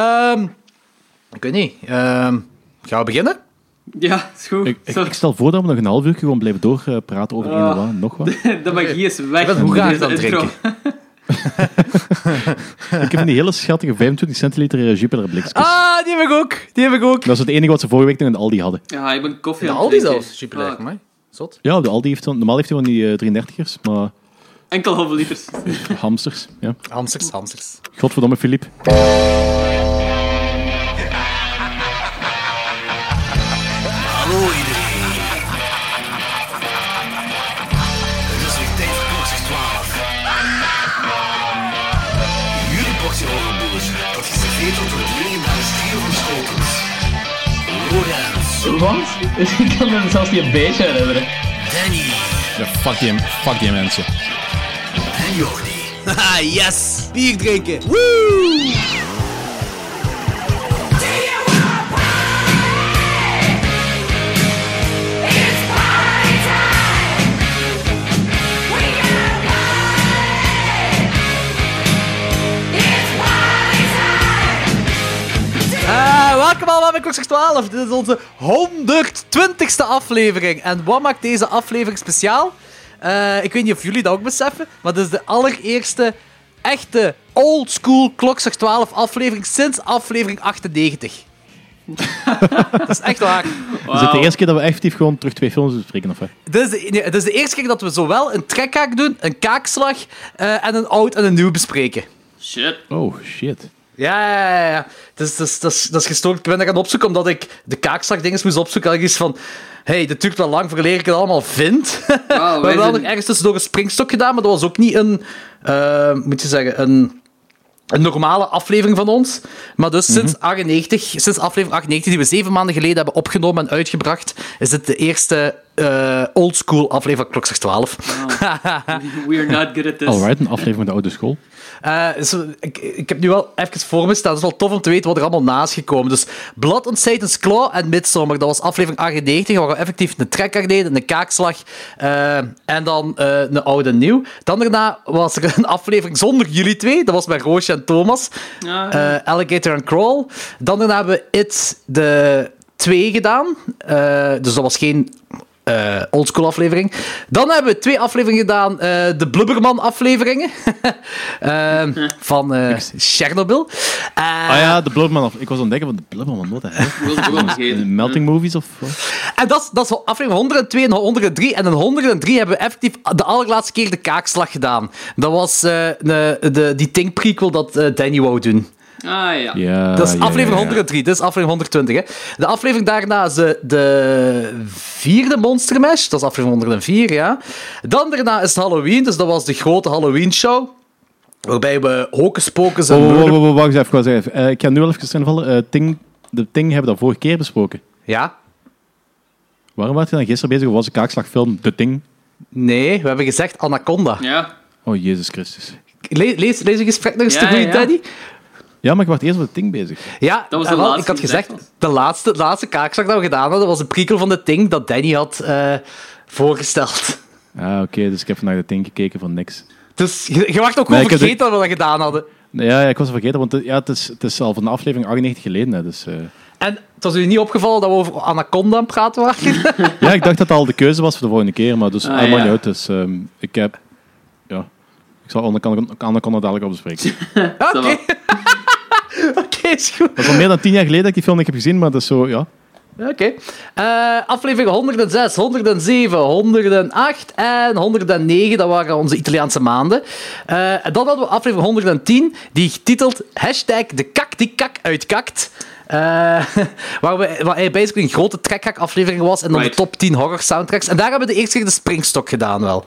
Ehm, ik weet niet. Ehm, gaan we beginnen? Ja, is goed. Ik, ik, Zo, ik stel voor dat we nog een half uurtje gewoon blijven doorpraten over één Ah. of wat, nog wat. de magie is weg. ben- hoe van ga ik deze dan intro. Ik heb van die hele schattige 25 centiliter eh, Jupiter blikjes. Ah, die heb ik ook. Die heb ik ook. Dat is het enige wat ze vorige week nog in de Aldi hadden. Ja, ik ben koffie De aan het Aldi drinken. zelfs. Super lekker, Ah, man. Zot. Ja, de Aldi heeft dan, normaal heeft hij van die eh, 33ers, maar Enkel halve liters. hamsters. Ja. Hamsters, hamsters. Godverdomme, Filip. Hallo iedereen. Het is weer tijd voor klokslag 12. Jullie boxen overboers, dat is de vetel tot de legendare stier van Schotens. Lorenz, Want? Ik kan me zelfs niet een beetje herinneren. Danny Ja, fuck die, fuck die mensen. en Jordi. Haha, yes! Bier drinken! Eh, welkom allemaal bij Klokzicht 12. Dit is onze 120ste aflevering. En wat maakt deze aflevering speciaal? Eh, ik weet niet of jullie dat ook beseffen, maar dit is de allereerste echte oldschool Klokzicht 12 aflevering sinds aflevering 98. dat is echt waar. Is het de Wauw. eerste keer dat we effectief gewoon terug twee films bespreken, of wat? Dit is, de, nee, dit is de eerste keer dat we zowel een trekhaak doen, een kaakslag eh, en een oud en een nieuw bespreken. Shit. Oh, shit. Ja, ja, ja, ja. Dat is, dat, is, dat, is, dat is gestoord. Ik ben dat gaan opzoeken omdat ik de kaakslagdinges moest opzoeken. En ik iets van... hey, dit duurt wel lang voor ik het allemaal vind. Wauw, we wij hebben wel zijn- nog ergens tussendoor een springstok gedaan, maar dat was ook niet een... eh, moet je zeggen, een... Een normale aflevering van ons. Maar dus sinds, Mhm. 98, sinds aflevering 98, die we zeven maanden geleden hebben opgenomen en uitgebracht, is dit de eerste eh oldschool aflevering van Klokslag 12. We are not good at this. Alright, een aflevering van de oude school. Eh, zo- ik, ik heb nu wel even voor me staan. Het is wel tof om te weten wat er allemaal naast gekomen. Dus Blood on Satan's Claw en Midsummer. Dat was aflevering 98, waar we effectief een trekker deden, een kaakslag. eh, en dan eh, een oude en nieuw. Dan daarna was er een aflevering zonder jullie twee. Dat was met Roosje en Thomas. Ja. Eh, Alligator en Crawl. Dan daarna hebben we It de 2 gedaan. Eh, dus dat was geen eh, oldschool aflevering. Dan hebben we twee afleveringen gedaan. eh, de Blubberman afleveringen. Eh, van eh Chernobyl. Eh, Ah ja, de Blubberman. af- Ik was ontdekken van de Blubberman, wat de hel? Ik wil het ook wel vergeten. Melting Movies of wat? En dat is, dat is aflevering 102 en 103. En in 103 hebben we effectief de allerlaatste keer de kaakslag gedaan. Dat was eh, de, de, die Think prequel dat eh, Danny wou doen. Ah ja. Ja, Dat is Eh, ja, aflevering ja, ja. 103, dit is aflevering 120. Hè. De aflevering daarna is de, de vierde Monster Mash. Dat is aflevering 104, ja. Dan daarna is het Halloween, dus dat was de grote Halloween-show. Waarbij we Hocus Pocus en Oh, wow, Murder- wow, wow, wacht even, wacht even. Eh, ik ga nu wel even invallen. Eh, Ting, de Ting hebben we dat vorige keer besproken. Ja? Waarom waren je dan gisteren bezig? Was de kaakslagfilm De Ting? Nee, we hebben gezegd Anaconda. Ja. Oh, Jezus Christus. Le- lees, lees een gesprek nog eens Ja, te goed, ja. Teddy. Ja, maar ik wacht eerst met de Ting bezig. Ja, Dat was de eh, wel, laatste ik had die gezegd gezegd, de laatste, de laatste kaakslag dat we gedaan hadden, was een prikkel van de Ting dat Danny had eh, voorgesteld. Ah, oké, dus ik heb naar de Ting gekeken van niks. Dus je, je wacht ook Nee, gewoon ik heb de- vergeten dat we dat gedaan hadden. Nee, Ja, ja, ik was het vergeten, want eh, ja, het, is, het is al van de aflevering 98 geleden. Hè, dus, eh. En het was u niet opgevallen dat we over Anaconda aan het praten waren? Ja, ik dacht dat dat al de keuze was voor de volgende keer, maar dus Ah, ah, maakt ja. niet uit. Dus ehm, ik heb... Ja, ik zal Anaconda Anaconda dadelijk op bespreken. Oké. wel. Oké, is goed. Dat is al meer dan tien jaar geleden dat ik die film niet heb gezien, maar dat is zo, ja. Oké. Eh, aflevering 106, 107, 108 en 109, dat waren onze Italiaanse maanden. Eh, en dan hadden we aflevering 110, die getiteld hashtag de kak die kak uitkakt. Eh, waar, we, waar hij basically een grote trekhak aflevering was en dan Right. de top 10 horror soundtracks. En daar hebben we de eerste keer de springstok gedaan wel.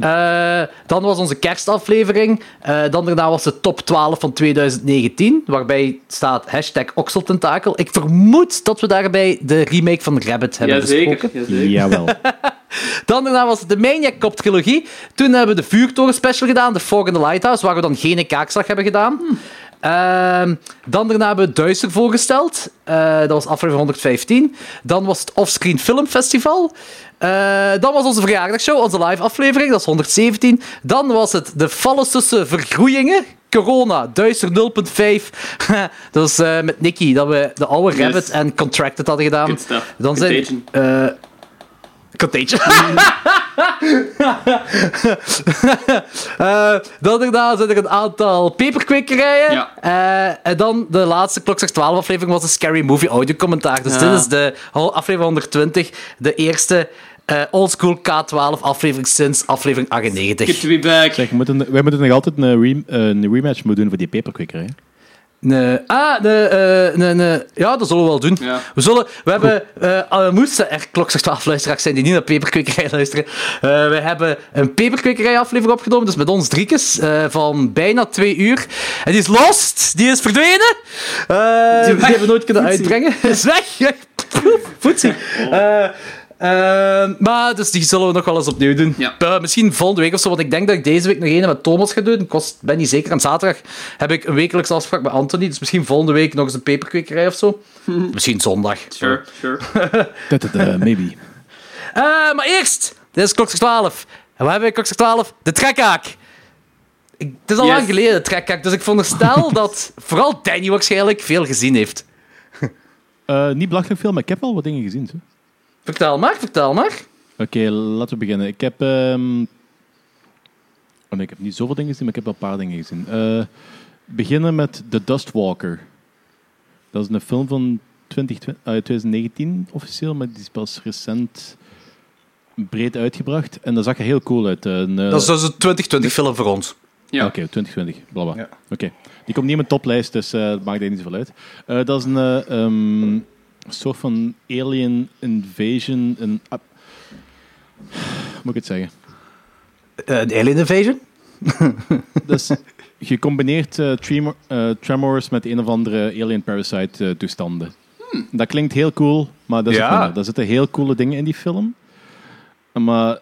Eh, dan was onze kerstaflevering. Eh, dan daarna was de top 12 van 2019, waarbij staat hashtag okseltentakel. Ik vermoed dat we daarbij de remake van Rabbit hebben Jazeker. besproken. jazeker. Jawel. Dan daarna was het de Maniac Cop trilogie. Toen hebben we de Vuurtoren special gedaan, de Fog in the Lighthouse, waar we dan geen kaakslag hebben gedaan. Ehm, dan daarna hebben we Duister voorgesteld. Eh, dat was aflevering 115. Dan was het Offscreen Film Festival. Eh, dan was onze verjaardagshow, onze live aflevering. Dat is 117. Dan was het De Vallen tussen Vergroeiingen. Corona, Duister 0.5. dat was eh, met Nicky, dat we de oude Yes. Rabbit en Contracted hadden gedaan. Good stuff. Dan Contagion. zijn... eh, Contagion. Eh, dan daarna zijn er een aantal peperkwekerijen. Ja. Eh, en dan de laatste klokslag 12 aflevering was een Scary Movie audio commentaar. Dus Ja. dit is de hol- aflevering 120, de eerste eh oldschool K12 aflevering sinds aflevering Good 98. to be back. Zeg, we moeten, wij moeten nog altijd een, rem- een rematch moeten doen voor die paperquicker. Hè? Nee. Ah, nee, eh, nee, nee. ja, dat zullen we wel doen. Ja. We, zullen, we hebben, eh al moesten er klokslag 12 luisteraars zijn die niet naar peperkwekerij luisteren. Eh, we hebben een peperkwekerij aflevering opgenomen, dus met ons driekes, eh, van bijna twee uur. En die is lost, die is verdwenen. Eh, die weg. hebben we nooit kunnen Voetsie. uitbrengen. is weg. weg. Voetsie. Eh, eh, maar dus die zullen we nog wel eens opnieuw doen. Ja. Eh, misschien volgende week of zo, want ik denk dat ik deze week nog een met Thomas ga doen. Ik was- ben niet zeker. En zaterdag heb ik een wekelijkse afspraak met Anthony. Dus misschien volgende week nog eens een peperkwekerij of zo. Misschien zondag. Sure, sure. Da, da, da, maybe. Eh, maar eerst, dit is klokslag 12. En waar hebben we klokslag 12? De trekhaak. Ik, het is al Yes. lang geleden, de trekhaak. Dus ik veronderstel dat vooral Danny waarschijnlijk veel gezien heeft. Eh, niet belachelijk veel, maar ik heb wel wat dingen gezien. Zo. Vertel maar, vertel maar. Oké, laten we beginnen. Ik heb. ehm, Oh nee, ik heb niet zoveel dingen gezien, maar ik heb wel een paar dingen gezien. Eh, beginnen met The Dustwalker. Dat is een film van 2020 eh, 2019 officieel, maar die is pas recent breed uitgebracht. En dat zag er heel cool uit. Een, eh, Dat is dus een 2020 film voor ons. Ja. Ah, Oké, 2020, blabla. Oké, die komt niet in mijn toplijst, dus eh, dat maakt eigenlijk niet zoveel uit. Eh, dat is een eh, ehm, soort van alien invasion. Een, ah, hoe moet ik het zeggen? Eh, Een Alien Invasion? Dat is Dus gecombineerd eh, tremor- eh, Tremors met een of andere alien parasite eh, toestanden. Dat klinkt heel cool, maar dat is Ja. het minder. Daar zitten heel coole dingen in die film. Maar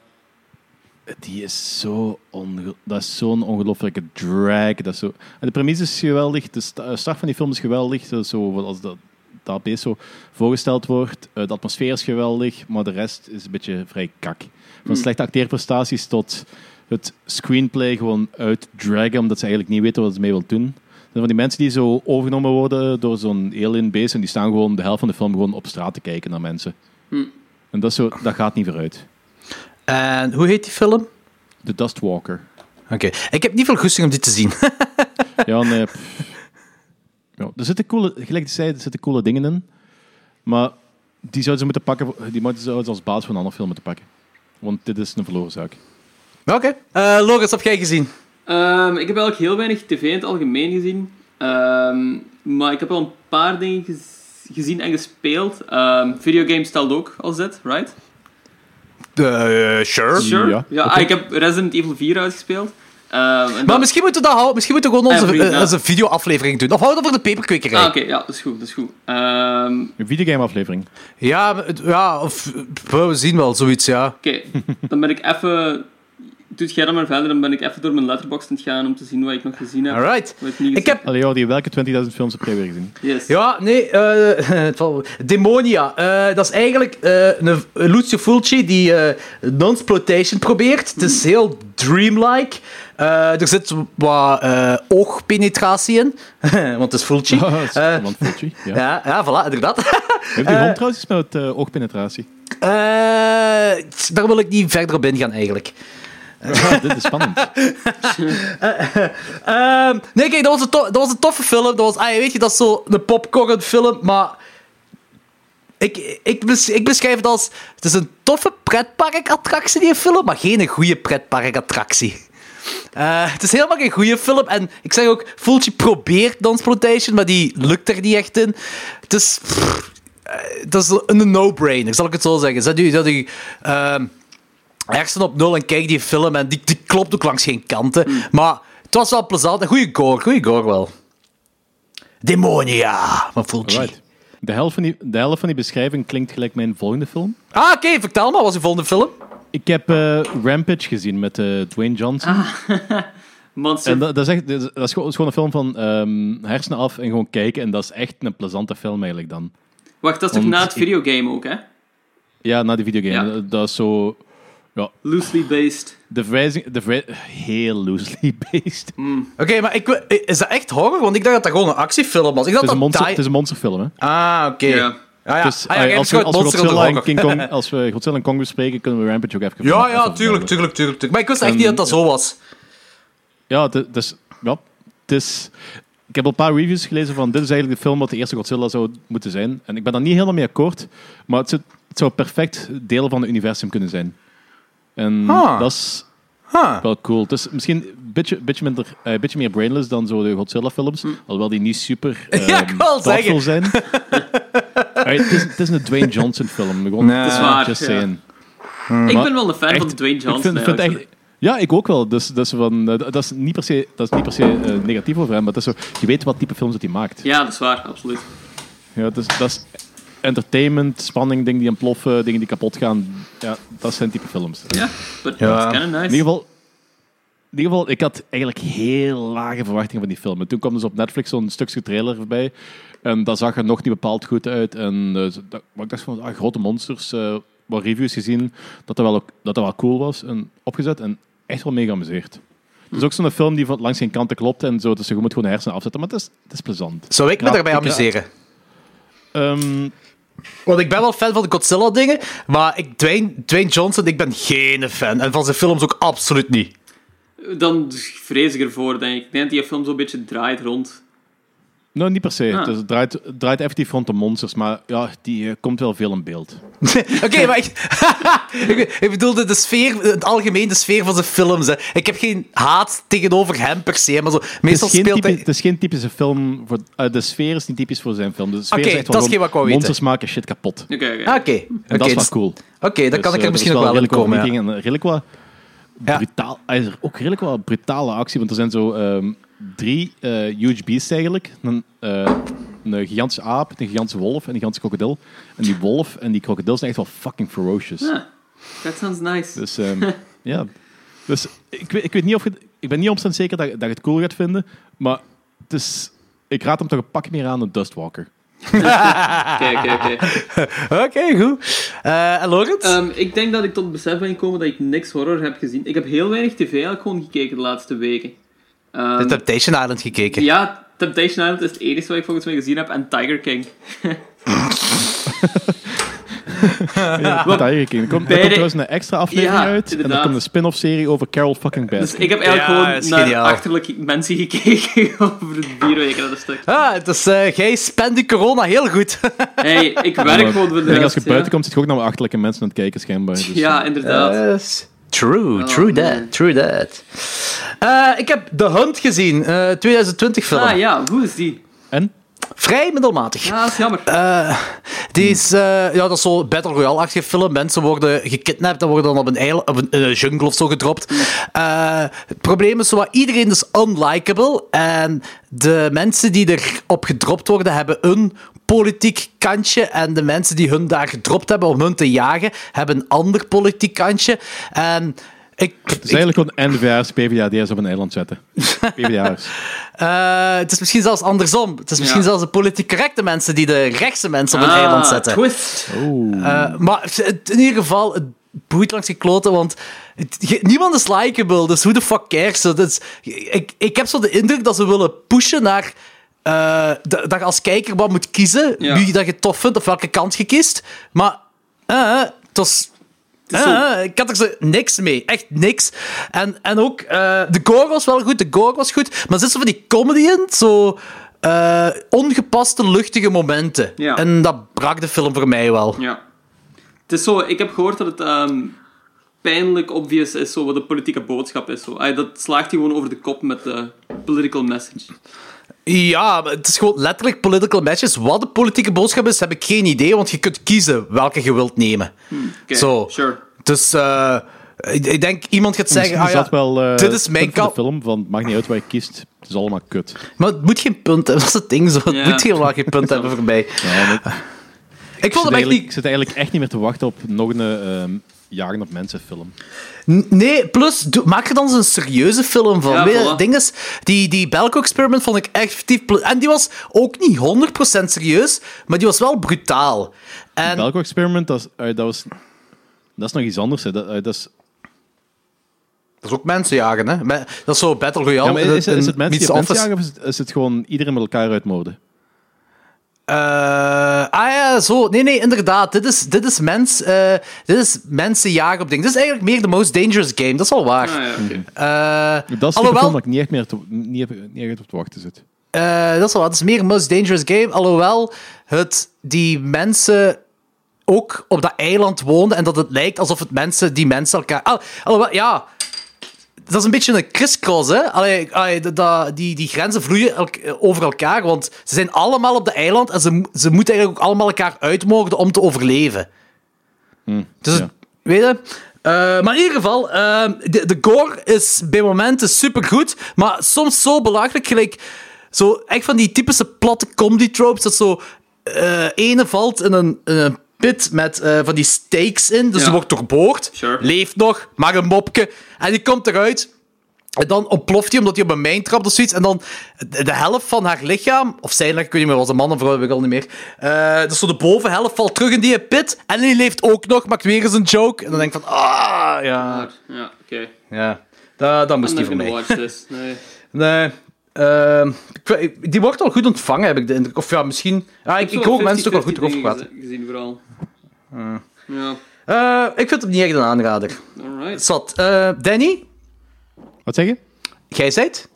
die is zo onge- dat is zo'n ongelofelijke drag. Dat is zo... en de premisse is geweldig, de sta- start van die film is geweldig. Dat is zo, wat als dat, dat beest zo voorgesteld wordt. Eh, de atmosfeer is geweldig, maar de rest is een beetje vrij kak. Van slechte acteerprestaties tot het screenplay gewoon uitdragen, omdat ze eigenlijk niet weten wat ze mee wil doen. Dat zijn van die mensen die zo overgenomen worden door zo'n alien beest en die staan gewoon de helft van de film gewoon op straat te kijken naar mensen. En dat, is zo, dat gaat niet vooruit. En hoe heet die film? De Dustwalker. Oké, ik heb niet veel goesting om dit te zien. Ja, nee. pff. Ja, er zitten coole, gelijk te zei, er zitten coole dingen in. Maar die zouden ze moeten pakken, voor- die moeten ze als baas van een andere film moeten pakken. Want dit is een verloren zaak. Oké. Eh, Lorenz, heb jij gezien? Ehm, ik heb eigenlijk heel weinig tv in het algemeen gezien. Ehm, maar ik heb wel een paar dingen gez- gezien en gespeeld. Ehm videogames telt ook als dit, right? Eh, sure. Sure. Ja. Ja, ah, ik heb Resident Evil 4 uitgespeeld. Ehm, en Maar dat- misschien moeten we dat houden. Misschien moeten we gewoon onze, Every eh, night. onze video-aflevering doen. Of houden we dat voor de peperkwekerij? Ah, oké, ja, dat is goed, dat is goed. Ehm, Een videogame-aflevering. Ja, maar het- ja of, eh, we zien wel zoiets, ja. Oké, dan ben ik even... Doet jij dan maar verder, dan ben ik even door mijn letterbox aan het gaan om te zien wat ik nog gezien heb. Alright. Wat ik niet Ik gezien heb... Allee, joh, die welke 20.000 films heb jij weer gezien? Yes. Ja, nee, eh, het valt wel- Demonia. eh, dat is eigenlijk eh, een een Lucio Fulci die eh non-sploitation probeert. Het is heel dreamlike. Eh, er zit wat eh, oogpenetratie in, want het is Fulci. Dat is Eh, Iemand Fulci, ja. ja, ja, voilà, inderdaad. Heeft die hond trouwens iets met eh, oogpenetratie? Eh, daar wil ik niet verder op ingaan, eigenlijk. Ah, dit is spannend. Ehm, nee, kijk, dat was, een to- dat was een toffe film. Dat was, ah, weet je, dat is zo'n popcornfilm, maar... Ik, ik, bes- ik beschrijf het als... Het is een toffe pretparkattractie, die film, maar geen een goede pretparkattractie. Eh, het is helemaal geen goede film. En ik zeg ook, Fulci probeert non-sploitation, maar die lukt er niet echt in. Het is... pff, eh, dat is een no-brainer, zal ik het zo zeggen. Zet u... Zet u ehm, hersen op nul en kijk die film. En die, die klopt ook langs geen kanten. Maar het was wel plezant. Een goede gore, goede gore wel. Demonia van Fulci. Right. De helft, van die, de helft van die beschrijving klinkt gelijk mijn volgende film. Ah, oké, vertel maar. Wat was uw volgende film? Ah. Ik heb eh, Rampage gezien met eh, Dwayne Johnson. Want ze- En dat, dat is echt, dat is- dat is gewoon dat is gewoon een film van ehm, hersenen af en gewoon kijken. En dat is echt een plezante film eigenlijk dan. wacht, dat is toch want na het ik- videogame ook, hè? Ja, na die videogame. Ja. Dat, dat is zo... Loosely based. De verwijzing... De verwij- heel loosely based. Oké, maar ik, wil- eh, is dat echt horror? Want ik dacht dat dat gewoon een actiefilm was. Ik dacht Het is, dat een monster, die- het is een monsterfilm, hè. Ah, oké. Ja. Ah, ja. Dus Ah, ja, eh, jij als, we, beschouwt als, we monster in de Godzilla en horror. King Kong, als we Godzilla en Kong bespreken, kunnen we Rampage ook even... Ja, even ja, tuurlijk, vermelden. tuurlijk, tuurlijk, tuurlijk. Maar ik wist echt En- niet dat dat zo was. Ja, het het is... Ja, het is... Ik heb al een paar reviews gelezen van dit is eigenlijk de film wat de eerste Godzilla zou moeten zijn. En ik ben daar niet helemaal mee akkoord, maar het, zou- het zou perfect deel van het universum kunnen zijn. En Ah. dat is Huh. wel cool. Het is misschien een beetje, beetje, minder, eh, beetje meer brainless dan zo de Godzilla-films, alhoewel die niet super ehm Hm. Ja, ik wou het thoughtful zijn. Alright, het, is, het is een Dwayne Johnson-film. gewoon is waar, Just ja. saying. ik Mm. maar ben wel een fan Echt, van Dwayne Johnson. ik vind, vind eigenlijk. echt, ja, ik ook wel. Dus, dus van, eh, dat is niet per se, dat is niet per se eh, negatief over hem, maar dat is zo, je weet wat type films dat hij maakt. Ja, dat is waar, absoluut. Ja, dus, dat is entertainment, spanning, dingen die ontploffen, dingen die kapot gaan. Ja, dat zijn type films. Ja, but Ja. it's kind of In nice. ieder geval, in ieder geval, ik had eigenlijk heel lage verwachtingen van die film. En toen kwam dus op Netflix zo'n stukje trailer voorbij. En dat zag er nog niet bepaald goed uit. En, eh, zo- dat- maar ik dacht van, ah, grote monsters, eh wat reviews gezien, dat dat, wel, ook- dat dat wel cool was. En opgezet en echt wel mega amuseerd. Het is ook zo'n film die van langs geen kanten klopt en zo. Dus je moet gewoon de hersenen afzetten, maar het is, het is plezant. Zou ik me Ja, daarbij ik- amuseren? Ehm, Want ik ben wel fan van de Godzilla-dingen, maar ik, Dwayne, Dwayne Johnson, ik ben geen fan. En van zijn films ook absoluut niet. Dan vrees ik ervoor, denk ik. Ik denk dat die film zo'n beetje draait rond. nou, niet per se. Ah. Dus het draait, het draait effectief rond de monsters, maar ja, die eh, komt wel veel in beeld. Oké, maar ik, ik, ik bedoelde de sfeer, het algemeen de sfeer van zijn films. Hè. Ik heb geen haat tegenover hem per se, maar zo, Het meestal is, geen speelt typi- hij... het is geen typische film. Voor, eh, de sfeer is niet typisch voor zijn film. De sfeer Oké, is echt wel dat is geen gewoon wat ik wou weten. Monsters maken shit kapot. Oké, oké. Ah, Oké, En dat oké, is wel dus- cool. eh, oké, dan kan ik er misschien ook nog wel in komen. ja. En eh, redelijk wat Ja. brutaal, hij is er ook redelijk wel brutale actie. Want er zijn zo ehm, drie eh, huge beasts eigenlijk. Een, eh, een gigantische aap, een gigantische wolf en een gigantische krokodil. En die wolf en die krokodil zijn echt wel fucking ferocious. Ah, that sounds nice. Dus ehm, ja. Dus ik, weet- ik weet niet of je, ik ben niet omstand zeker dat, dat je het cool gaat vinden, maar het is, ik raad hem toch een pak meer aan dan Dustwalker. Oké, oké, oké. Ah. Oké, goed. Eh, en Laurens? Ehm, ik denk dat ik tot het besef ben gekomen dat ik niks horror heb gezien. Ik heb heel weinig tv eigenlijk gewoon gekeken de laatste weken. Ehm, de Temptation Island gekeken. ja, Temptation Island is het enige wat ik volgens mij gezien heb. En Tiger King. Ja, dat Tiger King. Er komt, er Beide- komt trouwens een extra aflevering Ja, uit en er inderdaad. komt een spin-off serie over Carol fucking Dus Baskin. ik heb Ja, eigenlijk dat is gewoon naar geniaal. achterlijke mensen gekeken over vier weken dat is stuk. Ah, dus eh, jij spende corona heel goed. Hey, ik Maar werk gewoon ik voor de denk als je rest, buiten komt, zit je ook naar de achterlijke mensen aan het kijken, schijnbaar. Dus, Ja, eh, inderdaad. Yes. True, Oh, true that, man. true that. Eh, ik heb The Hunt gezien, eh 2020 film. ah ja, hoe is die? eh, En? Vrij middelmatig. Ja, dat is jammer. Eh, die is, eh, ja, dat is zo'n Battle Royale-achtige film. Mensen worden gekidnapt en worden dan op een, eiland, op een, in een jungle of zo gedropt. Eh, het probleem is zo wat iedereen is unlikable. En de mensen die erop gedropt worden, hebben een politiek kantje. En de mensen die hun daar gedropt hebben om hun te jagen, hebben een ander politiek kantje. En ik, Het is eigenlijk gewoon NVA's, PvdA's op een eiland zetten. PvdA's. eh, het is misschien zelfs andersom. Het is misschien Ja. zelfs de politiek correcte mensen die de rechtse mensen op een Ah, eiland zetten. Twist. Eh, maar het- het- in ieder geval, het boeit langs gekloten, want het- je- niemand is likable, dus hoe de fuck cares? Dat is- ik, ik heb zo de indruk dat ze willen pushen naar... eh, dat, dat je als kijker wat moet kiezen, Ja. wie dat je tof vindt of welke kant je kiest. Maar eh, het was... is zo- eh, ik had er zo niks mee. Echt niks. En, en ook, eh, de gore was wel goed, de gore was goed, maar er zit zo van die comedy in, zo... eh, ongepaste, luchtige momenten. Ja. En dat brak de film voor mij wel. Ja. Het is zo, ik heb gehoord dat het ehm, pijnlijk obvious is zo, wat de politieke boodschap is. Zo. Ah, dat slaagt hij gewoon over de kop met de political message. Ja, maar het is gewoon letterlijk political matches. Wat de politieke boodschap is, heb ik geen idee, want je kunt kiezen welke je wilt nemen. Oké, Zo. Sure. Dus eh, ik, ik denk, iemand gaat zeggen, Misschien ah is ja, dat wel eh, dit is het mijn punt van de kant. film, van het maakt niet uit waar je kiest, het is allemaal kut. Maar het moet geen punt hebben, dat is het ding zo. Het Ja. moet helemaal geen punt hebben voor mij. Ja, maar- Ik Ik vond hem echt zit, eigenlijk, niet... ik zit eigenlijk echt niet meer te wachten op nog een ehm, jaren op mensen film. N- Nee, plus, doe- maak er dan eens een serieuze film van. Ja, Weet je, voilà. Het ding is, die, die Belko Experiment vond ik echt effectief. pl- En die was ook niet 100% serieus, maar die was wel brutaal. En Belko Experiment, dat is, eh, dat was... Dat is nog iets anders. Hè. Dat, eh, dat is, dat is ook mensenjagen, hè? Me- Dat is zo Battle Royale. ja, maar is, in- is in het mensen die op Meets Office. mensen jagen of is het, is het gewoon iedereen met elkaar uitmoorden? Eh, ah ja, zo. Nee, nee, inderdaad. Dit is, dit is, mens, eh, dit is mensen jagen op dingen. Dit is eigenlijk meer de most dangerous game. Dat is wel waar. Ah, ja, oké. Eh, Dat is een film alhoewel, dat ik niet echt meer te, niet, heb- niet echt op te wachten zit. eh, dat is wel waar. Het is meer een most dangerous game. Alhoewel het die mensen ook op dat eiland woonden en dat het lijkt alsof het mensen, die mensen elkaar... Al, alhoewel, ja... Dat is een beetje een crisscross, hè? Allee, allee, dat- dat- die, die grenzen vloeien elk- eh, over elkaar, want ze zijn allemaal op de eiland en ze, mo- ze moeten eigenlijk ook allemaal elkaar uitmoorden om te overleven. Dus, ja. weet je... Eh, maar in ieder geval, eh, de, de gore is bij momenten supergoed, maar soms zo belachelijk, gelijk zo echt van die typische platte comedy tropes, dat zo eh ene valt in een, in een pit met eh, van die stakes in, dus Ja. die wordt doorboord, Sure. leeft nog, maar een mopje, en die komt eruit... En dan ontploft hij omdat hij op een mijn trapt of zoiets. En dan de, de helft van haar lichaam, of zijn lichaam, ik weet niet meer, was een man of vrouw, weet ik al niet meer. Eh dus zo de bovenhelft valt terug in die pit. En die leeft ook nog, maakt weer eens een joke. En dan denk ik van, ah, ja. Maar, Ja, oké. Ja, dat, dat I'm moest not niet voor gonna mij. watch this. Nee. Nee. ehm, ik weet- die wordt al goed ontvangen, heb ik de indruk. Of ja, misschien... Ja, ik, ik hoor mensen ook wel goed erop erover praten. Hmm. Gezien vooral. Ja, Eh, ik vind hem niet echt een aanrader. alright. Zat. Eh, Danny, Wat zeg je? jij zei het?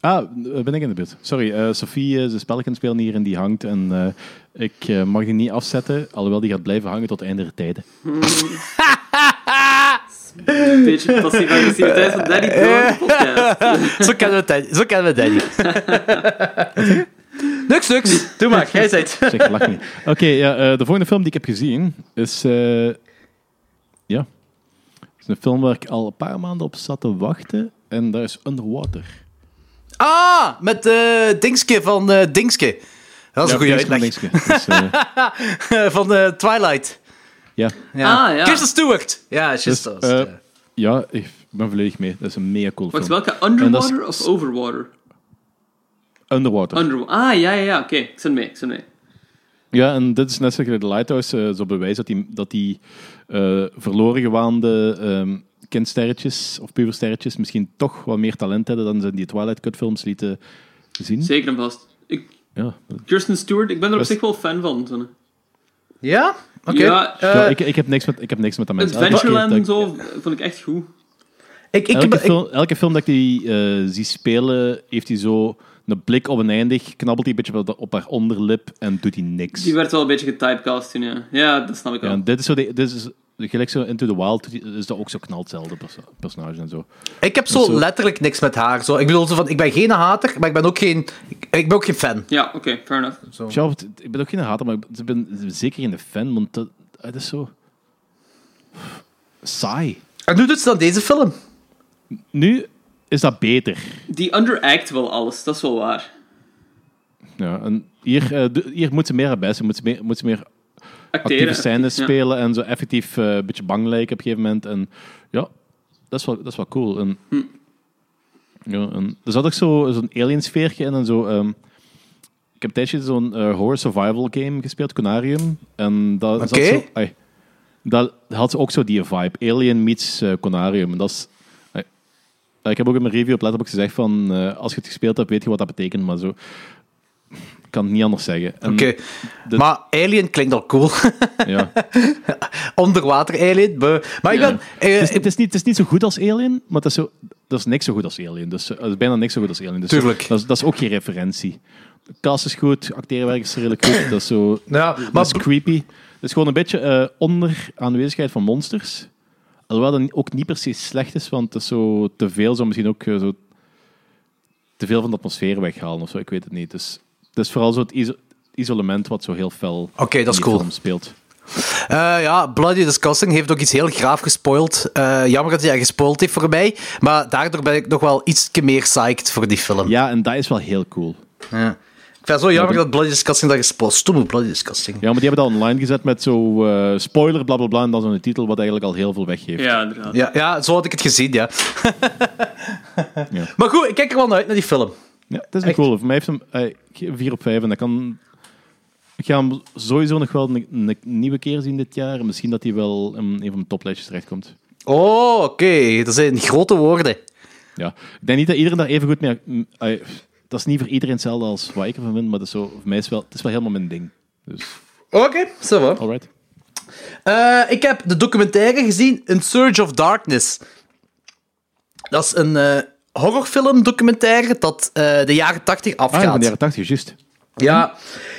Ah, eh, ben ik in de buurt. Sorry, eh Sophie eh, is een spelletje spelen hier en die hangt. En eh, ik eh, mag die niet afzetten, alhoewel die gaat blijven hangen tot het einde der tijden. Eh. Beetje passief-agressiviteit van Danny Brown podcast. Zo kennen we Danny. Zo kennen we Danny. niks, niks. Doe maar, jij zei het. Zeg, lach niet. Oké, ja, eh, de volgende film die ik heb gezien is... eh, ja. Het is een film waar ik al een paar maanden op zat te wachten. En dat is Underwater. Ah, met eh Dingske van eh Dingske. Dat is een goede Ja, uitleg. Dingske, Dingske. Dus, eh, van eh, Twilight. ja. Ja. Ah, ja. Kirsten Stewart. Ja, it's just Dus, us. eh, ja, ik ben volledig mee. Dat is een mega cool Wacht, film. welke? dat is- Underwater of overwater? Underwater. Underwater. Ah, ja, ja, ja. Oké, ik zit mee, ik zit mee. Ja, en dit is net zoals de Lighthouse, eh, zo bewijs dat die, dat die eh, verloren gewaande ehm kindsterretjes of pubersterretjes misschien toch wat meer talent hebben dan ze in die Twilight Cut films lieten zien. Zeker en vast. Ik, Ja. Kirsten Stewart, ik ben er op Was- zich wel fan van. zo. ja? Oké. Ja, Eh, ja, ik, ik, heb niks met, ik heb niks met dat mensen. Elke keer Adventureland dat en ik- zo vond ik echt goed. ik, ik, Elke, heb- ik, film, elke film dat ik die eh, zie spelen, heeft hij zo een blik oneindig, knabbelt hij een beetje op de- op haar onderlip en doet hij niks. Die werd wel een beetje getypecast toen, ja. Ja, dat snap ik Ja, wel. en dit is zo, de- dit is, gelijk zo Into the Wild, is dat ook zo knalt hetzelfde perso- personage en zo. ik heb zo letterlijk niks met haar. Zo. Ik bedoel, zo van, ik ben geen hater, maar ik ben ook geen, ik, ik ben ook geen fan. Ja, oké, fair enough. Ja, want ik ben ook geen hater, maar ik ben zeker geen fan, want dat, dat is zo... Saai. En nu doet ze dan deze film. Nu is dat beter. Die underact wel alles, dat is wel waar. Ja, en hier, eh, do- hier moet ze meer hebben, ze moet ze meer, moet ze meer actieve Acteren. scènes ja. spelen en zo effectief eh, een beetje bang lijken op een gegeven moment. En ja, dat is wel, dat is wel cool. En, Hm. ja, en, er zat ook zo- zo'n aliensfeertje in en zo... ehm, ik heb een tijdje zo'n eh, horror survival game gespeeld, Conarium. En dat zat Oké. zo... ai, dat had ook zo die vibe. Alien meets eh, Conarium. En dat is... ai, ik heb ook in mijn review op Letterboxd gezegd van... eh, als je het gespeeld hebt, weet je wat dat betekent, maar zo... Ik kan het niet anders zeggen. En, Oké. de- Maar Alien klinkt al cool. Ja. Onderwater Alien. beu. Maar ik Ja. ben... eh, Het is, het, is niet, het is niet zo goed als Alien, maar het is, zo, dat is niks zo goed als Alien. Dus, eh, het is bijna niks zo goed als Alien. Dus Tuurlijk. Dat is, dat is ook geen referentie. De cast is goed, acteerwerk is redelijk goed. Dat is, zo, Ja, dat maar is creepy. Het is gewoon een beetje eh, onder aanwezigheid van monsters. Alhoewel dat ook niet precies slecht is, want het is zo te veel zou misschien ook eh, zo te veel van de atmosfeer weghalen of zo. Ik weet het niet. Dus, het is vooral zo het iso- isolement wat zo heel fel Oké, dat in is die cool. film speelt. Eh, ja, Bloody Disgusting heeft ook iets heel graaf gespoild. Eh, jammer dat hij dat gespoild heeft voor mij. Maar daardoor ben ik nog wel iets meer psyched voor die film. Ja, en dat is wel heel cool. Ja. Ik vind het zo jammer dat bladjescasting dat gespoeld. Stomme bladjescasting. Ja, maar die hebben dat online gezet met zo eh, spoiler, blablabla, bla, bla, en dan zo'n titel wat eigenlijk al heel veel weggeeft. Ja, inderdaad. Ja, ja, zo had ik het gezien, ja. Ja. Maar goed, ik kijk er wel naar uit naar die film. Ja, het is een Echt? cool. Voor mij heeft hem eh, ik geef 4 op 5 en dat kan... Ik ga hem sowieso nog wel een, een nieuwe keer zien dit jaar. Misschien dat hij wel in een van mijn toplijstjes terechtkomt. Oh, oké. Dat zijn grote woorden. Ja. Ik denk niet dat iedereen daar even goed mee... mm, eh, dat is niet voor iedereen hetzelfde als wat ik ervan vind, maar dat is zo, voor mij is wel, het is wel helemaal mijn ding. Dus, Oké, zo wel. alright. Eh, ik heb de documentaire gezien, In Surge of Darkness. Dat is een eh, horrorfilm-documentaire dat eh, de jaren 80 Ah, afgaat. ja, van de jaren 80, juist. Ja.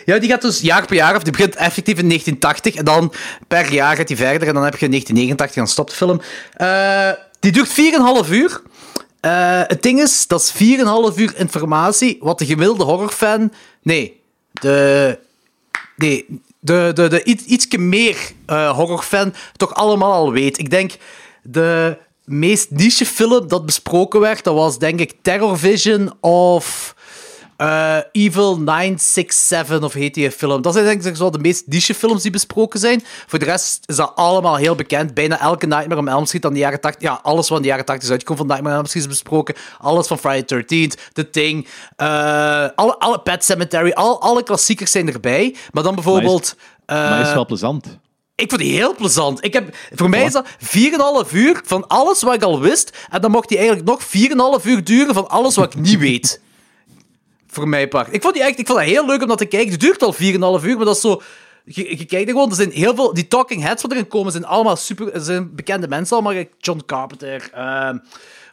ja, die gaat dus jaar per jaar, of die begint effectief in 1980 en dan per jaar gaat die verder en dan heb je 1989 en dan stopt de film. Eh, die duurt 4,5 uur. Eh, het ding is, dat is 4,5 uur informatie wat de gemiddelde horrorfan... Nee, de... Nee, de, de, de iets, ietsje meer eh, horrorfan toch allemaal al weet. Ik denk, de meest niche film dat besproken werd, dat was denk ik Terror Vision of... Eh, Evil 967 of heet die film. Dat zijn denk ik wel de meest niche films die besproken zijn. Voor de rest is dat allemaal heel bekend. Bijna elke Nightmare on Elm Street aan de jaren 80... Ja, alles van de jaren 80 is uitgekomen van Nightmare on Elm Street is besproken. Alles van Friday the 13th, The Thing, eh, alle, alle Pet Cemetery, al, alle klassiekers zijn erbij. Maar dan bijvoorbeeld... eh, Maar het is wel plezant. ik vond die heel plezant. Ik heb, voor mij is dat 4,5 uur van alles wat ik al wist. En dan mocht die eigenlijk nog 4,5 uur duren van alles wat ik niet weet. Voor mij part. Ik vond die echt ik vond dat heel leuk om dat te kijken. Het duurt al 4,5 uur, maar dat is zo. Je, je kijkt er gewoon, er zijn heel veel. Die talking heads wat erin komen zijn allemaal super. zijn bekende mensen allemaal. Kijk, John Carpenter. ehm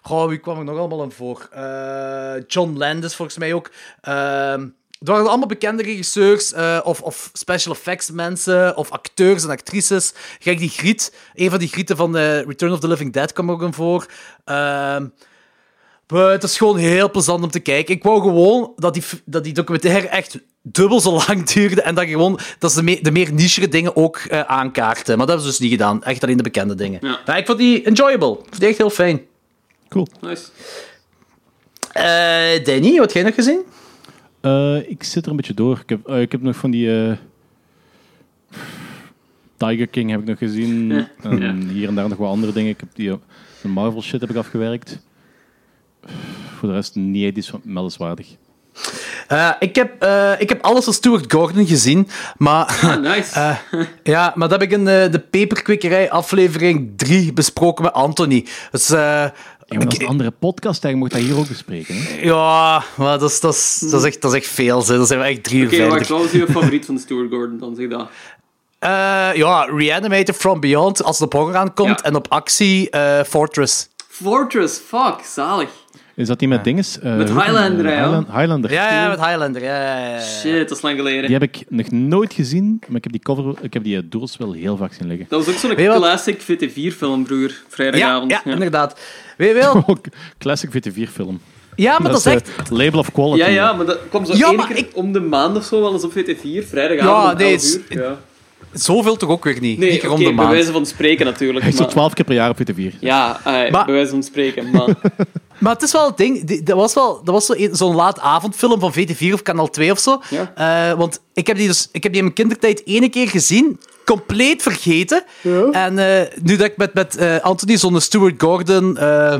goh, wie kwam er nog allemaal aan voor? Eh, John Landis volgens mij ook. Ehm er waren allemaal bekende regisseurs eh, of, of special effects mensen of acteurs en actrices. Kijk, die Griet, een van die Grieten van eh, Return of the Living Dead kwam er ook in voor. Ehm maar het is gewoon heel plezant om te kijken. Ik wou gewoon dat die, f- dat die documentaire echt dubbel zo lang duurde en dat, je gewoon, dat ze de, me- de meer nichere dingen ook eh, aankaarten. Maar dat hebben ze dus niet gedaan. Echt alleen de bekende dingen. Ja. Maar ik vond die enjoyable. Ik vond die echt heel fijn. Cool. Nice. Eh Danny, wat heb jij nog gezien? Eh, ik zit er een beetje door. Ik heb, eh, ik heb nog van die... eh, Tiger King heb ik nog gezien. Ja. En Ja. hier en daar nog wat andere dingen. Ik heb die eh, de Marvel shit heb ik afgewerkt. Voor de rest niet echt iets van meldenswaardig. Eh, ik, heb, eh, ik heb alles van Stuart Gordon gezien, maar... Ah, nice. Eh, Ja, maar dat heb ik in eh, de Peperkwekerij aflevering 3 besproken met Anthony. Dus, eh, Ja, maar dat is een andere podcast. hè. Je mocht dat hier ook bespreken. Hè? ja, maar dat is, dat, is, dat, is echt, dat is echt veel. Zeg. Dat zijn we echt drie uur Oké, verder. wacht, wat was je favoriet van Stuart Gordon? Dan zeg dat. Eh, ja, Reanimator From Beyond, als het op horror aankomt. Ja. En op actie, eh, Fortress. Fortress, fuck, zalig. Is dat die met dinges? Eh, hoe- Highlander, hè, Highland- Highlander. Ja, ja, met Highlander. Ja, ja, Eh. ja. Shit, dat is lang geleden. Die heb ik nog nooit gezien, maar ik heb die cover, ik heb die eh, doos wel heel vaak zien liggen. Dat was ook zo'n Weet je wat? classic VT4-film, broer. Ja, Vrijdagavond. ja, inderdaad. Weet je wel? Ook Classic VT4-film. Ja, maar dat is echt... eh, Label of Quality. Ja, ja, maar dat kwam zo Ja, één maar keer ik- om de maand of zo wel eens op VT4. Vrijdagavond Ja, om nee, 11 is- uur. Ja. Zoveel toch ook weer niet. Nee, Niet oké, keer om de bij maand. wijze van spreken natuurlijk. Hij is zo maar- twaalf keer per jaar op VT4. Ja, ai, Maar- bij wijze van spreken. Maar... Maar het is wel het ding, die- dat was, wel, dat was zo een- zo'n laat avondfilm van VT4 of Kanaal 2 of zo. Ja. Eh, want ik heb, die dus, ik heb die in mijn kindertijd ene keer gezien, compleet vergeten. En eh, nu dat ik met, met eh, Anthony zo'n Stuart Gordon eh,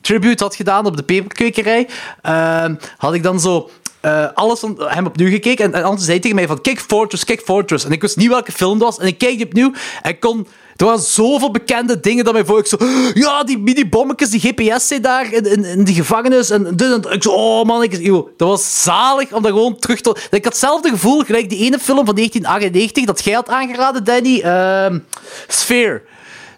tribute had gedaan op de peperkwekerij, eh, had ik dan zo... eh, alles van hem opnieuw gekeken. En, en Anthony zei tegen mij van... Kijk Fortress, kijk Fortress. En ik wist niet welke film dat was. En ik keek die opnieuw. En ik kon... Er waren zoveel bekende dingen dat mij voor... Ik zo... "Oh, Ja, die mini-bommetjes, die GPS zijn daar in, in, in die gevangenis. En, dit en dat. ik zo... Oh man, ik, eeuw, dat was zalig om dat gewoon terug te... Ik had hetzelfde gevoel gelijk die ene film van 1998 dat jij had aangeraden, Danny. ehm Sphere.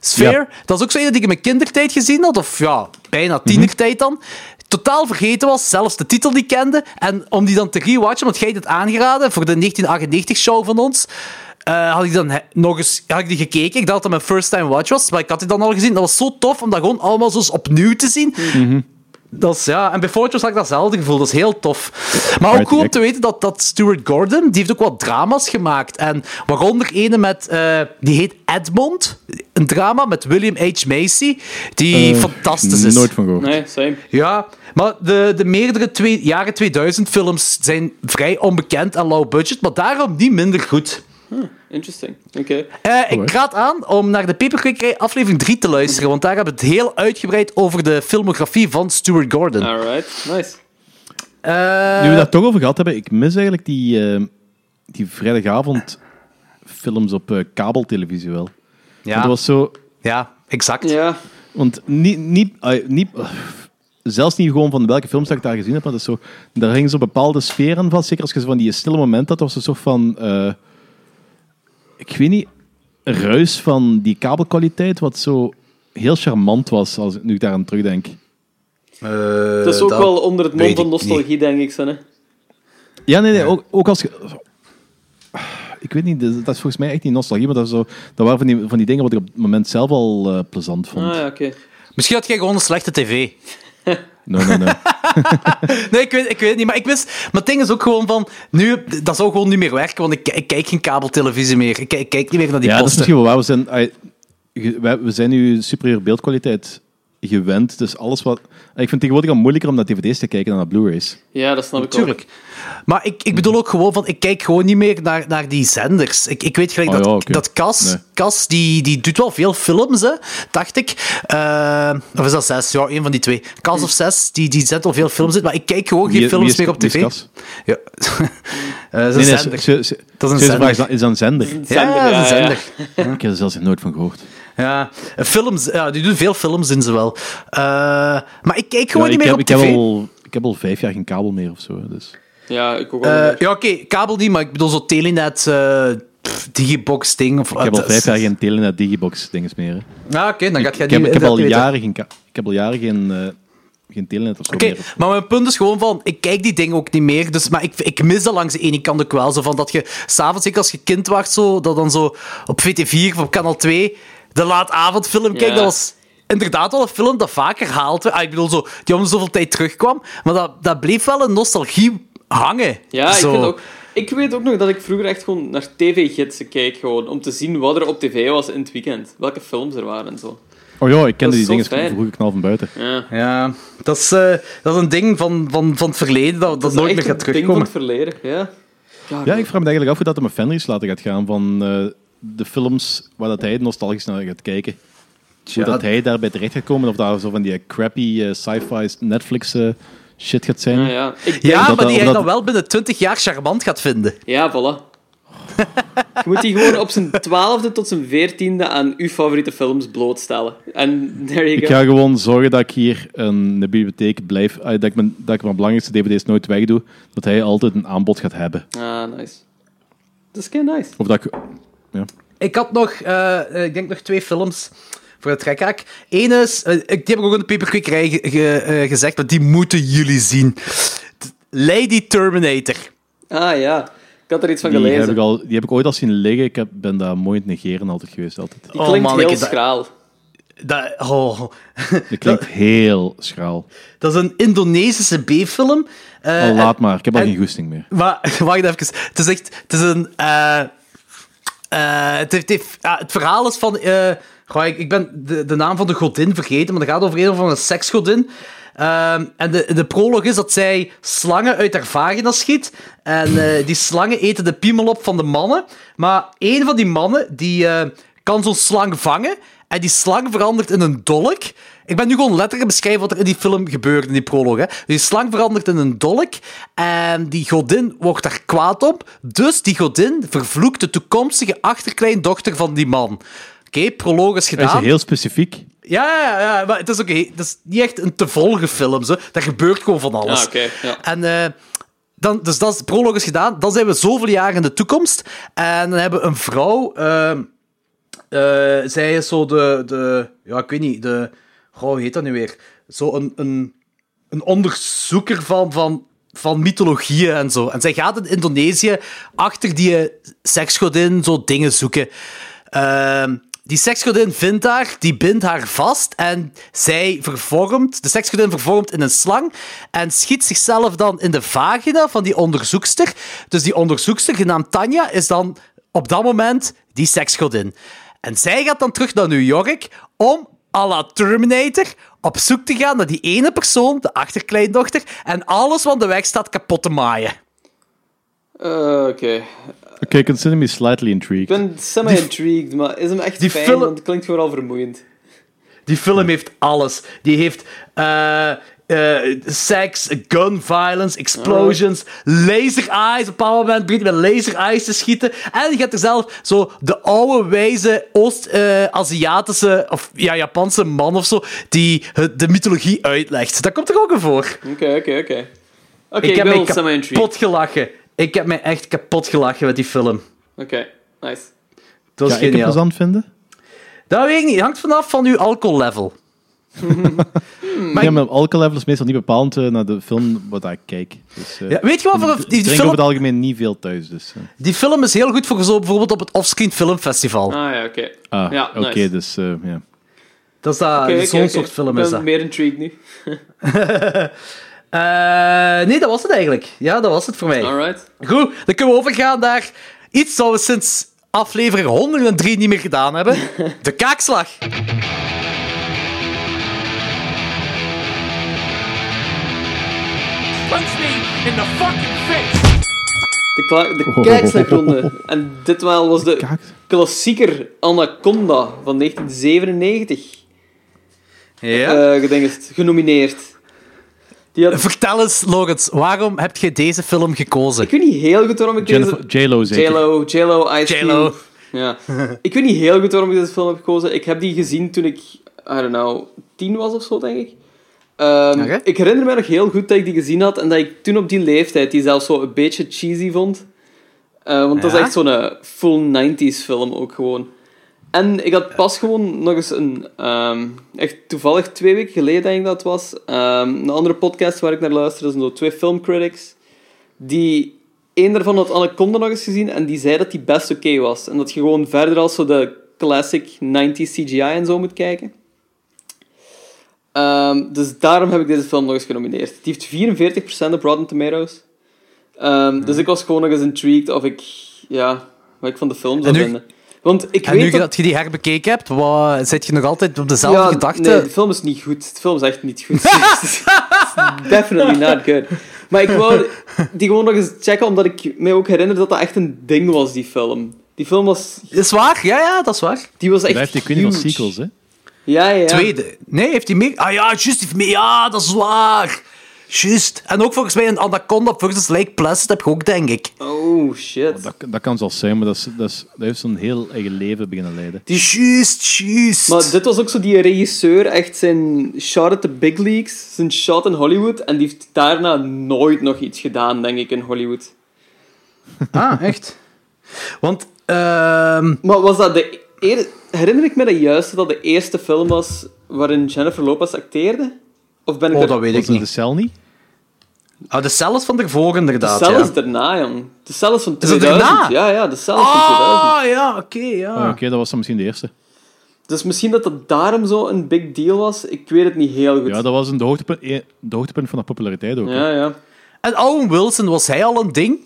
Sphere, Ja. dat is ook zo een die ik in mijn kindertijd gezien had. Of ja, bijna tienertijd dan. Totaal vergeten was, zelfs de titel die kende. En om die dan te rewatchen, want jij had het aangeraden voor de 1998-show van ons... eh, had ik dan he- nog eens had ik die gekeken. Ik dacht dat het mijn first time watch was, maar ik had die dan al gezien. Dat was zo tof om dat gewoon allemaal zo eens opnieuw te zien. Dat is, ja, en bij Fortress had ik datzelfde gevoel. Dat is heel tof. Maar ook Right, cool om Jack. te weten dat, dat Stuart Gordon, die heeft ook wat drama's gemaakt. En waaronder ene met, eh, die heet Edmond. een drama met William H. Macy, die Eh, fantastisch is. Nooit van gehoord. Nee, same. Ja, maar de, de meerdere twee, jaren 2000 films zijn vrij onbekend en low budget, maar daarom niet minder goed. Interesting. Oké. Eh, ik Alright. raad aan om naar de Peperkwekerij aflevering 3 te luisteren, want daar hebben we het heel uitgebreid over de filmografie van Stuart Gordon. Alright. Nice. Eh, Nu we daar toch over gehad hebben, ik mis eigenlijk die, eh, die vrijdagavond films op eh, kabeltelevisie wel. ja, Dat was zo... ja, exact. Ja. Want niet... niet, eh, niet Zelfs niet gewoon van welke films dat ik daar gezien heb, maar dat is zo, daar hingen zo bepaalde sferen van. Zeker als je zo van die stille momenten had, was een soort van, eh, ik weet niet, ruis van die kabelkwaliteit, wat zo heel charmant was, als ik nu daar aan terugdenk. dat is ook Eh, dat wel onder het weet mom van ik nostalgie, denk ik. Zo, hè. Ah, Ja, nee, nee. Ook, ook als... je- Ik weet niet, dat dat is volgens mij echt niet nostalgie, maar dat, is zo, dat waren van die, van die dingen wat ik op het moment zelf al eh, plezant vond. Hmm. Ah, ja, oké. Misschien had jij gewoon een slechte tv. Nee, nee, nee. Nee, ik weet, ik weet het niet. Maar ik wist... Maar het ding is ook gewoon van... Nu, dat zou gewoon niet meer werken, want ik, ik kijk geen kabeltelevisie meer. Ik, ik kijk niet meer naar die ja, dat is posten. misschien wel waar. We zijn, ai, ge- wij- we zijn nu superieur beeldkwaliteit gewend, dus alles wat... Ik vind het tegenwoordig al moeilijker om naar dvd's te kijken dan naar blu-rays. Ja, dat snap ik ook. Tuurlijk. Maar ik, ik bedoel ook gewoon van... Ik kijk gewoon niet meer naar, naar die zenders. Ik, ik weet gelijk Oh dat, ja, oké. dat Cas... Nee. Cas, die, die doet wel veel films, hè, dacht ik. Eh, of is dat zes? Ja, één van die twee. Cas of zes, die, die zet al veel films in. Maar ik kijk gewoon geen Wie- films wie is- meer op wie tv. is Ja. Cas? Eh, dat Nee, is nee, een ze- zender. ze- ze- Dat is een ze- ze zender. vragen, Is dat, is dat een zender? Zender, Ja, dat is een ja, ja. zender. Ik heb er zelfs nog nooit van gehoord. Ja, films, ja, die doen veel films in ze wel. Eh, maar ik kijk gewoon Ja, niet ik, meer heb, op tv. ik, heb al, ik heb al vijf jaar geen kabel meer of zo. hè, Dus. Ja, ik ook wel. Eh, ja, oké, kabel niet, maar ik bedoel zo Telenet, eh, pff, Digibox ding. Of, Ah, Ik heb al vijf jaar geen Telenet Digibox dinges meer. hè. Ja, Ah, oké, dan gaat jij Ik heb, niet ik heb dat al weten. jaren geen, ka- ik heb al jaren geen, eh, geen telenet of zo Oké, meer. maar mijn punt is gewoon van, ik kijk die dingen ook niet meer, dus, maar ik, ik mis dat langs de ene kant ook wel. Zo van dat je s'avonds, zeker als je kind was, zo, dat dan zo op VT4 of op kanaal 2 de laatavondfilm kijkt, Ja. dat was inderdaad wel een film dat vaker haalt. Ah, ik bedoel, zo, die om de zoveel tijd terugkwam, maar dat, dat bleef wel een nostalgie hangen. Ja, zo. ik, vind ook, ik weet ook nog dat ik vroeger echt gewoon naar tv-gidsen keek, gewoon, om te zien wat er op tv was in het weekend. Welke films er waren en zo. Oh ja, ik Dat kende is die zo dingen fijn. vroeger knal van buiten. Ja. Ja, dat is, eh, dat is een ding van, van, van het verleden dat, dat, Dat is nooit echt meer gaat een ding van het terugkomen. verleden, ja. Ja, ik vraag me eigenlijk af hoe dat hem een fanries laten gaat gaan van eh, de films waar dat hij nostalgisch naar gaat kijken. Hoe dat hij daarbij terecht gaat komen of daar zo van die crappy eh, sci-fi Netflix eh, shit gaat zijn. Ja, ja. Ik denk- Ja, dat maar dat- die jij omdat- dan wel binnen 20 jaar charmant gaat vinden. ja, voilà. Je moet die gewoon op zijn twaalfde tot zijn veertiende aan uw favoriete films blootstellen. En there you Ik go. ga gewoon zorgen dat ik hier in de bibliotheek blijf, eh, dat, ik mijn, dat ik mijn belangrijkste dvd's nooit wegdoe, dat hij altijd een aanbod gaat hebben. Ah, nice. Dat is kei nice. Of dat ik... Ik had nog, eh, eh, ik denk nog twee films voor het trekhaak. Eén is, eh, ik die heb ik ook in de peperkwekerij ge- ge- eh, gezegd, maar die moeten jullie zien. T- Lady Terminator. Ah, ja. Ik had er iets van Die gelezen. heb, ik al, die heb ik ooit al zien liggen. Ik heb, ben daar mooi in het negeren altijd geweest. Altijd. Die klinkt Oh, man, ik heel is dat- schraal. Dat, oh, Dat klinkt heel schraal. dat is een Indonesische B-film. Eh, Al laat maar, ik heb al en- geen goesting meer. Maar wacht even. Het is echt. Het is een. eh, eh, het, heeft, heeft- ja, het verhaal is van. eh, goh, ik, ik ben de, de naam van de godin vergeten, maar het gaat over een van een seksgodin. Ehm, en de, de prolog is dat zij slangen uit haar vagina schiet. En eh, die slangen eten de piemel op van de mannen. Maar een van die mannen die, eh, kan zo'n slang vangen. En die slang verandert in een dolk. Ik ben nu gewoon letterlijk beschrijven wat er in die film gebeurt, in die prolog. Hè. Dus Die slang verandert in een dolk en die godin wordt daar kwaad op. Dus die godin vervloekt de toekomstige achterkleindochter van die man. Oké, proloog is Hij is gedaan. heel specifiek. Ja, ja, ja, maar het is, ook he- het is niet echt een te volgen film. Zo. Daar gebeurt gewoon van alles. Ah, oké, ja. En eh, dan, dus dat is, de proloog is gedaan. Dan zijn we zoveel jaren in de toekomst. En dan hebben we een vrouw. ehm, eh, zij is zo de, de. Ja, ik weet niet. De, goh, hoe heet dat nu weer? Zo een, een, een onderzoeker van, van, van mythologieën en zo. En zij gaat in Indonesië achter die eh, seksgodin zo dingen zoeken. Ehm, die seksgodin vindt haar, die bindt haar vast en zij vervormt, de seksgodin vervormt in een slang en schiet zichzelf dan in de vagina van die onderzoekster. Dus die onderzoekster, genaamd Tanja, is dan op dat moment die seksgodin. En zij gaat dan terug naar New York om, à la Terminator, op zoek te gaan naar die ene persoon, de achterkleindochter, en alles wat in de weg staat kapot te maaien. Eh, Oké. Oké, consider me slightly intrigued. Ik ben semi-intrigued, maar is hem echt die fijn? film- Want het klinkt gewoon al vermoeiend. Die film heeft alles. Die heeft eh, eh, seks, gun violence, explosions, laser eyes. Op een bepaald moment begint hij met laser eyes te schieten. En je hebt er zelf zo de oude wijze Oost-Aziatische of ja, Japanse man of zo die het- de mythologie uitlegt. Dat komt er ook in voor. Oké, oké, oké. Oké, ik ik heb ben mij semi-intrigued. kapot gelachen. Ik heb mij echt kapot gelachen met die film. Oké, nice. Dat Ga was ik het geniaal. plezant vinden? Dat weet ik niet. Het hangt vanaf van uw alcohollevel. Ja, maar alcohollevel is meestal niet bepalend eh, naar de film wat ik kijk. Dus, eh, Ja, weet je wat? voor- ik Die, drink die over film het algemeen niet veel thuis. Dus, eh. Die film is heel goed voor zo bijvoorbeeld op het Offscreen Filmfestival. Ah ja, oké. Ah, Ja, oké, nice. dus eh, ja. Dat is dat, Oké, oké, zo'n oké. soort film is Ik dat. ben meer intrigued nu. Eh, nee, dat was het eigenlijk. Ja, dat was het voor mij. Alright. Goed, dan kunnen we overgaan naar iets dat we sinds aflevering 103 niet meer gedaan hebben. De kaakslag. De, kla- de oh, kijkslagronde. En ditmaal was de Kijk, klassieker Anaconda van 1997 Ja. Eh, eh gedingest, genomineerd. Die had, Vertel eens, Logans, waarom heb je deze film gekozen? ik weet niet heel goed waarom ik Jennifer- J-Lo deze... zeker. dus J-Lo, J-Lo, Ice J.Lo. Cube. Ja. ik weet niet heel goed waarom ik deze film heb gekozen. Ik heb die gezien toen ik, I don't know, tien was of zo, denk ik. Ehm, Oké. Ik herinner me nog heel goed dat ik die gezien had en dat ik toen op die leeftijd die zelfs zo een beetje cheesy vond. Eh, want dat is Ja? echt zo'n eh, full 90s film ook gewoon. En ik had pas gewoon nog eens een, ehm, echt toevallig twee weken geleden denk ik dat het was, ehm, een andere podcast waar ik naar luisterde, dat zijn zo twee filmcritics, die één daarvan had Anaconda nog eens gezien en die zei dat die best oké was. En dat je gewoon verder als zo de classic 90s CGI en zo moet kijken. Ehm, dus daarom heb ik deze film nog eens genomineerd. Die heeft 44% op Rotten Tomatoes. Ehm, Mhm. Dus ik was gewoon nog eens intrigued of ik, ja, wat ik van de film zou En nu- vinden. Want ik En weet nu dat... dat je die herbekeken hebt, wat, zit je nog altijd op dezelfde Ja, gedachte? Nee, de film is niet goed. De film is echt niet goed. It's Definitely not good. Maar ik wou die gewoon nog eens checken, omdat ik me ook herinner dat dat echt een ding was, die film. Die film was... Is waar? Ja, ja, dat is waar. Die was echt Blijft die huge. queen van sequels, hè? Ja, ja, ja. Tweede. Nee, heeft hij meer? Ah ja, juist. die heeft meer- Ja, dat is waar. Juist. En ook volgens mij een Anaconda versus Lake Placid heb ik ook, denk ik. Oh, shit. Dat, dat kan zelfs zijn, maar dat, is, dat, is, dat heeft zo'n heel eigen leven beginnen leiden. Juist, juist. Maar dit was ook zo die regisseur, echt zijn shot at the big leagues, zijn shot in Hollywood, en die heeft daarna nooit nog iets gedaan, denk ik, in Hollywood. Ah, echt? Want, ehm, Maar was dat de... eer- Herinner ik me dat juist dat dat de eerste film was waarin Jennifer Lopez acteerde? Of ben ik oh, er- dat weet Was ik dat de niet. cel niet? Ah, de cel is van ervoor, inderdaad. De cel ja. is daarna, jong. De cel is van dat 2000. daarna? Ja, ja, de cel is van 2000. Ah, ja, oké, ja. Ah, Oké, dat was dan misschien de eerste. Dus misschien dat dat daarom zo een big deal was. Ik weet het niet heel goed. Ja, dat was een, de, hoogtepunt, eh, de hoogtepunt van de populariteit ook. hè. ja, ja. En Owen Wilson, was hij al een ding?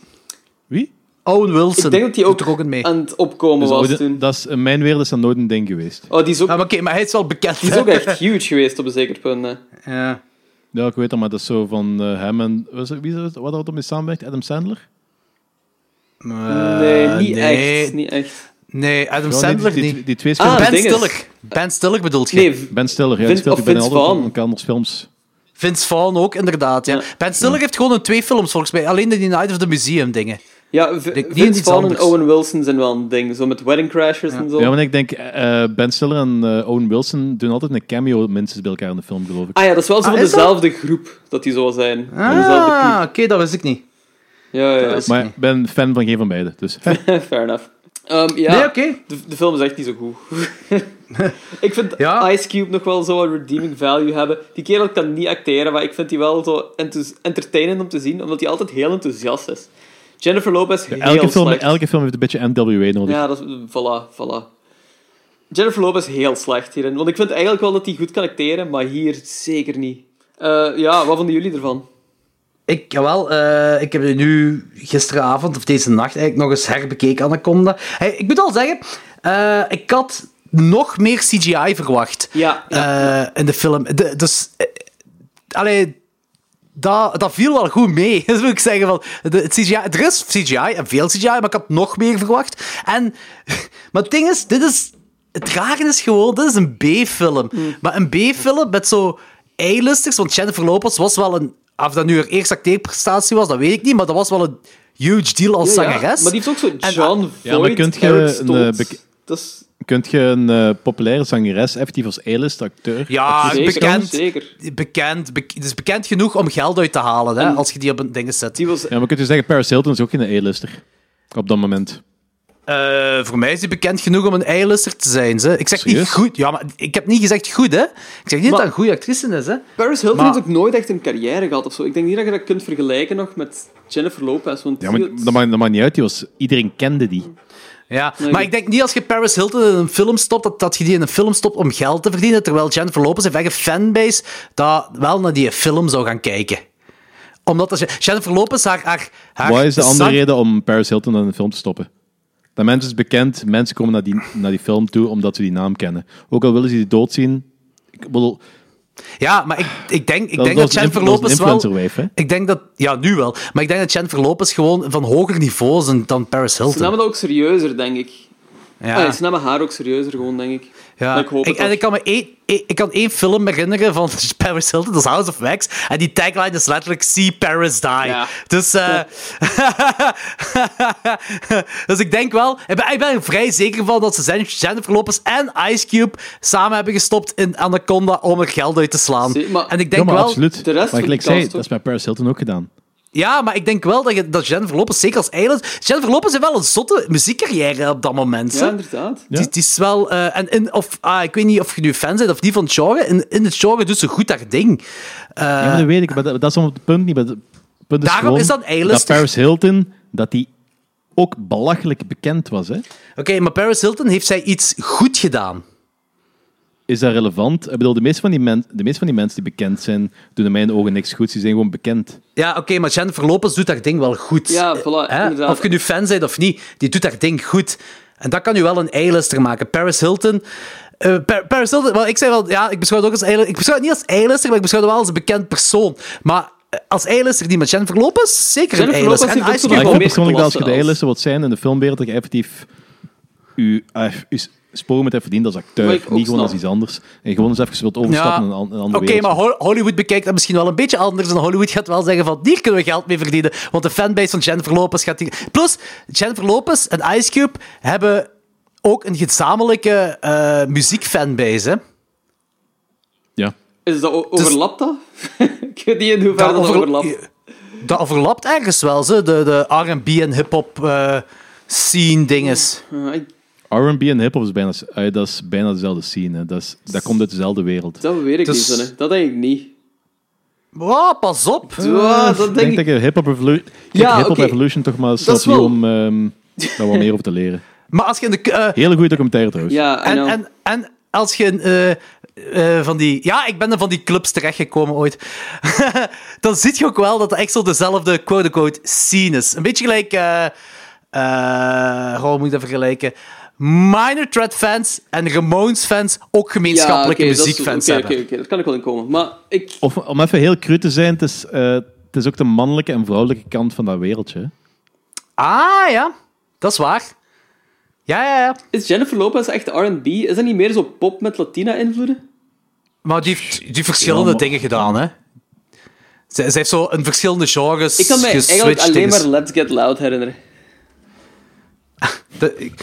Wie? Owen Wilson. Ik denk dat hij Doet ook, er ook in mee. aan het opkomen Dus was ooit- toen. dat is, in mijn wereld is dat nooit een ding geweest. Oh, die is ook, Ah, maar oké, maar hij is wel bekend. die is ook echt huge geweest op een zeker punt. hè. Ja. Ja, ik weet dat, maar dat is zo van eh, hem en... Was, het- wie is het- wat had op mee samenwerkt? Adam Sandler? Nee, niet Eh, nee. echt. Niet echt. Nee, Adam Ja, nee, Sandler die, die, niet. die twee Ah, speelden... Ben ding is- Stiller. Ben Stiller bedoelt je? Nee, v- ben Stiller, ja, Vin- die speelt of ook bijna Vince altijd Vaughn. in elkaar films. Vince Vaughn ook, inderdaad. Ja. Ja. Ben Stiller heeft gewoon een twee films, volgens mij. Alleen de The Night of the Museum dingen. ja, v- denk niet Vince iets Vaughn en anders. Owen Wilson zijn wel een ding. Zo met Wedding Crashers en zo. Ja, want ik denk, eh, eh, Ben Stiller en eh, Owen Wilson doen altijd een cameo minstens bij elkaar in de film, geloof ik. Ah ja, dat is wel zo van is dat? dezelfde groep dat die zo zijn. Van dezelfde Ah, club. oké, dat wist ik niet. Ja, ja, ja. Maar ik ben fan van geen van beiden, dus... Fair enough. Ehm, ja. Nee, oké. De, de film is echt niet zo goed. ik vind Ja. Ice Cube nog wel zo'n redeeming value hebben. Die kerel kan niet acteren, maar ik vind die wel zo enthous- entertainend om te zien, omdat hij altijd heel enthousiast is. Jennifer Lopez, heel Elke film, slecht. elke film heeft een beetje NWA nodig. Ja, dat is... Voilà, voilà. Jennifer Lopez, heel slecht hierin. Want ik vind eigenlijk wel dat hij goed kan acteren, maar hier zeker niet. Eh, ja, wat vonden jullie ervan? Ik, jawel, eh, ik heb die nu gisteravond of deze nacht eigenlijk nog eens herbekeken, Anaconda. Hey, ik moet al zeggen, eh, Eh, ik had nog meer CGI verwacht Ja, ja. eh, in de film. De- dus, eh, allee, dat, dat viel wel goed mee. Dat wil ik zeggen. Van, de, het CGI, er is CGI, en veel CGI, maar ik had nog meer verwacht. En, maar het ding is, dit is... Het rare is gewoon, dit is een B-film. Hmm. Maar een B-film met zo A-listers, want Jennifer Lopez was wel een... Of dat nu haar eerste acteerprestatie was, dat weet ik niet, maar dat was wel een huge deal als Ja, ja. zangeres. Maar die heeft ook zo En- John Voight, Ja, maar kunt je Eric een, Stoltz. eh, bek- Dat is Kunt je een eh, populaire zangeres, effectief als A-list acteur... Ja, zeker, Ah, bekend. Zeker. bekend, bek- het is bekend genoeg om geld uit te halen, hè, En- als je die op een ding zet. Die was... Ja, maar kunt je zeggen, Paris Hilton is ook geen A-lister. Op dat moment. Eh, voor mij is die bekend genoeg om een eiluster te zijn. Ze. Ik zeg niet Serieus? goed. Ja, maar ik heb niet gezegd goed, hè. Ik zeg niet dat Maar- dat een goede actrice is, hè. Paris Hilton Maar- heeft ook nooit echt een carrière gehad of zo. Ik denk niet dat je dat kunt vergelijken nog met Jennifer Lopez. Want Ja, maar die- dat maakt, dat maakt niet uit. Die was, iedereen kende die. Ja. Nee, maar ik- ik denk niet als je Paris Hilton in een film stopt, dat, dat je die in een film stopt om geld te verdienen, terwijl Jennifer Lopez heeft eigen fanbase dat wel naar die film zou gaan kijken. Omdat als je- Jennifer Lopez haar... haar, haar Wat is de andere zang- reden om Paris Hilton aan een film te stoppen? Dat mensen is bekend, mensen komen naar die, naar die film toe omdat ze die naam kennen. Ook al willen ze die dood zien. Ik bedoel, Ja, maar ik, ik denk, ik dat, denk dat dat is een Jennifer inf- dat is Lopez een wel... influencerwijf, hè? Ik denk dat... Ja, nu wel. Maar ik denk dat Jennifer Lopez gewoon van hoger niveau is dan- dan Paris Ze namen Hilton. dat ook serieuzer, denk ik. Ja. Ah, ja, ze namen haar ook serieuzer, gewoon, denk ik. Ja. Maar Ik hoop het en toch. ik kan me één, één- ik kan één film herinneren van Paris Hilton, dat is House of Wax. En die tagline is letterlijk See Paris Die. Ja. Dus, eh, dus ik denk wel... Ik ben, ik ben er vrij zeker van dat ze Jen- Jennifer Lopez en Ice Cube samen hebben gestopt in Anaconda om er geld uit te slaan. Zie- maar- en ik Ja, denk maar wel... absoluut. de rest maar van gelijk de cast zei, ook. dat is bij Paris Hilton ook gedaan. Ja, maar ik denk wel dat, je, dat Jennifer Lopez, zeker als eiland... Jennifer Lopez heeft wel een zotte muziekcarrière op dat moment. hè. Ja, inderdaad. Die, die is wel... eh, en in, of, ah, ik weet niet of je nu fan bent of niet van het genre. In, in het genre doet ze goed haar ding. Eh, Ja, maar dat weet ik. Maar dat, dat is om het punt niet. Maar het punt is Daarom gewoon is dat A-lister. Dat Paris Hilton, dat die ook belachelijk bekend was, hè? Oké, maar Paris Hilton heeft zij iets goed gedaan. Is dat relevant? Ik bedoel, de meeste van die, men, de meeste van die mensen die bekend zijn, doen in mijn ogen niks goeds. Die zijn gewoon bekend. Ja, oké, maar Jennifer Lopez doet haar ding wel goed. Ja, voilà, Eh, hè? inderdaad. Of je nu fan bent of niet, die doet haar ding goed. En dat kan u wel een eilister maken. Paris Hilton... eh, Pa- Paris Hilton, wel, ik zei wel, ja, ik beschouw het ook als eilister. Ik beschouw het niet als eilister, maar ik beschouw het wel als een bekend persoon. Maar eh, als eilister die met Jennifer Lopez, zeker Jennifer een eilister. Lopez heeft ook Ice Cube zo'n Maar ik wel vind meer persoonlijk dat als je de klasse als- A-lister wilt zijn in de filmwereld, dat je effectief je, ah, je sporen moet hebben verdiend als acteur. Wat Niet ik ook gewoon snap. als iets anders. En gewoon eens even wilt Ja. overstappen naar een, an- een Oké, andere wereld. maar Ho- Hollywood bekijkt dat misschien wel een beetje anders. En Hollywood gaat wel zeggen van, hier kunnen we geld mee verdienen. Want de fanbase van Jennifer Lopez gaat hier... Plus, Jennifer Lopez en Ice Cube hebben ook een gezamenlijke eh, muziekfanbase. hè. Ja. Is dat o- overlapt dat? ik weet niet in hoeverre dat, overla- overlapt. dat overlapt ergens wel, ze. De, de R&B en hip-hop eh, scene dinges. Ah, ik- R&B en hip-hop is bijna, eh, dat is bijna dezelfde scene. hè. Dat, is, dat komt uit dezelfde wereld. dat weet ik Dus- niet, Zonne. Dat denk ik niet. Oh, pas op. Ja, Ah, dat denk Ik denk ik... dat je Hip Hop Revolution, Ja, hip -hop oké. Revolution toch maar eens Dat is opnieuw wel- om ehm, daar wat meer over te leren. Maar als je in de... eh, Hele goede documentaire trouwens. Ja, I En, know. en, en als je eh, eh, van die... Ja, ik ben er van die clubs terechtgekomen ooit. dan zie je ook wel dat het echt zo dezelfde quote-unquote scene is. Een beetje gelijk... eh eh, hoe moet ik dat vergelijken? Minor Threat fans en Ramones fans ook gemeenschappelijke oké, dat is- muziekfans oké, hebben. Oké, oké, daar kan ik wel in komen. Maar ik... Of om even heel cru te zijn, het is, eh, het is ook de mannelijke en vrouwelijke kant van dat wereldje. hè. Ah, ja. Dat is waar. Ja, ja, ja. Is Jennifer Lopez echt R&B? Is dat niet meer zo pop met Latina-invloeden? Maar die heeft die verschillende Ja, maar- dingen gedaan, hè. Zij, zij heeft zo een verschillende genres Ik kan mij eigenlijk geswitcht alleen dinges. maar Let's Get Loud herinneren. De- ik-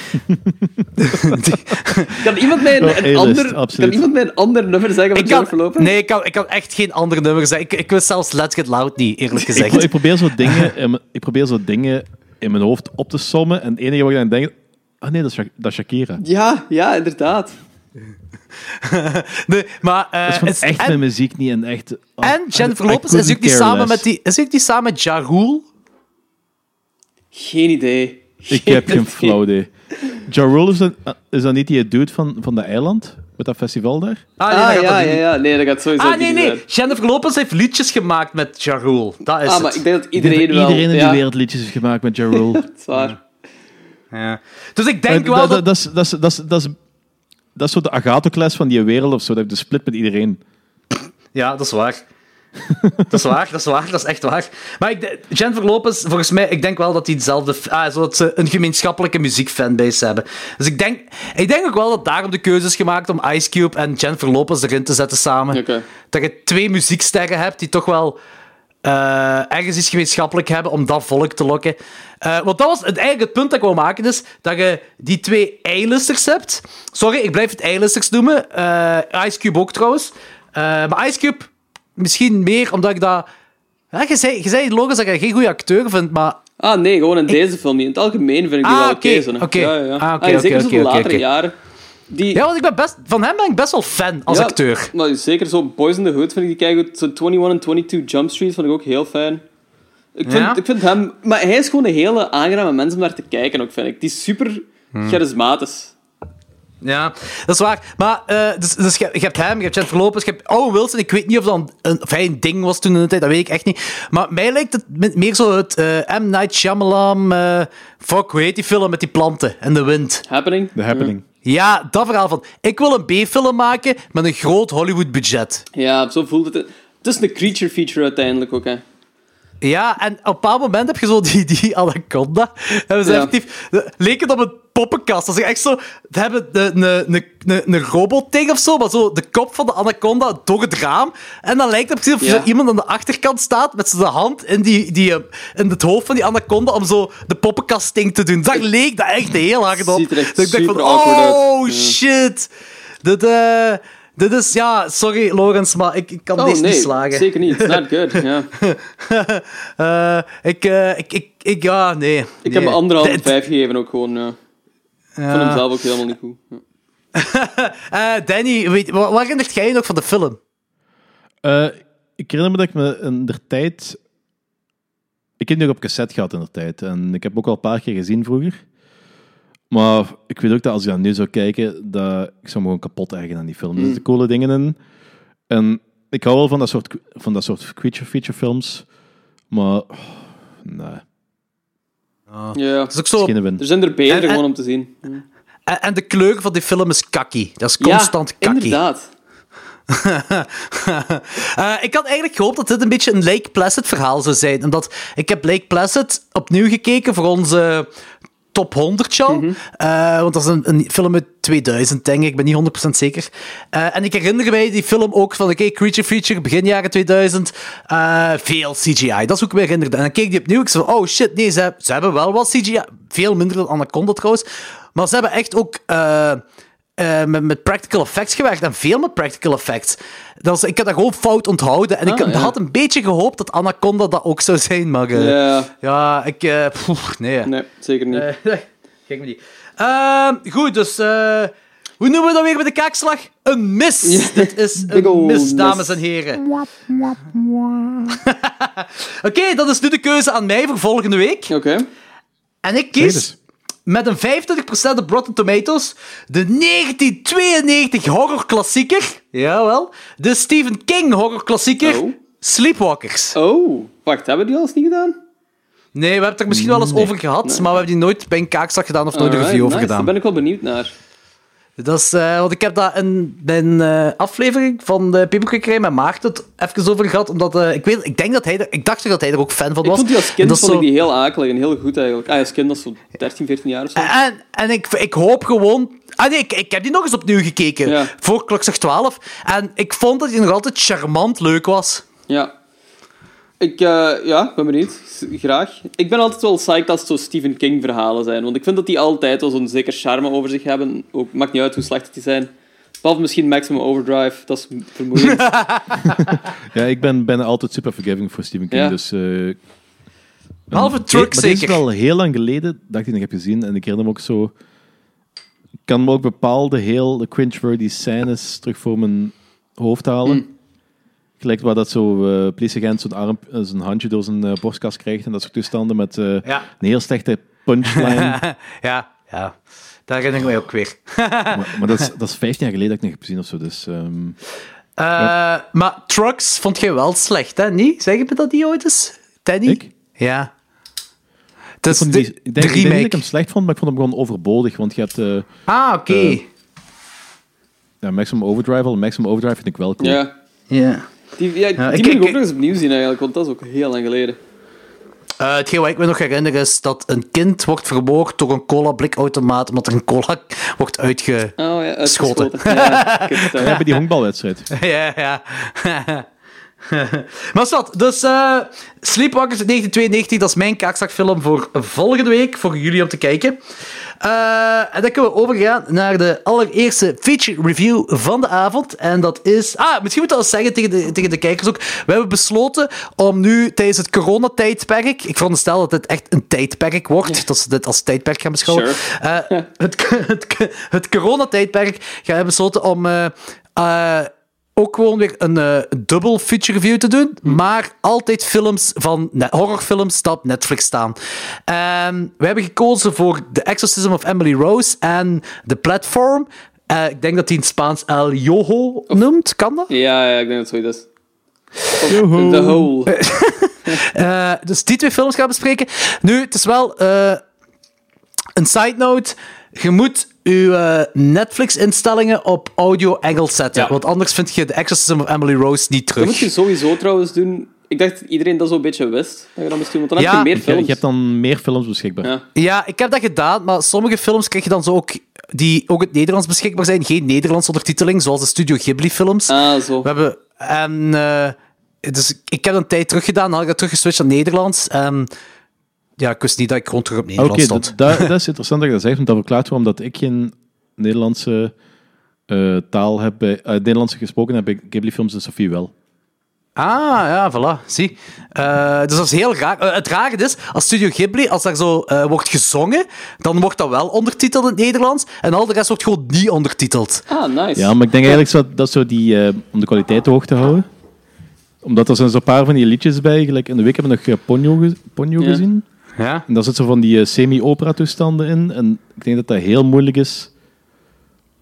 Kan iemand mij Wel een, een A-list, ander, absoluut. kan iemand mij een ander nummer zeggen van Ik kan, Jennifer Lopez? nee, ik kan, ik kan echt geen ander nummer zeggen. Ik, ik wist zelfs Let's Get Loud niet, eerlijk Ik, pro- gezegd. ik probeer zo dingen in, mijn- ik probeer zo dingen in mijn hoofd op te sommen en het enige wat ik aan denk... Ah nee, dat is, Sha- dat is Shakira. Dat Ja, ja, inderdaad. Nee, maar, eh, is gewoon het- echt en, mijn muziek niet en echt... ah, en Jennifer I- I Lopez is couldn't ook niet care samen less. met die, is ook niet samen met Ja Rule? Geen idee. Ik heb geen flauw idee. Ja Rule is dat, is dat niet die dude van, van de eiland? Met dat festival daar? Ah, Ah, dat gaat ja, dat ja, niet. ja. Nee, dat gaat sowieso Ah, nee, niet nee. zijn. Jennifer Lopez heeft liedjes gemaakt met Ja Rule. Dat is Ah, maar het. ik denk dat Ik denk iedereen dat wel... iedereen in ja, de wereld liedjes heeft gemaakt met Ja Rule. dat is waar. Ja. Dus ik Maar denk dat- wel dat... dat- dat is- dat is- dat is- dat is- Dat is zo de Agatocles van die wereld of zo. Dat heb je de split met iedereen. Ja, dat is waar. dat is waar, dat is waar, dat is echt waar. Maar ik, de- Jennifer Lopez, volgens mij, ik denk wel dat die hetzelfde... f- Ah, zodat ze een gemeenschappelijke muziekfanbase hebben. Dus ik denk, ik denk ook wel dat daarom de keuze is gemaakt om Ice Cube en Jennifer Lopez erin te zetten samen. Oké. Dat je twee muzieksterren hebt die toch wel eh, ergens iets gemeenschappelijk hebben om dat volk te lokken. Eh, want dat was het, eigenlijk het punt dat ik wou maken, is dat je die twee eilisters hebt. Sorry, ik blijf het eilisters noemen. Eh, Ice Cube ook trouwens. Eh, maar Ice Cube misschien meer omdat ik dat... Ja, je zei, je zei logisch dat je geen goede acteur vindt, maar Ah, nee, gewoon in deze film niet. In het algemeen vind ik die Ah, wel oké, oké. zo, hè. oké. Ja, ja, ja. Ah, oké, Ah, oké, zeker zo oké, de oké, latere oké. jaren. Die, ja, want ik ben best, van hem ben ik best wel fan als ja, acteur. Maar zeker zo Boys in the Hood vind ik die keigoed. Zo 21 en 22 Jump Street vond ik ook heel fijn. Ik vind, Ja? ik vind hem... Maar hij is gewoon een hele aangename mens om naar te kijken ook, vind ik. Die is super Hmm. charismatisch. Ja, dat is waar. Maar eh, dus, dus je, je hebt hem, je hebt Jennifer Lopez, je hebt Owen Wilson. Ik weet niet of, dat een- een, of hij een ding was toen in de tijd, dat weet ik echt niet. Maar mij lijkt het me- meer zo het eh, M. Night Shyamalan... eh fuck, hoe heet die film met die planten en de wind? Happening. The Happening. Ja, dat verhaal van... Ik wil een B-film maken met een groot Hollywood-budget. Ja, zo voelt het. Het is een creature feature uiteindelijk ook, hè. Ja, en op een bepaald moment heb je zo die, die anaconda. En we zijn Ja. effectief... Leek het op een poppenkast. Dat is echt zo... We hebben een, een, een, een, een robotding of zo, maar zo de kop van de anaconda door het raam. En dan lijkt het precies of Ja. er iemand aan de achterkant staat met zijn hand in, die, die, eh, in het hoofd van die anaconda om zo de poppenkastding te doen. Daar leek dat echt heel hard op. Ziet er echt Dat ik dacht van, super awkward uit. oh Ja. shit. Dit, eh, dit is... Ja, sorry Logans, maar ik, ik kan Oh, deze nee. niet slagen. Zeker niet. It's not good, ja. Eh, ik, eh, ik, ik, ik, ja, nee. Ah. Ik heb mijn andere hand Dit- vijf gegeven ook gewoon, ja. Ik vond hem zelf ook helemaal niet goed. Ja. Eh, Danny, weet, wa- wat herinnert jij je nog van de film? Eh, ik herinner me dat ik me in der tijd. Ik heb die nog op cassette gehad in der tijd. En ik heb ook al een paar keer gezien vroeger. Maar ik weet ook dat als ik dat nu zou kijken, dat ik zou me gewoon kapot eigen aan die film. Er zitten coole dingen in. En ik hou wel van dat soort, van dat soort creature feature films. Maar, oh, nee, Ja. Ah. Dat is ook zo. geen win. Er zijn er beter En- en- gewoon om te zien. En, en de kleur van die film is kakkie. Dat is constant ja, kakkie. inderdaad. Eh, ik had eigenlijk gehoopt dat dit een beetje een Lake Placid verhaal zou zijn. Omdat ik heb Lake Placid opnieuw gekeken voor onze top 100 show. Mhm. Eh, want dat is een, een film uit 2000, denk ik. Ik ben niet 100% zeker. Eh, en ik herinner mij die film ook van, oké, Creature Feature, begin jaren 2000. eh, veel CGI, dat is hoe ik me herinnerde. En dan keek die opnieuw, ik zei van, oh shit, nee, ze, ze hebben wel wat CGI. Veel minder dan Anaconda trouwens. Maar ze hebben echt ook... eh, eh, met, met practical effects gewerkt en veel met practical effects. Dat was, ik had dat gewoon fout onthouden en ik Ah, ja. had een beetje gehoopt dat Anaconda dat ook zou zijn, maar eh, Ja. ja, ik. eh, pff, nee. Nee, zeker niet. Eh, Kijk me niet. Ehm, goed, dus. eh, hoe noemen we dat weer met de kaakslag? Een mis. Dit is big een ol' mis, mis. dames en heren. Oké, dat is nu de keuze aan mij voor volgende week. Oké. En ik Nee, kies dus. met een 25% op Rotten Tomatoes de 1992 horrorklassieker. Jawel. De Stephen King horrorklassieker. Oh. Sleepwalkers. Oh, wacht, hebben we die al eens niet gedaan? Nee, we hebben het er misschien wel eens over gehad, maar we hebben die nooit bij een kaakslag gedaan of nooit een Alright, review over nice, gedaan. Daar ben ik wel benieuwd naar. Dat is, eh, want ik heb daar in mijn eh, aflevering van de Piepelkwekerij met Maarten het even over gehad. Omdat eh, ik, weet, ik, denk dat hij er, ik dacht toch dat hij er ook fan van Ik was. vond die als En kind dat is vond ik zo- die heel akelig en heel goed eigenlijk. Ah, als kind was zo 13, 14 jaar of zo. En, en ik, ik hoop gewoon. Ah nee, ik, ik heb die nog eens opnieuw gekeken. Ja. Voor klokslag 12. En ik vond dat die nog altijd charmant leuk was. Ja. Ik eh, ja, ik ben benieuwd. S- Graag. Ik ben altijd wel psyched als het zo Stephen King verhalen zijn. Want ik vind dat die altijd wel zo'n zeker charme over zich hebben. Ook, maakt niet uit hoe slecht het die zijn. Behalve misschien Maximum Overdrive. Dat is m- vermoeiend. Ja, ik ben bijna altijd super forgiving voor Stephen King. Ja. Dus, eh, Behalve Maar Truck dit is zeker. al heel lang geleden dat ik die nog heb gezien. En ik herinner me ook zo... Ik kan me ook bepaalde heel cringe-worthy scènes terug voor mijn hoofd halen. Gelijk waar dat zo eh politieagent zo'n, arm, eh, zijn handje door zijn eh, borstkas krijgt. En dat soort toestanden met eh, Ja. een heel slechte punchline. Ja, ja. Daar herinner ik mij ook weer. maar maar dat, is, dat is 15 jaar geleden dat ik nog heb gezien of zo. Dus, ehm, Eh, Maar Trucks vond jij wel slecht, hè? Niet? Zeg je me dat die ooit eens? Danny? Ik? Ja. Het is Ik vond de, die- ik denk, de ik denk niet dat ik remake. hem slecht vond, maar ik vond hem gewoon overbodig. Want je hebt eh, Ah, oké. Eh, ja, Maximum Overdrive al. Maximum Overdrive vind ik wel cool. Ja. Ja. Die, ja, Ja, ik- die moet ik ik- ook nog eens opnieuw zien eigenlijk, want dat is ook heel lang geleden. Eh, hetgeen wat ik me nog herinner is dat een kind wordt vermoord door een cola-blikautomaat omdat er een cola wordt uitge... Oh ja, Schoten. uitgeschoten. Ja, ik heb het, eh, Ja, bij die honkbalwedstrijd. ja, ja. maar zat, dus eh, Sleepwalkers uit 1992, dat is mijn kaakzakfilm voor volgende week, voor jullie om te kijken. Eh, en dan kunnen we overgaan naar de allereerste feature review van de avond. En dat is... Ah, misschien moet ik dat al zeggen tegen de, tegen de kijkers ook. We hebben besloten om nu tijdens het coronatijdperk... Ik veronderstel dat dit echt een tijdperk wordt, dat ze dit als tijdperk gaan beschouwen. Eh, het, het, het coronatijdperk gaan we besloten om... eh, eh, ook gewoon weer een eh, dubbel feature review te doen, Mm. maar altijd films van ne- horrorfilms die op Netflix staan. Ehm, we hebben gekozen voor The Exorcism of Emily Rose en The Platform. Eh, ik denk dat hij in het Spaans El Jojo noemt, kan dat? ja, ja, ik denk dat het zoiets is. Of The Hole. Eh, dus die twee films gaan we bespreken. Nu, het is wel eh, een side note. Je moet je eh, Netflix-instellingen op audio Engels zetten, Ja. want anders vind je The Exorcism of Emily Rose niet terug. Dat moet je sowieso trouwens doen. Ik dacht dat iedereen dat zo'n beetje wist. Dat je dat misschien, want dan Ja. heb je meer Je, je films. hebt dan meer films beschikbaar. Ja. Ja, ik heb dat gedaan, maar sommige films krijg je dan zo ook die ook in het Nederlands beschikbaar zijn. Geen Nederlands ondertiteling, zoals de Studio Ghibli-films. Ah, zo. We hebben. En, eh, dus ik, ik heb een tijd terug gedaan, dan had ik dat teruggeswitcht naar Nederlands. En ja, ik wist niet dat ik gewoon terug op Oké, Nederlands dat, stond. dat- dat is interessant dat je dat zegt, want dat verklaart waarom dat ik geen Nederlandse eh, taal heb, bij, eh, Nederlandse gesproken heb bij Ghibli-films en Sophie wel. Ah, ja, voilà. Zie. Eh, dus dat is heel raar. Eh, het rare is, als Studio Ghibli, als daar zo eh, wordt gezongen, dan wordt dat wel ondertiteld in het Nederlands. En al de rest wordt gewoon niet ondertiteld. Ah, nice. Ja, maar ik denk eigenlijk zo, dat zo die, eh, om de kwaliteit hoog te houden. Omdat er zijn zo'n paar van die liedjes bij. Gelijk in de week hebben we nog eh, Ponyo, ge- Ponyo Ja. gezien. Ja. En daar zitten zo van die eh, semi-opera-toestanden in. En ik denk dat dat heel moeilijk is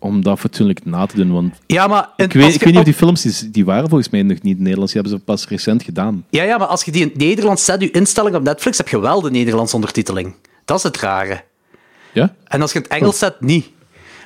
om dat fatsoenlijk na te doen. Want Ja, maar... in- ik weet, als ik je weet niet op- of die films, die, die waren volgens mij nog niet in het Nederlands. Die hebben ze pas recent gedaan. Ja, ja, maar als je die in het Nederlands zet, je instelling op Netflix, heb je wel de Nederlandse ondertiteling. Dat is het rare. Ja? En als je het Engels zet, niet.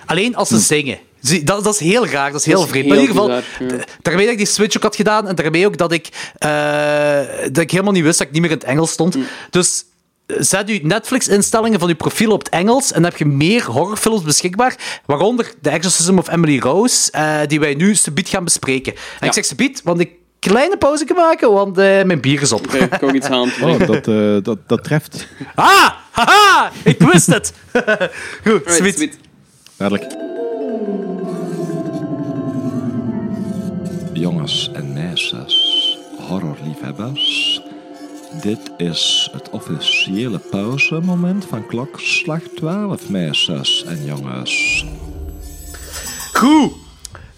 Alleen als ze zingen. Zie, Dat, dat is heel raar, dat is heel Hm. is vreemd. Maar in heel ieder geval, bizar, ja. d- daarmee dat ik die switch ook had gedaan en daarmee ook dat ik, eh, dat ik helemaal niet wist dat ik niet meer in het Engels Hm. stond. Dus eh, zet je Netflix-instellingen van je profiel op het Engels en dan heb je meer horrorfilms beschikbaar, waaronder The Exorcism of Emily Rose, eh, die wij nu subiet gaan bespreken. En ik zeg subiet, want ik kleine pauze kan maken, want eh, mijn bier is op. Oké, ik kan ook iets aan te Oh, doen. dat, eh, dat, dat treft. Ah! Haha! Ik wist het! Goed, Alright, sweet. sweet. Ah, Duidelijk. Jongens en meisjes, horrorliefhebbers. Dit is het officiële pauzemoment van klokslag 12, meisjes en jongens. Goed.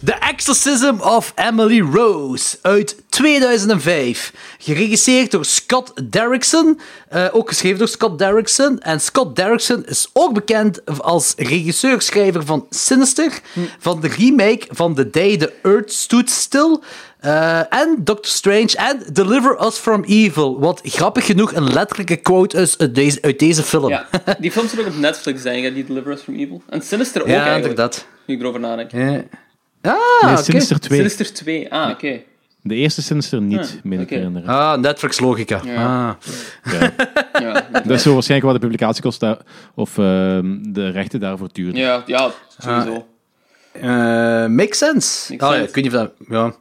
The Exorcism of Emily Rose uit 2005. Geregisseerd door Scott Derrickson. eh, ook geschreven door Scott Derrickson. En Scott Derrickson is ook bekend als regisseur-schrijver van Sinister. Hm. Van de remake van The Day the Earth Stood Still. eh, en Doctor Strange en Deliver Us From Evil. Wat grappig genoeg een letterlijke quote is uit deze, uit deze film. Ja, die films zullen ook op Netflix zijn, hè, die Deliver Us From Evil. En Sinister ook Ja, eigenlijk, inderdaad. nu ik erover nadenk. Ah, Nee, oké. Sinister 2. Sinister 2, ah, oké. De eerste Sinister niet, Ah, meen ik oké. me herinneren. Ah, Netflix-logica. Ah. Ja, Dat is zo waarschijnlijk wat de publicatiekosten daar- of ehm, de rechten daarvoor duren. ja, ja, sowieso. Ah, Eh, makes sense. Makes oh, ja, sense. ik weet niet of dat... Ja.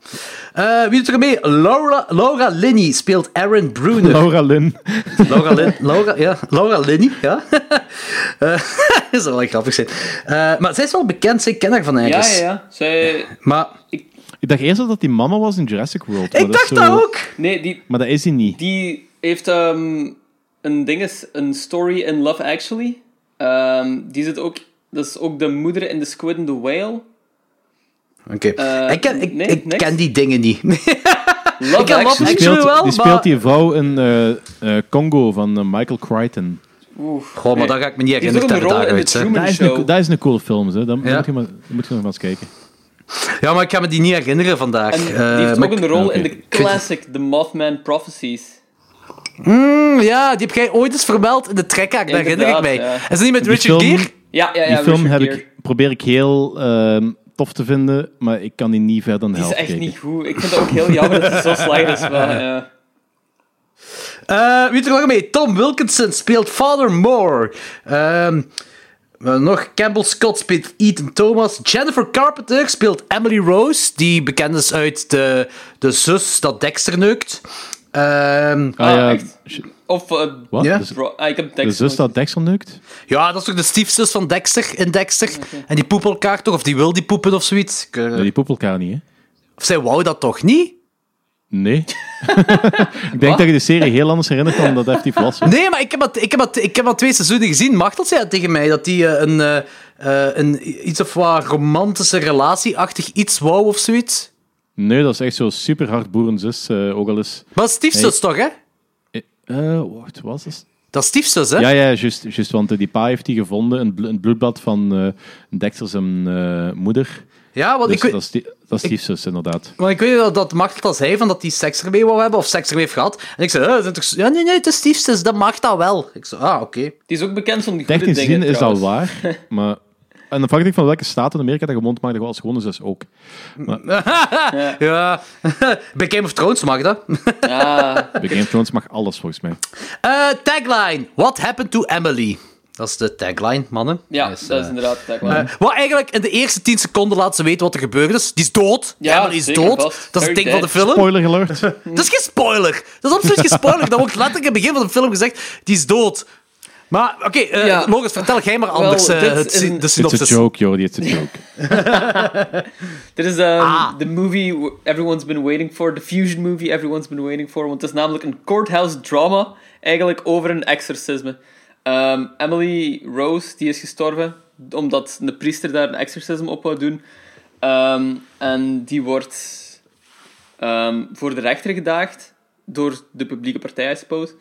Eh, wie doet er mee? Laura, Laura Linney speelt Aaron Bruner. Laura Lynn. Laura, Lin, Laura, ja, Laura Linney, ja. Eh, dat zou wel grappig zijn. Eh, maar zij is wel bekend, zij ken haar van Ja, ergens. ja, ja. Zij... Maar Ik dacht eerst dat dat die mama was in Jurassic World. maar ik dacht is zo- dat ook. Nee, die, Maar dat is hij niet. die heeft ehm, een ding is, een story in Love Actually. Ehm, die zit ook... Dat is ook de moeder in The Squid and the Whale. Oké. Eh, ik ken, ik, nee, ik niks. ken die dingen niet. Love ken Love Actually. Actually. Die speelt, wel, die, maar- speelt die vrouw in eh, eh, Congo van eh, Michael Crichton. Oef, Goh, maar nee. dat ga ik me niet Die heeft herinneren. ook een ter rol in daaruit, The hè. Truman Dat is, een, Show. dat is een coole film. Hè. Dan Ja. moet, je maar, moet je nog maar eens kijken. Ja, maar ik ga me die niet herinneren vandaag. En die Eh, heeft maar ook ik- een rol oké. in de classic The Mothman Prophecies. Mm, ja, die heb jij ooit eens vermeld in de trekhaak, daar herinner ik mij. Inderdaad, ja. Is dat niet met Die Richard film- Gere? Ja, ja, ja. die film Richard heb Gere. ik, probeer ik heel ehm, tof te vinden, maar ik kan die niet verder dan de Die is helft echt kijken. niet goed. Ik vind het ook heel jammer dat hij zo slecht is. Maar, Ah, ah, ja. Eh, wie doet er nog mee? Tom Wilkinson speelt Father Moore. Ehm, wel nog Campbell Scott speelt Ethan Thomas. Jennifer Carpenter speelt Emily Rose, die bekend is uit de, de zus dat Dexter neukt. Ehm, Ah, ja. Ah, echt? sh- Of... eh, Wat? Ja. Dus- bro- ah, ik heb de tekst. zus dat Dexter neukt? ja, dat is toch de stiefzus van Dexter in Dexter? En die poepen elkaar toch, of die wil die poepen of zoiets? Ik, eh, Nee, die poepen elkaar niet, hè? Of zij wou dat toch niet? Nee. ik denk dat je de serie heel anders herinnert dan dat Effectief was. hoor. Nee, maar ik heb dat, ik heb dat, ik heb dat twee seizoenen gezien. Machtel zei dat tegen mij, dat hij een, eh, eh, een iets of wat romantische relatieachtig iets wou of zoiets. Nee, dat is echt zo super hard boerenzus, eh, ook al is... Maar stiefzus toch, hè? Eh, eh, wacht, wat was het? Dat is stiefzus, hè? Ja, ja, juist, juist want eh, die pa heeft die gevonden, een, bl- een bloedbad van eh Dexter zijn eh, moeder. Ja, want Dus ik, weet, dat is die- dat is stiefzus, inderdaad. want ik weet dat, dat Machtel dat zei, van dat hij seks ermee wou hebben, of seks ermee heeft gehad. En ik zei, eh, dat is toch zo- ja, nee, nee, het is stiefzus, dat mag dat wel. Ik zei, ah, oké. Die is ook bekend van die goede Technisch dingen, gezien is dat trouwens. waar, maar... En afhankelijk van welke staat in Amerika dat je mond maakt, dat je als gewone zus ook. Ja, bij Game of Thrones mag dat. Ja, Bij Game of Thrones mag alles, volgens Oh. mij. Eh, tagline, what happened to Emily? Dat is de tagline, mannen. ja Dus, dat is eh, inderdaad dat wel. Eh, wat eigenlijk in de eerste 10 seconden laat ze weten wat er gebeurd is. Die is dood. Ja, Ja, die is zeker dood. vast. Dat is het Very ding van de film. Spoiler alert. Dat is geen spoiler. Dat is absoluut geen spoiler. Dat wordt letterlijk in het begin van de film gezegd. Die is dood. Maar oké, eh, Ja. Logan, vertel jij maar anders Wel, eh, dit het, is een- de It's a synopsis. joke, Jordi, it's a joke. Dit is um, Ah. de movie w- everyone's been waiting for, de fusion movie everyone's been waiting for, want het is namelijk een courthouse drama, eigenlijk over een exorcisme. Um, Emily Rose, die is gestorven, omdat de priester daar een exorcisme op wou doen. Ehm, en die wordt ehm, voor de rechter gedaagd door de publieke partij, I suppose.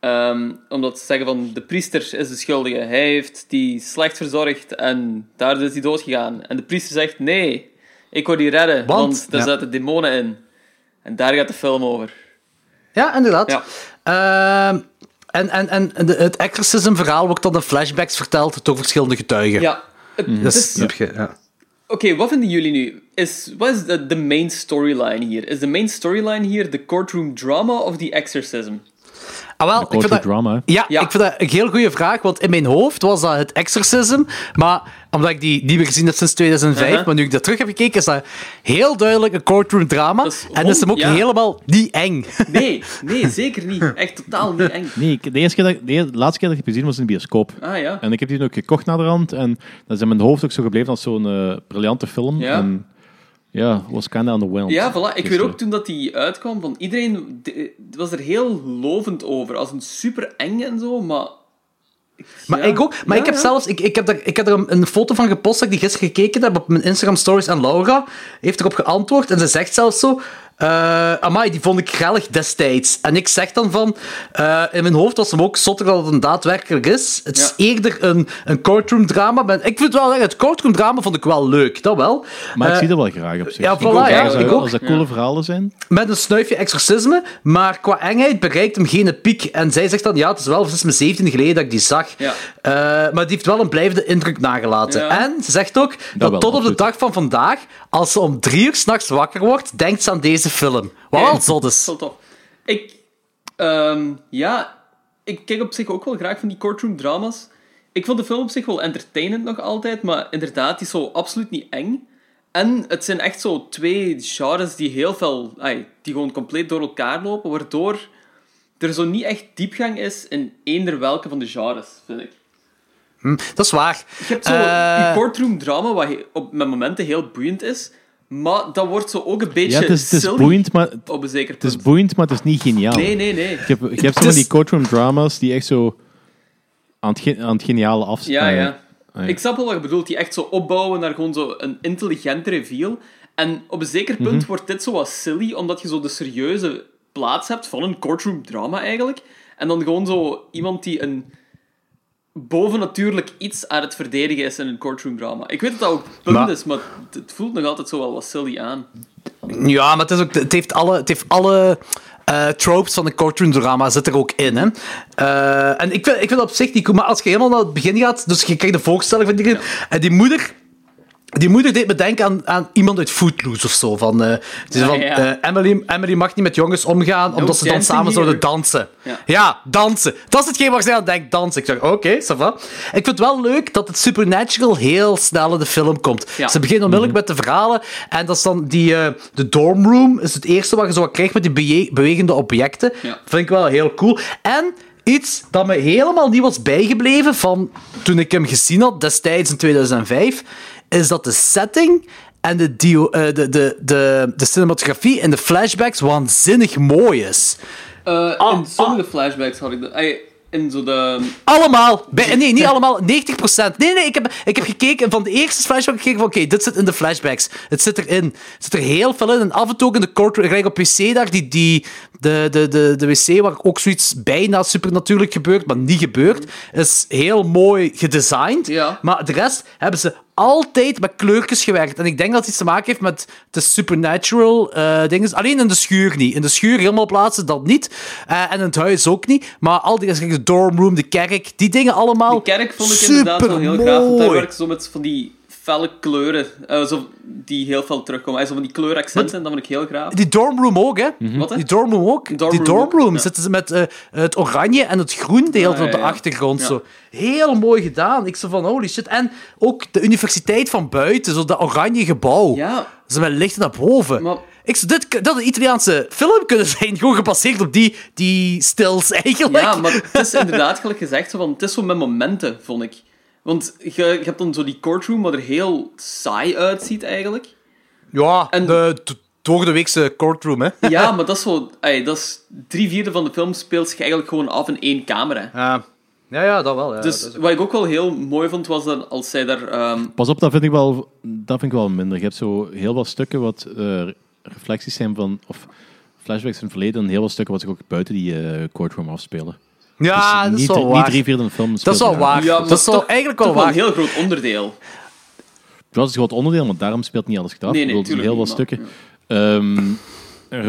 Ehm, omdat ze zeggen van de priester is de schuldige. Hij heeft die slecht verzorgd en daardoor is hij doodgegaan. En de priester zegt: Nee, ik word die redden, want, Want- daar ja. zaten demonen in. En daar gaat de film over. Ja, inderdaad. Ja. Ehm, en en, en en de- het exorcism-verhaal wordt dan in flashbacks verteld door verschillende getuigen. Ja. Het- Dat dus- is- heb je- Mm. ja. Oké, wat vinden jullie nu? Is, wat is de, de main storyline hier? Is de main storyline hier de courtroom drama of the exorcism? Ah, wel, ik vind Culture dat- drama, hè. Ja, Ja. ik vind dat een heel goede vraag, want in mijn hoofd was dat het exorcism, maar omdat ik die niet meer gezien heb sinds 2005, Uh-huh. maar nu ik dat terug heb gekeken, is dat heel duidelijk een courtroom drama. Dat is en is hem ook hond- ja. helemaal niet eng. Nee, nee, zeker niet. Echt totaal niet eng. Nee, ik- de, eerste keer dat, ik- de eer- de laatste keer dat ik heb gezien was in de bioscoop. Ah ja. En ik heb die ook gekocht naar de rand. En dat is in mijn hoofd ook zo gebleven als zo'n eh, briljante film. Ja. En ja, was kinda underwhelmed. Ja, voilà. Ik weet Gisteren. ook toen dat die uitkwam, van iedereen de- was er heel lovend over. Als een super eng en zo, maar... Maar Ja. ik ook. Maar Ja, ik heb ja. zelfs... Ik, ik, heb daar, ik heb er een, een foto van gepost dat ik die gisteren gekeken heb op mijn Instagram stories. En Laura heeft erop geantwoord. En ze zegt zelfs zo... eh amai, die vond ik grellig destijds. En ik zeg dan van... eh, in mijn hoofd was hem ook zotter dat het een daadwerkelijk is. Het is Ja. eerder een, een courtroom drama. Maar ik vind wel... zeggen, Het courtroom drama vond ik wel leuk. Dat wel. Maar ik Eh, zie dat wel graag op zich. ja, Ik voilà, ook ja, graag als, ik dat- ook. als dat coole verhalen zijn. met een snuifje exorcisme, maar qua engheid bereikt hem geen piek. En zij zegt dan, ja, het is wel sinds mijn 17 geleden dat ik die zag. Ja. Eh, maar die heeft wel een blijvende indruk nagelaten. Ja. En ze zegt ook dat, wel, tot op absoluut. de dag van vandaag, als ze om drie uur s'nachts wakker wordt, denkt ze aan deze film. Wat Ja. wel zot is. Wel tof. Ik... ehm, ja, ik kijk op zich ook wel graag van die courtroom dramas. Ik vond de film op zich wel entertainend nog altijd, maar inderdaad, die is zo absoluut niet eng. En het zijn echt zo twee genres die heel veel... ai, die gewoon compleet door elkaar lopen, waardoor er zo niet echt diepgang is in eender welke van de genres, vind ik. Dat is waar. Je hebt zo Eh, die courtroom drama, wat he- op met momenten heel boeiend is, maar dat wordt zo ook een beetje Ja, het is, het is silly boeiend, maar het op een zeker is punt. boeiend, maar het is niet geniaal. nee, nee, nee. Je hebt, je hebt zo is- van die courtroom drama's die echt zo aan het, ge- aan het geniale eh, Ja, afstaan. ja. Ah, ja. Ik snap wel wat je bedoelt, die echt zo opbouwen naar gewoon zo een intelligente reveal. En op een zeker punt wordt dit zo wat silly, omdat je zo de serieuze plaats hebt van een courtroom drama eigenlijk. En dan gewoon zo iemand die een bovennatuurlijk iets aan het verdedigen is in een courtroom drama. Ik weet dat dat ook het punt Maar- is, maar het- het voelt nog altijd zo wel wat silly aan. Ja, maar het, is ook, het heeft alle, het heeft alle eh, tropes van een courtroom drama zit er ook in. Hè. Eh, en ik vind, ik vind op zich die... Maar als je helemaal naar het begin gaat, dus je krijgt de voorstelling van die... En die moeder... Die moeder deed me denken aan, aan iemand uit Footloose of zo. Van, eh, het is Ja, van ja. eh, Emily, Emily mag niet met jongens omgaan, omdat ze dan dancing samen here. zouden dansen. Ja. Ja. dansen. Dat is hetgeen waar zij aan denkt, dansen. Ik zeg, oké, ça va. Ik vind het wel leuk dat het Supernatural heel snel in de film komt. Ja. Ze beginnen onmiddellijk met de verhalen. En dat is dan die, eh, de dorm room, is het eerste wat je zo wat krijgt met die beje- bewegende objecten. Ja. Vind ik wel heel cool. En iets dat me helemaal niet was bijgebleven van toen ik hem gezien had, destijds in 2005, is dat de setting en de, dio- eh, de, de, de, de cinematografie en de flashbacks waanzinnig mooi is. Eh, in sommige flashbacks had ik dat. ey, in zo de. Allemaal. Bij, nee, niet allemaal. 90%. Nee, nee, ik heb, ik heb gekeken. en Van de eerste flashback gekeken van, oké, dit zit in de flashbacks. Het zit erin. Het zit er heel veel in. En af en toe ook in de courtroom. Ik rijd op wc daar, die, die, de, de, de, de wc waar ook zoiets bijna supernatuurlijk gebeurt, maar niet gebeurt, is heel mooi gedesigned. Ja. Maar de rest hebben ze altijd met kleurtjes gewerkt. En ik denk dat het iets te maken heeft met de supernatural eh dingen. Alleen in de schuur niet. In de schuur helemaal plaatsen, dat niet. Eh, en in het huis ook niet. Maar al die dingen, de dormroom, de kerk, die dingen allemaal. De kerk vond ik inderdaad wel heel supermooi. graaf. Want daar werken zo met van die felle kleuren. eh, zo, die heel fel terugkomen. En zo van die kleuraccenten, dat vond ik heel graaf. Die dormroom ook, hè? Mhm. Wat hè? Die dormroom ook. Dormroom die dormroom ook, ja. zitten ze met eh, het oranje en het groen deel Ah, ja, op de ja. achtergrond. Ja. Zo. Heel mooi gedaan. Ik zo van, holy shit. En ook de universiteit van buiten, zo dat oranje gebouw. Ja, Ze met lichten naar boven. Maar- Ik zou dit, dat een Italiaanse film kunnen zijn, gewoon gebaseerd op die, die stils eigenlijk. ja, maar het is inderdaad gelijk gezegd. Zo van, het is zo met momenten, vond ik. Want je, je hebt dan zo die courtroom, wat er heel saai uitziet eigenlijk. Ja, en- de, de door de weekse courtroom, hè. Ja, maar dat is zo... ey, dat is, drie vierde van de film speelt zich eigenlijk gewoon af in één camera. Ja, ja, ja dat wel. Ja. Dus wat ik ook wel heel mooi vond, was dat als zij daar... ehm, Pas op, dat vind ik wel, dat vind ik wel minder. Je hebt zo heel wat stukken wat eh, reflecties zijn van, of flashbacks van het verleden, en heel wat stukken wat zich ook buiten die eh, courtroom afspelen. ja, Dus Ah, dat is niet, wel niet waar. drie vierde van de film. dat is wel waar. Ja, maar dat is wel toch- eigenlijk toch wel wel een waar. heel groot onderdeel. Het was een groot onderdeel, maar daarom speelt niet alles gedaan. Nee, Nee, nee, nee, heel tuurlijk veel niet, stukken. Ehm,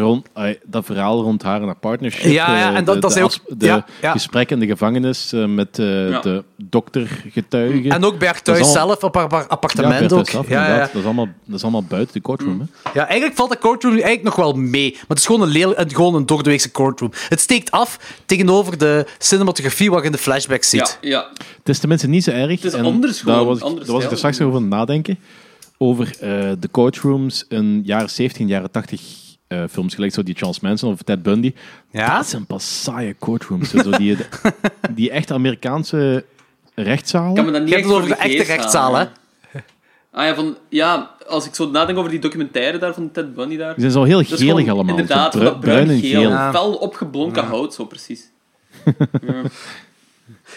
rond, ai, dat verhaal rond haar en haar partnership. Ja, ja, eh, en dat- de, dat de is ook- afsp- de ja, ja. gesprekken in de gevangenis eh, met eh, Ja. de doktergetuigen. En ook bij haar Dat thuis is allemaal- zelf, op haar, haar Ja, appartement Bertus ook. Staff, ja, ja, inderdaad. ja. Dat, is allemaal, dat is allemaal buiten de Mm. courtroom. Hè? Ja, eigenlijk valt de courtroom nu eigenlijk nog wel mee. Maar het is gewoon een, lelijk, een- gewoon een doordeweekse courtroom. Het steekt af tegenover de cinematografie wat je in de flashback Ja, ziet. ja. Het is tenminste niet zo erg. Het is en anders Daar gewoon, was ik, anders daar was ik er stijl. straks nog over aan het nadenken. Over eh, de courtrooms in jaren 70 en jaren 80 eh, films. Gelijk zo die Charles Manson of Ted Bundy. Ja? Dat zijn pas saaie courtrooms. hè. Zo die, die echt Amerikaanse Ik kan me rechtszalen. dat niet Je echt hebt het over voor de echte geest rechtszaal, hè? halen. Ah ja, van, ja, als ik zo nadenk over die documentaire daar van Ted Bunny daar. Die zijn zo heel dat is gelig gewoon allemaal. Zo Inderdaad, bru- dat bruin en geel. Ja. Fel opgeblonken hout, zo precies. Weet je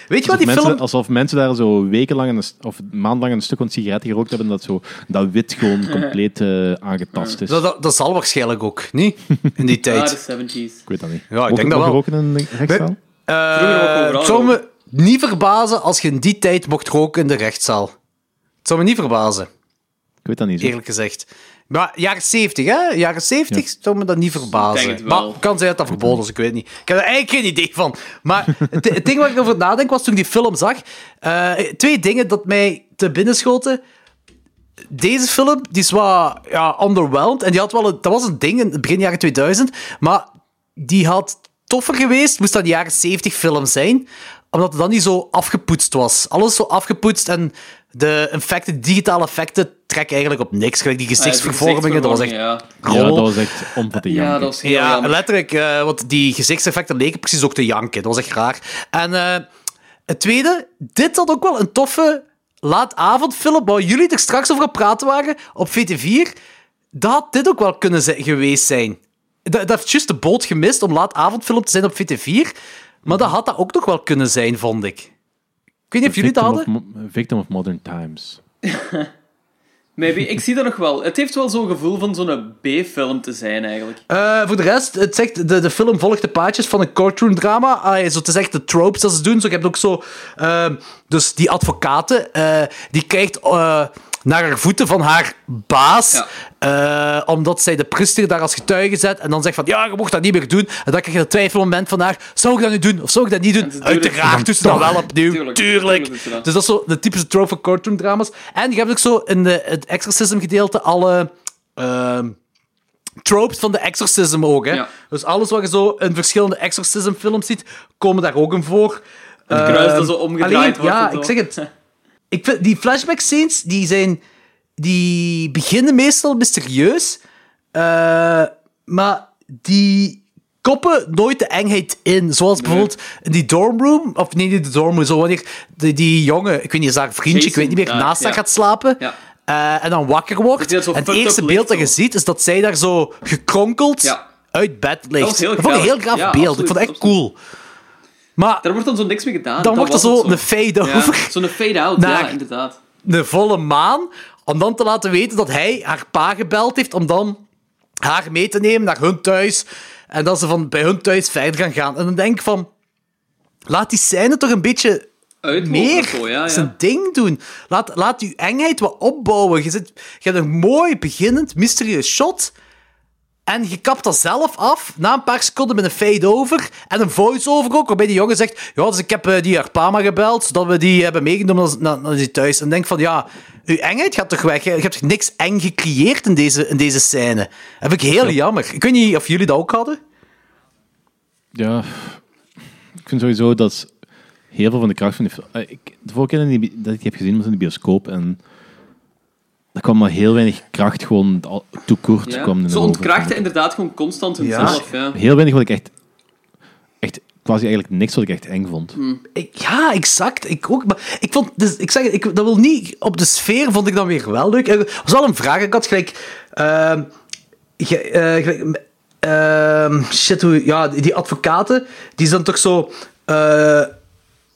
wat Alsof die Dus mensen, film... alsof mensen daar zo wekenlang een, st- of maandlang een stuk van sigaretten gerookt hebben. en Dat, zo, dat wit gewoon compleet eh, aangetast is. Dat, dat, dat zal waarschijnlijk ook, niet? In die Ja, tijd. de 70s. Ik weet dat niet. Ja, ik Wordt denk dat er wel. geroken in een rechtszaal? Eh, Vroeger ook overal het zou me niet verbazen als je in die tijd mocht roken in de rechtszaal. Het zou me niet verbazen, Ik weet dat niet zo. eerlijk gezegd. Maar jaren 70, hè? Jaren 70 zou me dat niet verbazen. Ik denk het wel. Maar het kan zijn dat dat verboden is, ik weet niet. Ik heb er eigenlijk geen idee van. Maar het, het ding waar ik over nadenk was toen ik die film zag. eh, twee dingen dat mij te binnen schoten. Deze film, die is wat ja, underwhelmed. En die had wel een, dat was een ding in het begin jaren 2000. Maar die had toffer geweest, moest dat een jaren 70 film zijn, omdat het dan niet zo afgepoetst was. Alles zo afgepoetst en de effecten, digitale effecten trekken eigenlijk op niks. Gelijk die gezichtsvervormingen, dat was echt Ja, Ja, rol. dat was echt om van te ja dat janken. was heel Ja, jammer. letterlijk, eh, want die gezichtseffecten leken precies ook te janken. Dat was echt raar. En eh, het tweede, dit had ook wel een toffe laatavondfilm, waar jullie er straks over gaan praten waren, op VT4. Dat had dit ook wel kunnen zijn, geweest zijn. Dat, dat heeft juist de boot gemist om laatavondfilm te zijn op VT4. Maar dat had dat ook nog wel kunnen zijn, vond ik. Ik weet niet of jullie dat Victim hadden. of mo- Victim of Modern Times. Maybe, ik zie dat nog wel. Het heeft wel zo'n gevoel van zo'n B-film te zijn, eigenlijk. Eh, voor de rest, het zegt, de, de film volgt de paadjes van een courtroom drama. Ah, ja, zo, het is echt de tropes dat ze doen. Zo, je hebt ook zo... ehm, dus die advocaten, eh, die krijgt... eh, naar haar voeten van haar baas. Ja. eh, omdat zij de priester daar als getuige zet. En dan zegt van, ja, je mocht dat niet meer doen. En dan krijg je het twijfelmoment van haar, zou ik dat nu doen of zou ik dat niet doen? ze doen het Uiteraard doet ze dat wel opnieuw. Tuurlijk, Tuurlijk. tuurlijk doet ze dat. Dus dat is zo de typische trope van courtroom dramas. En je hebt ook zo in de, het exorcism gedeelte alle... ehm, tropes van de exorcism ook. Hè? Ja. Dus alles wat je zo in verschillende exorcism films ziet, komen daar ook in voor. Het kruis dat zo omgedraaid wordt en Ja, zo. ik zeg het. Ik vind, die flashback scenes, die zijn... Die beginnen meestal mysterieus, eh, maar die koppen nooit de engheid in. Zoals bijvoorbeeld in die dormroom, of nee, niet de dormroom, zo wanneer die, die jongen, ik weet niet, is daar een vriendje, ik Jason, weet niet meer, ja, naast haar ja. gaat slapen. Ja. eh, en dan wakker Dat wordt. die dat zo En het fucked eerste up ligt, beeld dat je zo. ziet, is dat zij daar zo gekronkeld Ja. uit bed ligt. Dat was heel vond ik een heel graaf. graaf Ja, beeld. absoluut, ik vond het echt absoluut. cool. Maar Daar wordt dan zo niks mee gedaan. dan wordt er was zo een het fade Ja, over. Zo'n fade-out, Naar- ja, inderdaad. Een volle maan. Om dan te laten weten dat hij haar pa gebeld heeft. Om dan haar mee te nemen naar hun thuis. En dat ze van bij hun thuis verder gaan gaan. En dan denk ik van... Laat die scène toch een beetje Uitlopen meer of zo, ja, ja. zijn ding doen. Laat, laat uw engheid wat opbouwen. Je, zit, je hebt een mooi beginnend mysterieus shot. En je kapt dat zelf af, na een paar seconden met een fade-over en een voice-over ook, waarbij die jongen zegt, ja, dus ik heb eh, die haar pa maar gebeld, zodat we die hebben meegenomen als- naar, naar die thuis. En denk van, ja, uw engheid gaat toch weg? hè? Je hebt niks eng gecreëerd in deze, in deze scène. Dat vind ik heel jammer. Ik weet niet of jullie dat ook hadden. Ja, ik vind sowieso dat heel veel van de kracht van die film... eh, Ik, de vorige keer dat ik die- dat ik die heb gezien was in de bioscoop en er kwam maar heel weinig kracht gewoon al- toe kort. Ja. kwam er Ze naar boven. ontkrachten inderdaad gewoon constant hunzelf. Ja. Heel weinig wat ik echt... Echt quasi eigenlijk niks wat ik echt eng vond. Mm. Ik- ja, exact. Ik ook. Maar ik vond, dus, ik zeg, het, ik, dat wil niet op de sfeer vond ik dan weer wel leuk. Er was al een vraag. Ik had gelijk. ehm, ge- eh, gelijk, ehm, shit, hoe, ja, die die advocaten, die zijn toch zo eh,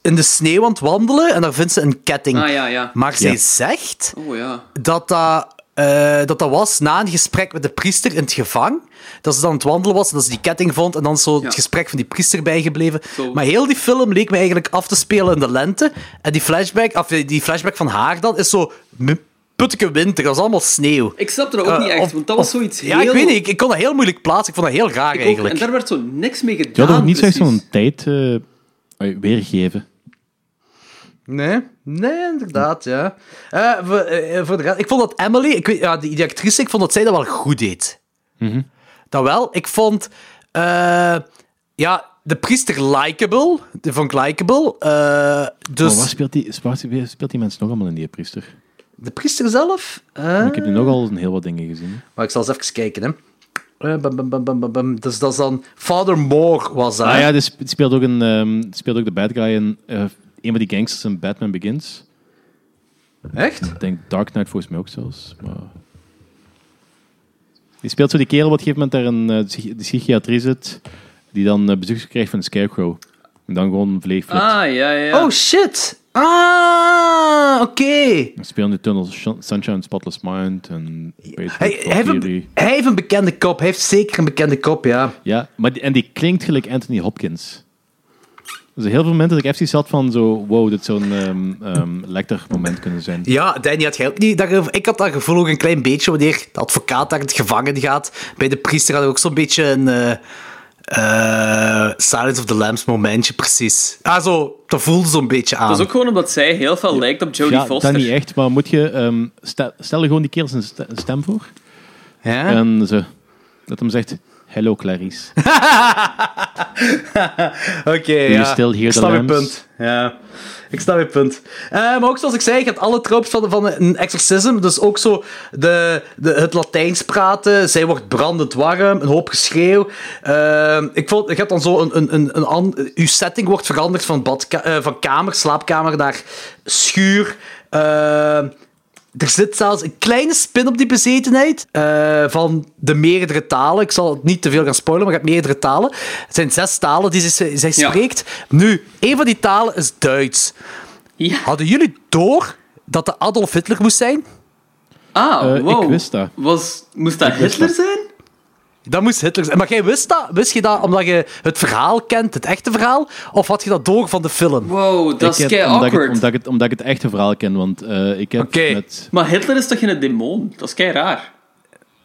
in de sneeuw aan het wandelen en daar vindt ze een ketting. Ah ja, ja. Maar zij Ja. zegt Oh ja. dat dat, eh, dat dat was na een gesprek met de priester in het gevang. Dat ze dan aan het wandelen was en dat ze die ketting vond. En dan is zo Ja. het gesprek van die priester bijgebleven. Zo. Maar heel die film leek me eigenlijk af te spelen in de lente. En die flashback, of die die flashback van haar dan is zo... m- Putteke winter, dat is allemaal sneeuw. Ik snap er ook niet Eh, echt, of- want dat was of- zoiets heel... Ja, ik weet niet. Ik, ik kon dat heel moeilijk plaatsen. Ik vond dat heel raar, Ik ook, eigenlijk. en daar werd zo niks mee gedaan. Je had ook niet zo'n precies. zo'n tijd eh, eh, weergeven. Nee, nee, inderdaad, ja. Eh, voor, eh, voor de rest- ik vond dat Emily, ik weet, ja, die, die actrice, ik vond dat zij dat wel goed deed. Mhm. Dat wel. Ik vond, eh, ja, de priester likable. Die vond ik likable. Eh, dus Maar waar speelt, die, waar speelt die mensen nog allemaal in die priester? de priester zelf. eh, Ik heb nu nogal een heel wat dingen gezien. Maar ik zal eens even kijken, hè. Eh, bam, bam, bam, bam, bam, bam. Dus dat is dan Father Moore was dat. Ah hè? ja, dus het speelt ook, een, ehm, het speelt ook de bad guy in eh, een van die gangsters in Batman Begins. Echt? Ik denk Dark Knight volgens mij ook zelfs. Maar... Die speelt zo die kerel wat op een gegeven moment daar in eh, de psychi- de psychiatrie zit, die dan eh, bezoek krijgt van een scarecrow. En dan gewoon vleeg vlucht. Ah, ja, ja. Oh, shit. Ah, oké. En Speel in de tunnels Sh- Sunshine, Spotless Mind en Patriot Hij, hij, heeft Theory. een, hij heeft een bekende kop. Hij heeft zeker een bekende kop, ja. Ja, maar die- en die klinkt gelijk Anthony Hopkins. Dus heel veel momenten dat ik even zat van zo, wow, dit zou een ehm ehm, Lecter moment kunnen zijn. Ja, Danny had jij ook niet. dat- ik had dat gevoel ook een klein beetje wanneer de advocaat naar het gevangen gaat. Bij de priester had ik ook zo'n beetje een eh, eh, Silence of the Lambs momentje, precies. Ah, zo, dat voelde zo'n beetje aan. Dat is ook gewoon omdat zij heel veel lijkt op Jodie Ja, Foster. dat niet echt, maar moet je... ehm, stel, stel er gewoon die kerel zijn st- stem voor. Ja? En ze, dat hem zegt, hello Clarice. Oké, je ja. still hear ik the snap je lambs? punt. Ja, ik snap je punt. Eh, maar ook zoals ik zei, je hebt alle tropes van, van een exorcism. Dus ook zo de, de, het Latijns praten. Zij wordt brandend warm, een hoop geschreeuw. Ehm, ik vond, je hebt dan zo een... een, een, een an- uw setting wordt veranderd van, badka, eh, van kamer, slaapkamer naar schuur. Ehm, er zit zelfs een kleine spin op die bezetenheid eh, van de meerdere talen. Ik zal het niet te veel gaan spoilen, maar je hebt meerdere talen. Het zijn zes talen die ze- zij Ja. spreekt. Nu, een van die talen is Duits. Ja. Hadden jullie door dat de Adolf Hitler moest zijn? Ah, Eh, wow. ik wist dat. Was, moest dat wist Hitler zijn? Dat moest Hitler zijn. Maar jij wist dat? Wist je dat omdat je het verhaal kent, het echte verhaal? Of had je dat door van de film? Wow, dat Ik is heb- kei omdat, ik het, awkward. omdat, ik het, omdat ik het echte verhaal ken, want eh, ik heb Oké. met... Maar Hitler is toch geen demon? Dat is kei raar.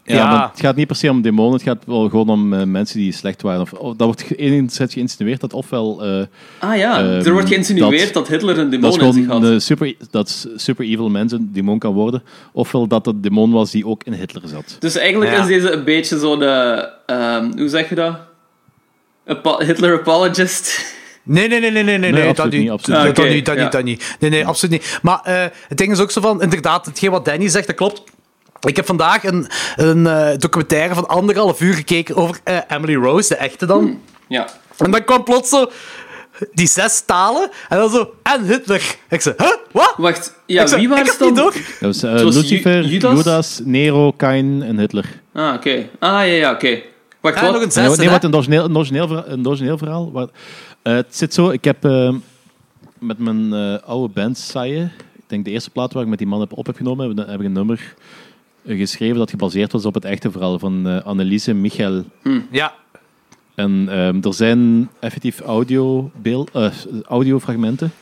Ja, Ja. want het gaat niet per se om demonen, het gaat wel gewoon om eh, mensen die slecht waren. Of, of- dat wordt ge- enerzijds geïnsinueerd dat ofwel... eh, Ah ja, Ehm, er wordt geïnsinueerd dat, dat- Hitler een dat is demon in zich gewoon had. een super, dat is super evil mensen een demon kan worden. Ofwel dat het demon was die ook in Hitler zat. Dus eigenlijk Ja. is deze een beetje zo'n... ehm, hoe zeg je dat? Apo- Hitler apologist. Nee, nee, nee, nee, nee, nee, nee, dat absoluut niet. niet, absoluut Dat- niet. dat Oké, niet, dat ja. niet, dat niet. Nee, nee, absoluut niet. Maar eh, het ding is ook zo van, inderdaad, hetgeen wat Danny zegt, dat klopt. Ik heb vandaag een, een eh, documentaire van anderhalf uur gekeken over eh, Emily Rose, de echte dan. Ja. En dan kwam plots zo die zes talen en dan zo, en Hitler. Ik zei, huh, wat? Wacht, ja, ik zei, wie ik waren heb ze dan? niet door. Dat was, eh, was Ju- Lucifer, Judas? Judas? Nero, Kain en Hitler. Ah, oké. Ah, ja, ja, oké. Wacht, En wat? Ah, nog een Nee, zesde, nee hè? wat een origineel, een origineel, verha- een origineel verhaal. Wat, eh, het zit zo, ik heb eh, met mijn eh, oude band Saie, ik denk de eerste plaat waar ik met die man heb op heb genomen, heb, heb ik een nummer eh, geschreven dat gebaseerd was op het echte verhaal van eh Anneliese Michel. Ja, En ehm, er zijn effectief audio beeld, eh, audiofragmenten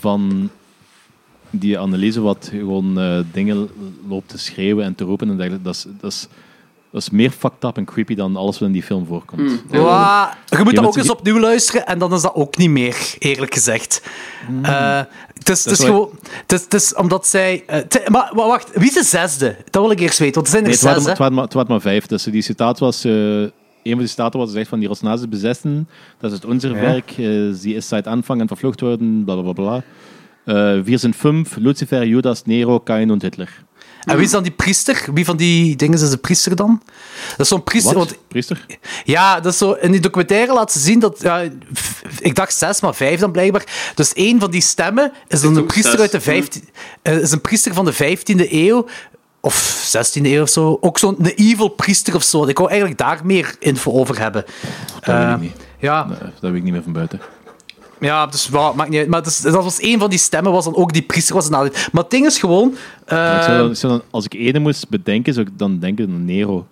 van die analyse wat gewoon eh, dingen loopt te schreeuwen en te roepen en dergelijke. Dat is, dat, is, dat is meer fucked up en creepy dan alles wat in die film voorkomt. Wa- Je moet Je dat moet- ook eens opnieuw luisteren en dan is dat ook niet meer, eerlijk gezegd. Eh, het is, het Mm. is Dat is wel- gewoon... Het is, het is omdat zij... eh, het- maar wa- wacht, wie is de zesde? Dat wil ik eerst weten, want er zijn er Nee, het waren, zes, hè? maar- het, waren maar, het waren maar vijf. Dus die citaat was... eh, een van de citaten was gezegd van die Rosnazis bezetten. Dat is het onze werk. eh, ze is seit aanvang en vervlucht worden. Bla, bla, bla, bla. Eh, wir sind fünf. Lucifer, Judas, Nero, Kain en Hitler. En wie is dan die priester? Wie van die dingen is de priester dan? Dat is zo'n priester... Wat? Want, Priester? ja, dat is zo, in die documentaire laten ze zien dat... ja, f- ik dacht zes, maar vijf dan blijkbaar. Dus één van die stemmen is dan is een ook priester, zes, uit Mhm. de ja. vijftien, eh, is een priester van de 15e eeuw... Of 16e eeuw of zo. Ook zo'n een evil priester of zo. Ik wou eigenlijk daar meer info over hebben. Dat weet ik Eh, niet. Ja, Nee, dat weet ik niet meer van buiten. ja, dus wa- maakt niet uit. Maar dus, dat was één van die stemmen, was dan ook die priester was een nadeel. Maar het ding is gewoon... eh, ik zou dan- ik zou dan- als ik ene moest bedenken, zou ik dan denken aan Nero.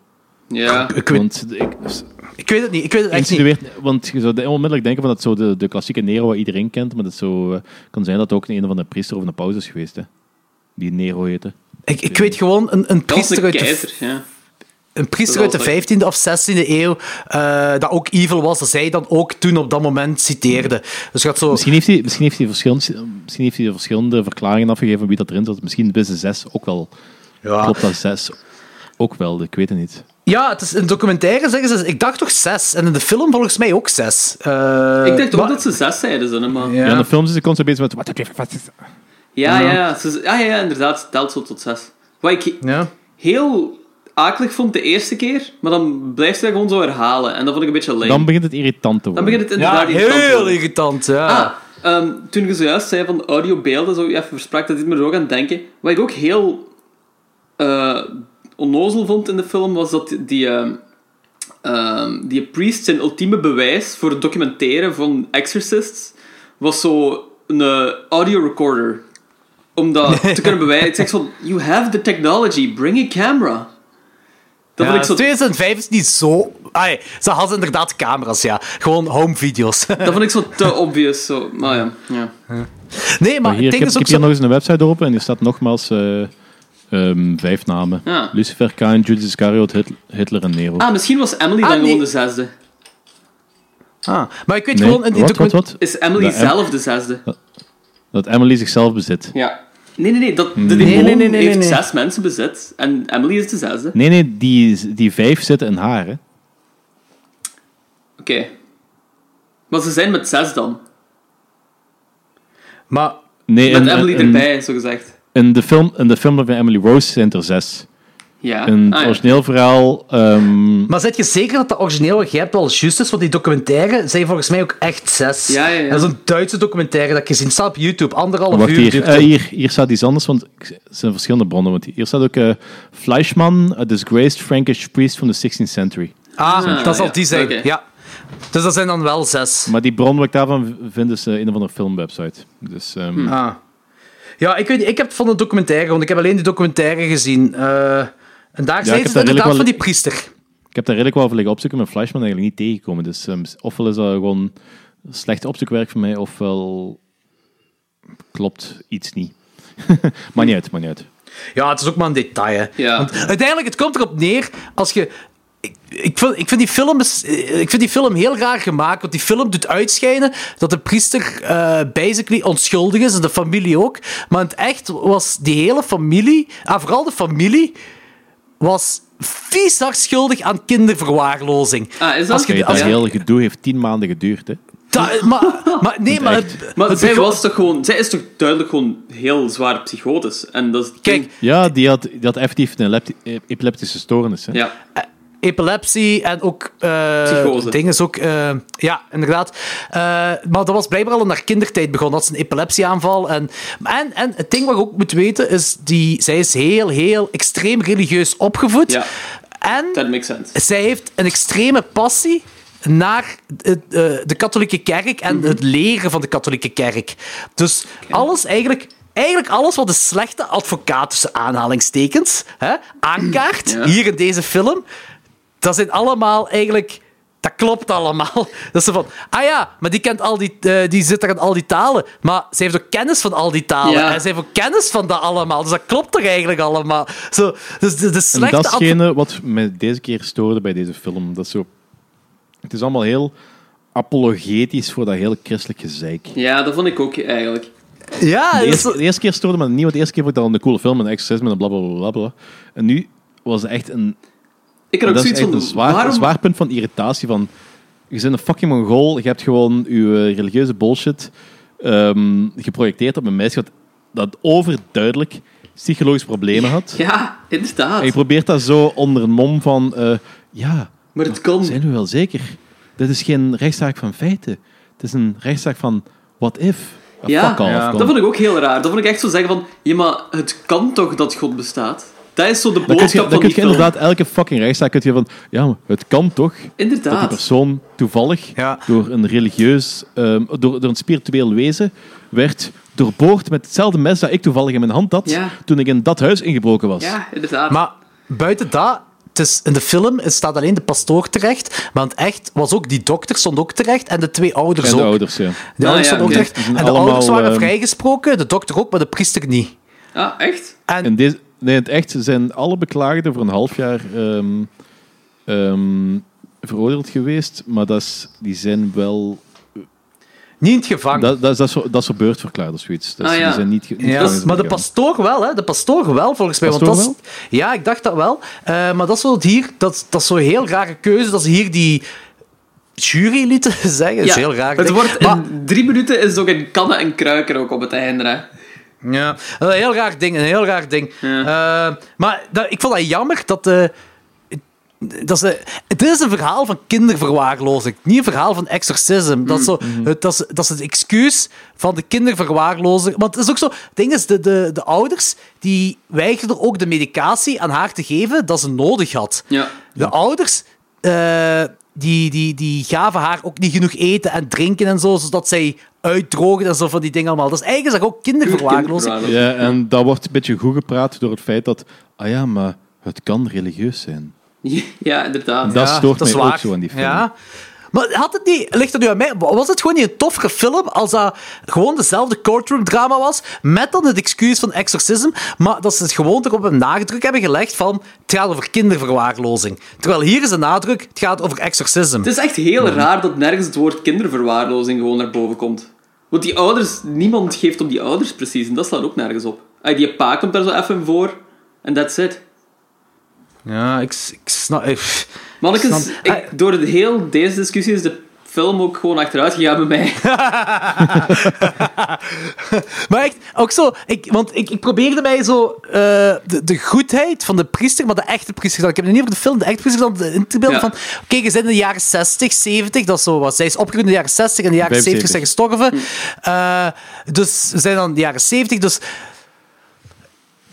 Ja. ik, weet, Want ik, ik weet het niet, ik weet het echt niet. insinueert, want je zou onmiddellijk denken van dat zo de, de klassieke Nero wat iedereen kent, maar dat zo eh, kan zijn dat het ook een of andere priester of een paus is geweest, hè. Die Nero heette. Ik, ik weet gewoon een, een Dat was priester een uit de, keizer, ja. een priester uit de Dat was 15e of 16e eeuw, eh, dat ook evil was, dat zij dan ook toen op dat moment citeerde. Dus je had zo... Misschien heeft hij, misschien heeft hij, verschillende, misschien heeft hij verschillende verklaringen afgegeven van wie dat erin zat. Misschien wisten zes ook wel. Klopt dat zes ook wel, ik weet het niet. Ja, het is in documentaire zeggen ze... Ik dacht toch zes. En in de film volgens mij ook zes. Eh, Ik dacht ook maar- dat ze zes zeiden, zo, hè, maar... Ja. Ja, in de films is hij constant bezig met... Wat heb je wat is- Ja, ja, ja. Ze- ah, ja, ja, ja, inderdaad. Het telt zo tot zes. Wat ik Ja. heel akelig vond de eerste keer, maar dan blijft hij gewoon zo herhalen. En dat vond ik een beetje lame. Dan Dan, begint het irritant te worden. begint het Ja, inderdaad irritant te heel worden. irritant, ja. Ah, ehm, toen ik zojuist zei van audiobeelden, zo even versprak, dat dit me er ook aan denken. Wat ik ook heel eh, onnozel vond in de film, was dat die, ehm, ehm, die priest zijn ultieme bewijs voor het documenteren van exorcists was zo een eh, audio recorder. Om dat te kunnen bewijzen. Ik zeg zo, you have the technology, bring a camera. Ja, Dat vond ik zo 2005 is niet zo... Ai, ze hadden inderdaad camera's, ja. Gewoon home video's. Dat vond ik zo te obvious. Zo. Maar ja, ja. nee, maar Maar het hier, ik ding is heb, ik ook heb hier zo... nog eens een website open en er staat nogmaals eh, ehm, vijf namen. Ja. Lucifer, Kain, Judas Iscariot, Hit- Hitler en Nero. Ah, misschien was Emily Ah, dan nee. gewoon de zesde. Ah, maar ik weet Nee, gewoon... In die wat, wat, document- wat? Is Emily De Em- zelf de zesde? Dat Emily zichzelf bezit. Ja. Nee, nee, nee. Dat, Hmm. de demon nee, nee, nee, heeft nee. zes mensen bezit. En Emily is de zesde. Oké. Nee, nee, die, die vijf zitten in haar. Hè. Maar ze zijn met zes dan. Maar... Nee, Met in, Emily in- in- erbij, zo gezegd. in de film, in de film van Emily Rose zijn er zes. Ja. In het Ah, ja. origineel verhaal... ehm, Maar zet je zeker dat dat origineel wat jij hebt wel juist is? Want die documentaire zijn volgens mij ook echt zes. Ja, ja, ja. Dat is een Duitse documentaire dat ik gezien staat op YouTube. Anderhalf Wacht, uur hier, duurt eh, het. hier, hier staat iets anders, want ik- het zijn verschillende bronnen. Want hier staat ook eh, Fleischmann, a disgraced Frankish priest from the 16th century. Ah, dat zal ja. die zijn, Oké. ja. Dus dat zijn dan wel zes. Maar die bron wat ik daarvan vind is eh, een of andere filmwebsite. Dus, ehm, Ah. Ja, ik weet niet, ik heb het van de documentaire, want ik heb alleen die documentaire gezien. Eh, en daar zijn ik heb ze daar inderdaad redelijk wel- van die priester. Ik heb daar redelijk wel over liggen opzoeken, maar Flashman eigenlijk niet tegengekomen. Dus ehm, ofwel is dat gewoon slecht opzoekwerk voor mij, ofwel klopt iets niet. maar niet uit, maar niet uit. Ja, het is ook maar een detail. Hè. Ja. Want uiteindelijk, het komt erop neer als je. Ik, ik, vind, ik, vind die film is, eh, ik vind die film heel raar gemaakt. Want die film doet uitschijnen dat de priester eh, basically onschuldig is. En de familie ook. Maar in het echt was die hele familie, ah, vooral de familie, was vies hard schuldig aan kinderverwaarlozing. Ah, is dat? Als je- Kijk, als dat je- hele gedoe heeft tien maanden geduurd, hè. Da- maar, maar, nee, maar, echt. het- Maar het zij, begon- was toch gewoon, zij is toch duidelijk gewoon heel zwaar psychotisch. En dat is- Kijk, Ja, die had, die had effectief een lepti- eh, epileptische stoornis, hè. Ja. epilepsie en ook eh, Psychose. dingen is ook eh, ja inderdaad Eh, maar dat was blijkbaar al in haar kindertijd begonnen dat is een epilepsieaanval en, en, en het ding wat je ook moet weten is die, zij is heel heel extreem religieus opgevoed Ja. en Dat makes sense. zij heeft een extreme passie naar het, eh, de katholieke kerk en het Mhm. leren van de katholieke kerk. Dus alles eigenlijk, eigenlijk alles wat de slechte advocaat tussen aanhalingstekens hè, aankaart, Ja. hier in deze film, dat zijn allemaal eigenlijk. Dat klopt allemaal. Dat ze van, ah ja, maar die, kent al die, eh, die zit daar in al die talen. Maar ze heeft ook kennis van al die talen. Ja. En ze heeft ook kennis van dat allemaal. Dus dat klopt toch eigenlijk allemaal. Zo, dus de, de En slechte dat is advo- hetgene wat me deze keer stoorde bij deze film. Dat is zo... Het is allemaal heel apologetisch voor dat hele christelijk gezeik. De Ja, dat vond ik ook eigenlijk. Ja, dat is eerste, zo- de eerste keer stoorde me dat niet, want de eerste keer vond ik dat een coole film, een exorcisme en blablabla. Bla, bla, bla. En nu was het echt een... Ik had Dat ook is zoiets echt van... een zwaar, waarom... een zwaar punt van irritatie. Van, je bent een fucking mongool, je hebt gewoon je eh, religieuze bullshit ehm, geprojecteerd op een meisje dat, dat overduidelijk psychologische problemen had. Ja, inderdaad. En je probeert dat zo onder een mom van... eh, ja, Maar het kan. zijn we wel zeker? Dit is geen rechtszaak van feiten. Het is een rechtszaak van what if. Ah, Ja, fuck off, ja. kom. dat vond ik ook heel raar. Dat vond ik echt zo zeggen van... Ja, maar het kan toch dat God bestaat? Dat is zo de Dan kun je, boodschap dan van kun die je film. inderdaad elke fucking rechtszaak kun je van... Ja, maar het kan toch dat die Inderdaad. persoon toevallig Ja. door een religieus... ehm, door, door een spiritueel wezen werd doorboord met hetzelfde mes dat ik toevallig in mijn hand had Ja. toen ik in dat huis ingebroken was. Ja, inderdaad. Maar buiten dat, het is, in de film staat alleen de pastoor terecht, want echt was ook die dokter stond ook terecht en de twee ouders En de ook. ouders, ja. De Ah, ouders ja, stonden ook oké. terecht. Die En zijn de allemaal, ouders waren eh, vrijgesproken, de dokter ook, maar de priester niet. Ah, echt? En deze, nee, in het echt zijn alle beklaagden voor een half jaar ehm, ehm, veroordeeld geweest, maar dat is, die zijn wel... Niet in het gevangen. Dat, dat, is- dat, is, voor- dat is voor beurt verklaard of zoiets. Dat is- Ah, ja. Die zijn niet... ge- niet Ja, gevangenis maar de gegaan. pastoor wel, hè? De pastoor wel, volgens mij. Want Pastoor dat is- Ja, ik dacht dat wel. Eh, maar dat is zo hier, dat, dat is zo'n heel rare keuze dat ze hier die jury lieten zeggen. Dat is heel raar. Het denk ik. wordt Maar- in drie minuten is het ook in kannen en kruiken ook op het einde. hè. Ja, een heel raar ding, een heel raar ding. Eh, maar dat, ik vond dat jammer dat de... Dat is de- het is een verhaal van kinderverwaarlozing, niet een verhaal van exorcism. Dat, is zo, het, dat, is, dat is het excuus van de kinderverwaarlozing. Want het is ook zo, het ding is, de, de, de ouders die weigerden ook de medicatie aan haar te geven dat ze nodig had. Ja. De ouders eh, die, die, die gaven haar ook niet genoeg eten en drinken en zo, zodat zij uitdroogde en zo van die dingen allemaal. Dat is eigenlijk ook kinderverwaarlozing. Kinderverwaarlozing. Ja, en dat wordt een beetje goed gepraat door het feit dat... Ah ja, maar het kan religieus zijn. Ja, inderdaad. Dat stoort is mij waar. ook zo aan die film. Ja. Maar had het niet, ligt het nu aan mij, was het gewoon niet een toffere film als dat gewoon dezelfde courtroom drama was, met dan het excuus van exorcism, maar dat ze het gewoon erop een nadruk hebben gelegd van het gaat over kinderverwaarlozing. Terwijl hier is de nadruk, het gaat over exorcism. Het is echt heel raar dat nergens het woord kinderverwaarlozing gewoon naar boven komt. Want die ouders, niemand geeft op die ouders precies en dat slaat ook nergens op. Ah, Die pa komt daar zo even voor en that's it. Ja, ik, ik snap... eh, ik- Mannekes, Snap- ik, door de heel deze discussie is de film ook gewoon achteruit gegaan bij mij. Maar echt, ook zo, ik, want ik, ik probeerde mij zo eh, de, de goedheid van de priester, maar de echte priester, dan. ik heb het niet over de film, de echte priester, dan de- in te beelden Ja. van, oké, je bent in de jaren 60, 70, dat is zo was. Zij is opgegroeid in de jaren 60 en de jaren 70 zijn gestorven. Eh, dus we zijn dan in de jaren 70, dus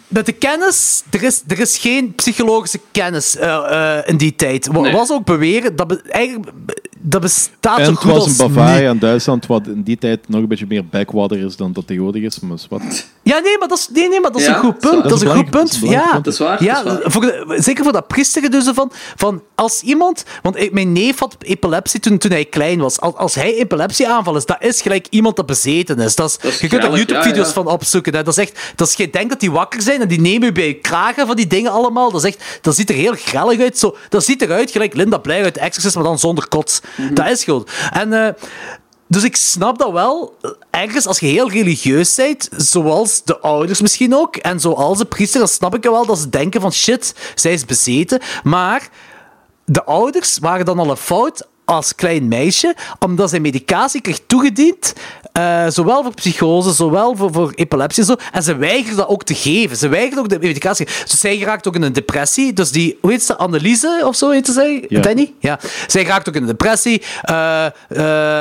met de kennis, er is, er is geen psychologische kennis eh, eh, in die tijd. Wa- Nee. Was ook beweren dat be- eigenlijk be- dat bestaat En zo het goed was als in Bavaria niet. en Duitsland, wat in die tijd nog een beetje meer backwater is dan dat tegenwoordig is. Maar is wat. Ja, nee, maar dat is, nee, nee, maar dat is Ja, een goed dat is punt. Dat is een goed belangrijk- punt. dat is een Ja, Dat belangrijk is waar. Ja, dat is waar. voor de- zeker voor dat priesteren dus van, van als iemand... Want ik- mijn neef had epilepsie toen, toen hij klein was. Als, als hij epilepsieaanval is, dat is gelijk iemand dat bezeten is. Dat is, Dat is je kunt daar gezellig, YouTube-video's ja, ja. van opzoeken. Hè. Dat is echt... Dat is, je denkt dat die wakker zijn en die nemen je bij je kragen van die dingen allemaal. Dat, is echt, dat ziet er heel grellig uit. Zo, dat ziet eruit gelijk Linda Blair uit The Exorcist, maar dan zonder kots. Dat is gewoon. En... eh, dus ik snap dat wel. Ergens, als je heel religieus bent, zoals de ouders misschien ook, en zoals de priester, dan snap ik wel dat ze denken van shit, zij is bezeten. Maar de ouders waren dan al een fout als klein meisje, omdat zij medicatie kreeg toegediend, eh, zowel voor psychose, zowel voor, voor epilepsie en zo. En ze weigerden dat ook te geven. Ze weigerden ook de medicatie. Dus zij geraakt ook in een depressie. Dus die, hoe heet ze, Anneliese of zo heette zij? Ja. Danny? Ja. Zij raakt ook in een depressie. Eh,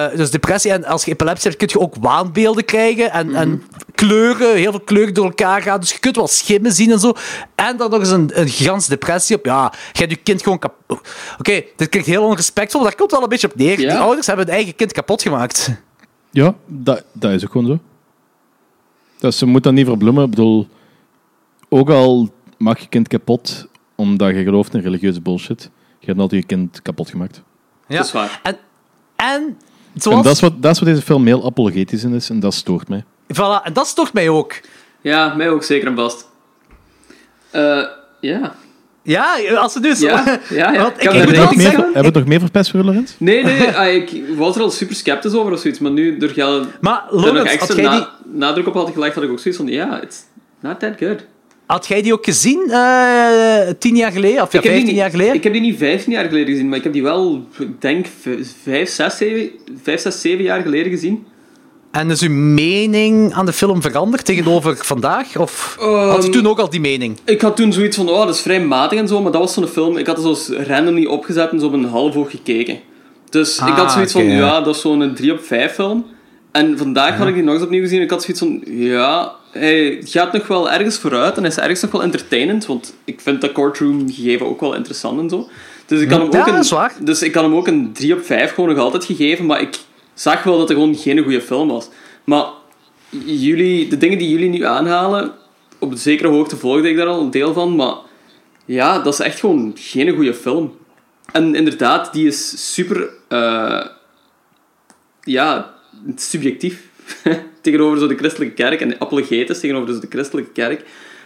eh, dus depressie. En als je epilepsie hebt, kun je ook waanbeelden krijgen. En, Mhm. en kleuren, heel veel kleuren door elkaar gaan. Dus je kunt wel schimmen zien en zo. En dan nog eens een, een gans depressie op. Ja, je hebt je kind gewoon kapot. Oké, dit klinkt heel onrespectvol, maar daar komt wel een beetje op neer. Ja. Die ouders hebben hun eigen kind kapot gemaakt. Ja, dat, dat is ook gewoon zo. Dus ze moet dat niet verbloemen. Ik bedoel, ook al maak je kind kapot omdat je gelooft in religieuze bullshit, je hebt altijd je kind kapot gemaakt. Ja. Dat is waar. En, en, zoals, En dat is, wat, dat is wat deze film heel apologetisch in is en dat stoort mij. voilà, en dat stoort mij ook. Ja, mij ook zeker en vast. Eh, ja. Ja, als ze nu zo... Ja, ja, ja. Want ik, Kan ik er moet Hebben we altijd nog niks meer, zeggen... aan? hebben we het nog meer verpest voor Lorenz? Nee, nee, ah, ik was er al super sceptisch over of zoiets, maar nu door jou Maar er nog Lorenz, had extra jij die, na- nadruk op had gelegd, had ik ook zoiets van, ja, it's not that good. had jij die ook gezien eh, tien jaar geleden? Of ja, Ik heb die vijftien niet- jaar geleden? Ik heb die niet 15 jaar geleden gezien, maar ik heb die wel, ik denk, 5, 6, 7, 5, 6, 7 jaar geleden gezien. En is uw mening aan de film veranderd tegenover vandaag? Of had je Ehm, toen ook al die mening? Ik had toen zoiets van, oh, dat is vrij matig en zo, maar dat was zo'n film, ik had er zo randomly opgezet en zo op een half oog gekeken. Dus ik Ah, had zoiets oké, van, ja. ja, dat is zo'n 3 op 5 film. En vandaag had ik die nog eens opnieuw gezien en ik had zoiets van, ja, hij gaat nog wel ergens vooruit en hij is ergens nog wel entertainend, want ik vind dat courtroom gegeven ook wel interessant en zo. Dus ik kan hem Ja, ook een, dat is waar. Dus ik kan hem ook een 3 op 5 gewoon nog altijd gegeven, maar ik zag wel dat het gewoon geen goede film was. Maar jullie, de dingen die jullie nu aanhalen, op een zekere hoogte volgde ik daar al een deel van, maar ja, dat is echt gewoon geen goede film. En inderdaad, die is super, eh, ja, subjectief tegenover zo de christelijke kerk en apologetisch tegenover dus de christelijke kerk,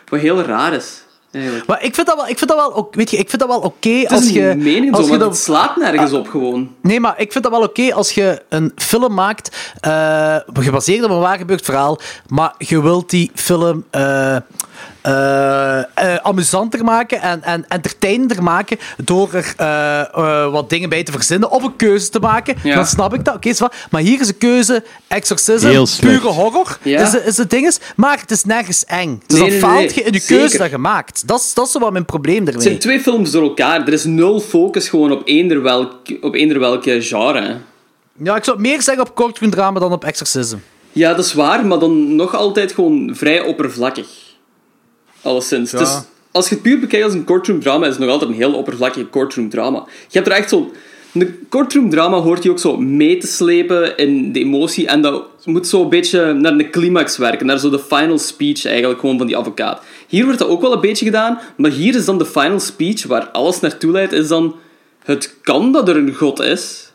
wat heel raar is. Eigenlijk. Maar ik vind dat wel, ik vind dat wel, ook- weet je, ik vind dat wel oké Het als is je... een mening als zo, je maar dat- het slaat nergens op gewoon. Nee, maar ik vind dat wel oké als je een film maakt eh, gebaseerd op een waargebeurd verhaal, maar je wilt die film eh, eh, eh, amusanter maken en, en entertainender maken door er eh, eh, wat dingen bij te verzinnen of een keuze te maken. Ja. Dan snap ik dat. Oké, is wel. maar hier is een keuze, exorcism, Heel slecht. pure horror, Ja. is, de- is het ding is, maar het is nergens eng. Dus Nee, dan nee, faalt nee, je in je zeker. keuze dat je maakt. Dat is, dat is zo wat mijn probleem Het zijn ermee. twee films door elkaar. Er is nul focus gewoon op eender, welk, op eender welke genre. hè. Ja, ik zou meer zeggen op kortgroen drama dan op exorcism. Ja, dat is waar, maar dan nog altijd gewoon vrij oppervlakkig. Alleszins. Het is- als je het puur bekijkt als een courtroom drama, is het nog altijd een heel oppervlakkig courtroom drama. Je hebt er echt zo'n... Een courtroom drama hoort je ook zo mee te slepen in de emotie en dat moet zo een beetje naar de climax werken, naar zo de final speech eigenlijk gewoon van die advocaat. Hier wordt dat ook wel een beetje gedaan, maar hier is dan de final speech waar alles naartoe leidt, is dan... Het kan dat er een god is,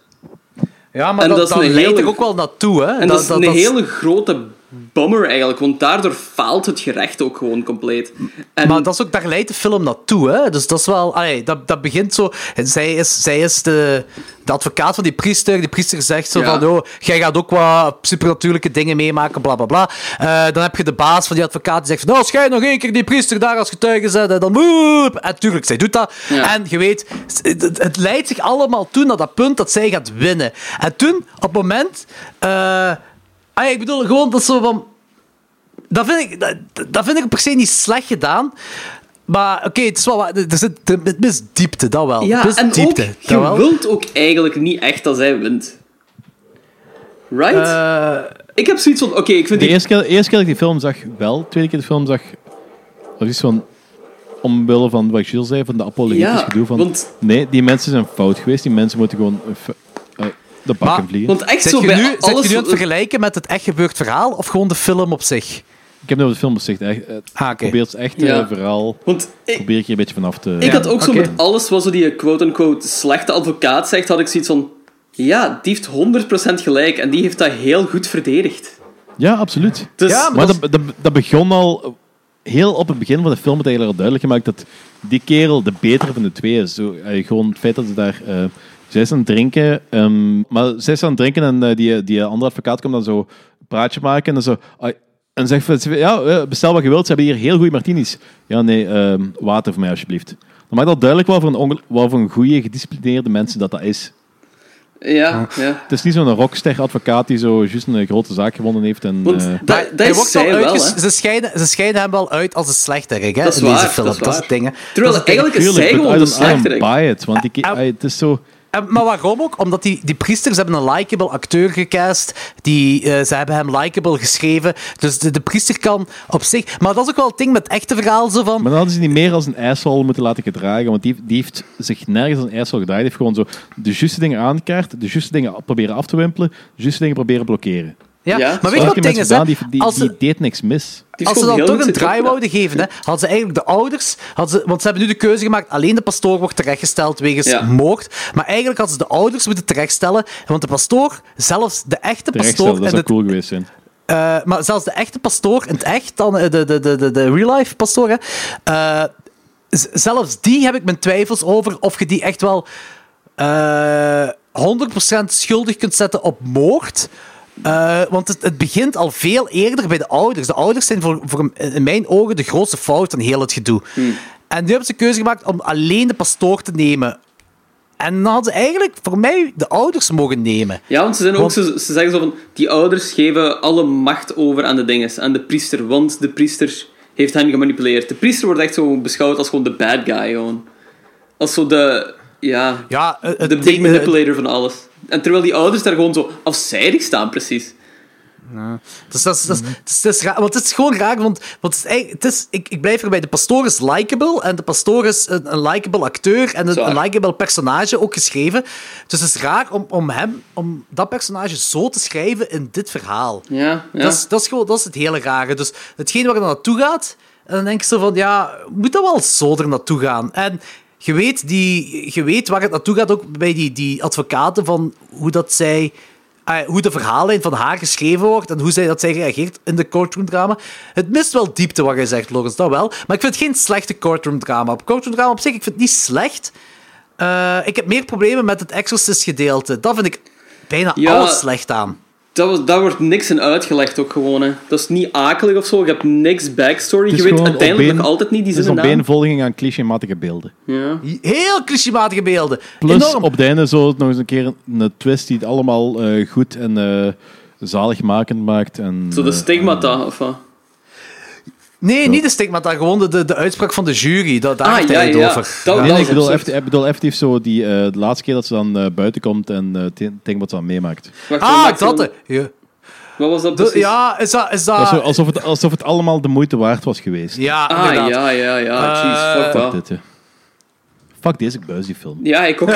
Ja, maar En dat, dat is dat een leidt hele- er ook wel naartoe, hè? En dat, is een hele grote bummer eigenlijk, want daardoor faalt het gerecht ook gewoon compleet. En Maar dat is ook, daar leidt de film naartoe, hè? Dus dat is wel... Allee, dat, dat begint zo... en Zij is, zij is de, de advocaat van die priester. Die priester zegt zo Ja. van... Oh, jij gaat ook wat supernatuurlijke dingen meemaken, bla, bla, bla. Eh, dan heb je de baas van die advocaat die zegt van... Nou, als jij nog één keer die priester daar als getuige zet, hè, dan... Woep! En tuurlijk, zij doet dat. Ja. En je weet, het, het- het leidt zich allemaal toe naar dat punt dat zij gaat winnen. En toen, op het moment... eh, ah, ik bedoel, gewoon dat zo van... Dat vind ik, dat, dat vind ik per se niet slecht gedaan. Maar oké, het is wel wat- er zit er- het mist diepte, dat wel. ja, het mist en diepte, ook, dat je wel. wilt ook eigenlijk niet echt dat zij wint. Right? Eh, ik heb zoiets van, oké, ik vind De die... eerste keer, eerste keer dat ik die film zag, wel. De tweede keer dat ik de film zag, was iets van... Omwille van wat Gilles zei, van de apologetisch Ja, gedoe. Van, want- Nee, die mensen zijn fout geweest. Die mensen moeten gewoon... een f- eh, De bakken Maar- vliegen. Want echt Zet zo je, bij nu, zet je alles... nu aan het vergelijken met het echt gebeurd verhaal of gewoon de film op zich? Ik heb nu over de film gezegd. Echt, eh, Ah, oké. Probeer het echt Ja. eh, verhaal. want ik, Probeer ik je een beetje vanaf te. ik had ook zo oké. met alles wat zo die eh, quote-unquote slechte advocaat zegt, had ik zoiets van... Ja, die heeft 100% gelijk en die heeft dat heel goed verdedigd. Ja, absoluut. Dus, Ja, Maar dat, dat, dat begon al heel op het begin van de film. Het eigenlijk al duidelijk gemaakt dat die kerel de betere van de twee is. Zo, eh, gewoon het feit dat ze daar. eh, zij is aan het drinken, ehm, maar zij is aan het drinken en eh, die, die andere advocaat komt dan zo een praatje maken en dan zo. ah, en zegt van, ja, eh, bestel wat je wilt, ze hebben hier heel goede martinis. Ja, nee, ehm, water voor mij alsjeblieft. Dan maakt dat duidelijk wat voor, een ongel- wat voor een goede, gedisciplineerde mensen dat dat is. ja, ja. Het is niet zo'n rockster-advocaat die zo juist een grote zaak gewonnen heeft. En, Want eh, dat, dat Hij is wordt wel zij wel, uitges- hè. ze, schijnen, ze schijnen hem wel uit als een slechterik hè, Dat is in deze waar, film. dat is Dat is het waar. ding. hè. Terwijl Dat is het ding. eigenlijk is zij Tuurlijk, gewoon but de I don't- I don't slechterik. buy it, want die, ki- Ah, ah, het is zo... En- maar waarom ook? Omdat die, die priesters hebben een likable acteur gecast. Die, eh, ze hebben hem likable geschreven. Dus de, de priester kan op zich... Maar dat is ook wel het ding met het echte verhaal. Zo van, Maar dan hadden ze die meer als een asshole moeten laten gedragen, want die, die heeft zich nergens als een asshole gedragen. Die heeft gewoon zo de juiste dingen aankaart, de juiste dingen proberen af te wimpelen, de juiste dingen proberen blokkeren. ja. Ja, maar Dat weet je heeft wat het die ding mensen is? gedaan, hè? die, die, Als die ze- deed niks mis. Die Als heeft ze gewoon dan toch heel een goed draai zitten- wouden geven, hè, hadden ze eigenlijk de ouders... Hadden ze, want ze hebben nu de keuze gemaakt, alleen de pastoor wordt terechtgesteld wegens Ja. moord. Maar eigenlijk hadden ze de ouders moeten terechtstellen, want de pastoor, zelfs de echte Terechtstellen, pastoor... dat en zou de, cool geweest zijn. eh, maar zelfs de echte pastoor, in het echt dan eh, de, de, de, de, de real-life pastoor, hè, eh, z- zelfs die heb ik mijn twijfels over of je die echt wel eh 100% schuldig kunt zetten op moord. Eh, want het, het begint al veel eerder bij de ouders. De ouders zijn voor, voor m- in mijn ogen de grootste fout in heel het gedoe. En nu hebben ze de keuze gemaakt om alleen de pastoor te nemen. En dan hadden ze eigenlijk voor mij de ouders mogen nemen. Ja, want ze, zijn ook, Want- zo- ze zeggen zo van... Die ouders geven alle macht over aan de dinges. Aan de priester. Want de priester heeft hen gemanipuleerd. De priester wordt echt zo beschouwd als gewoon de bad guy. Gewoon. Als zo de... Ja, Ja, eh, het de big ding- eh, manipulator van alles. En terwijl die ouders daar gewoon zo afzijdig staan, precies. Dus dat is, dat is, het is, het is raar, want het is gewoon raar, want, want het is, eigenlijk- het is, ik, ik blijf erbij, de pastoor is likable en de pastoor is een, een likable acteur en een, Zwaar. een likable personage ook geschreven. Dus het is raar om, om hem, om dat personage zo te schrijven in dit verhaal. Ja, ja. Dat, is, dat, is gewoon, dat is het hele rare. Dus hetgeen waar het naartoe gaat, en dan denk ik zo van, ja, moet dat wel zo er naartoe gaan? En je weet, die, je weet waar het naartoe gaat, ook bij die, die advocaten, van hoe dat zij... eh, hoe de verhaallijn van haar geschreven wordt en hoe zij, dat zij reageert in de courtroom drama. Het mist wel diepte wat je zegt, Lorenz, dat wel. Maar ik vind het geen slechte courtroom drama. Courtroom drama op zich, ik vind het niet slecht. Eh, ik heb meer problemen met het Exorcist gedeelte. Dat vind ik bijna Ja. alles slecht aan. Dat was, daar wordt niks in uitgelegd ook gewoon. Hè. Dat is niet akelig of zo. Je hebt niks backstory. Het Je is weet gewoon uiteindelijk opeen- nog altijd niet die Het is zin een naam. beenvolging aan clichématige beelden. Ja. Heel clichématige beelden. Plus Enorm. op het einde zo nog eens een keer een, een twist die het allemaal eh, goed en zalig zaligmakend maakt. En, Zo de eh, stigmata of wat. Nee, niet de stigma, maar gewoon de, de, de uitspraak van de jury. Dat, daar Ah, heeft ja, hij het ja. over. Dat- Nee, nee, is ik bedoel, absurd. effectief- ik bedoel effectief zo die, eh, de laatste keer dat ze dan eh, buiten komt en eh tegen tegen wat ze dan meemaakt. Wacht, wat ah, maakt dat. hij eh, Ja, dan- Wat was dat Dat- precies? ja is dat... Is dat, Dat is zo alsof, het, alsof het allemaal de moeite waard was geweest. Ah. ja, Ah, inderdaad. ja, ja, ja. Jeez, fuck dat. Fuck, dit, hè. Fuck deze buis, die film. Ja, ik ook.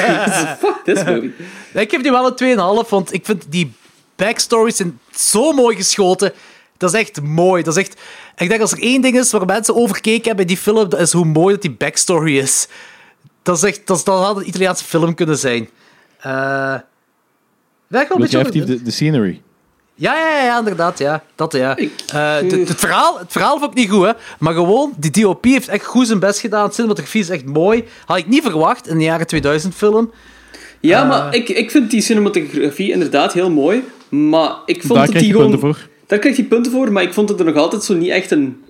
fuck this movie. Ik geef die wel een 2,5, want ik vind die backstories zijn zo mooi geschoten. Dat is echt mooi. Dat is echt... Ik denk als er één ding is waar mensen over gekeken hebben in die film, dat is hoe mooi dat die backstory is. Dat, is echt, dat, is- dat had een Italiaanse film kunnen zijn. Eh werk wel een Wil je beetje... effectief de, de scenery? Ja, ja, ja, ja, inderdaad, ja. Dat, ja. Ik- Eh, d- d- het, verhaal, het verhaal vond ik niet goed, hè. Maar gewoon, die DOP heeft echt goed zijn best gedaan. Cinematografie is echt mooi. Had ik niet verwacht in de jaren 2000 film. Ja, Eh. maar ik, ik vind die cinematografie inderdaad heel mooi. Maar ik vond Daar dat krijg die je gewoon... punten voor. Daar krijg je punten voor, maar ik vond dat er nog altijd zo niet echt een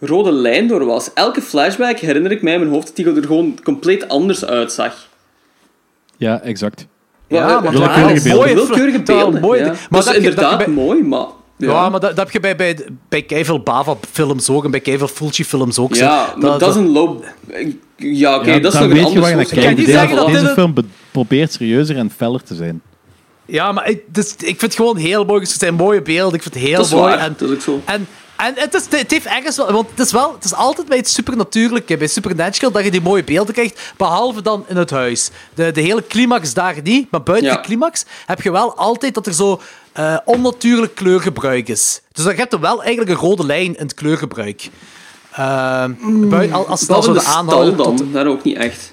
rode lijn door was. Elke flashback herinner ik mij in mijn hoofd dat die er gewoon compleet anders uitzag. Ja, exact. Wel- eh, maar wel- het waren wel- mooie- Willekeurige het waren beelden. mooie ja. dingen. Maar Maar dat dat je- is dat inderdaad je bij- mooi, maar... Ja, maar dat, dat heb je bij, bij, bij keiveel Bava-films ook en bij keiveel Fulci-films ook. zo. Ja, maar dat, is een low... Ja, oké, ja, dat is nog dan een weet je ander waar je naar soort... Ik kan kijkt. niet Deze, zeggen dat deze dit een- film be- probeert serieuzer en feller te zijn. ja maar ik, dus, ik vind het gewoon heel mooi. Het zijn mooie beelden, ik vind het heel Dat is mooi. waar, en, dat is ook zo. en En het, is, het heeft ergens wel... Want het is, wel, het is altijd bij het supernatuurlijke, bij Supernatural, dat je die mooie beelden krijgt, behalve dan in het huis. De, de hele climax daar niet, maar buiten Ja. de climax heb je wel altijd dat er zo eh, onnatuurlijk kleurgebruik is. Dus dan heb je wel eigenlijk een rode lijn in het kleurgebruik. Ehm, bui- al- als ze dan Dat zo in de de stal aanhouden tot- dan, daar ook niet echt.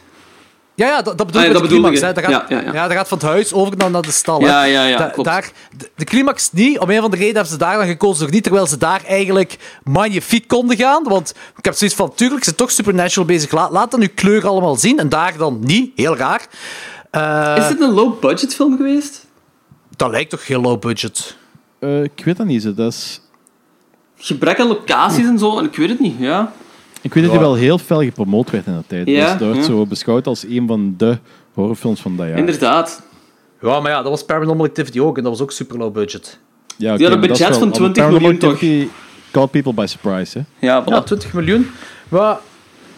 ja, ja, dat, dat bedoel Ah, ja, ik met dat de bedoel climax. ik, Hè. Dat ja. gaat, Ja, ja, ja. dat gaat van het huis over dan naar de stal. hè. Ja, ja, ja, Da- klopt. daar, de, de climax niet. Om een van de reden hebben ze daar dan gekozen door niet. Terwijl ze daar eigenlijk magnifiek konden gaan. Want ik heb zoiets van, tuurlijk, ze zijn toch Supernatural bezig. Laat, laat dan uw kleur allemaal zien. En daar dan niet. Heel raar. Eh, Is dit een low-budget film geweest? Dat lijkt toch heel low budget. Eh, ik weet dat niet. zo. Dat is, Gebrek aan locaties en zo, en ik weet het niet, ja. ik weet dat Ja. die wel heel fel gepromoot werd in dat tijd. Ja, dus dat wordt ja. zo beschouwd als een van de horrorfilms van dat jaar. Inderdaad. Ja, maar ja, dat was Paranormal Activity ook. En dat was ook super low budget. Ja, Die oké, hadden maar dat is budget wel- van maar 20 Paranormal miljoen, toch? Activity Caught people by surprise, hè? Ja, voilà. Ja, 20 miljoen. Maar,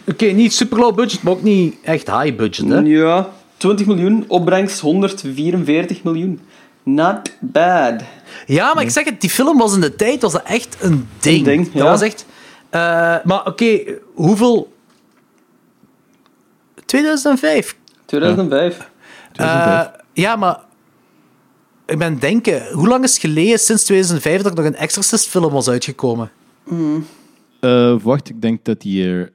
oké, niet super low budget, maar ook niet echt high budget, hè. Ja, 20 miljoen, opbrengst 144 miljoen. Not bad. Ja, maar ik zeg het, die film was in de tijd was dat echt een ding. Een ding, dat ja. was echt. eh, maar oké, hoeveel. 2005. 2005. Eh, ja, maar. Ik ben denken, hoe lang is het geleden sinds 2005 dat er nog een Exorcist-film was uitgekomen? Eh, wacht, ik denk dat hier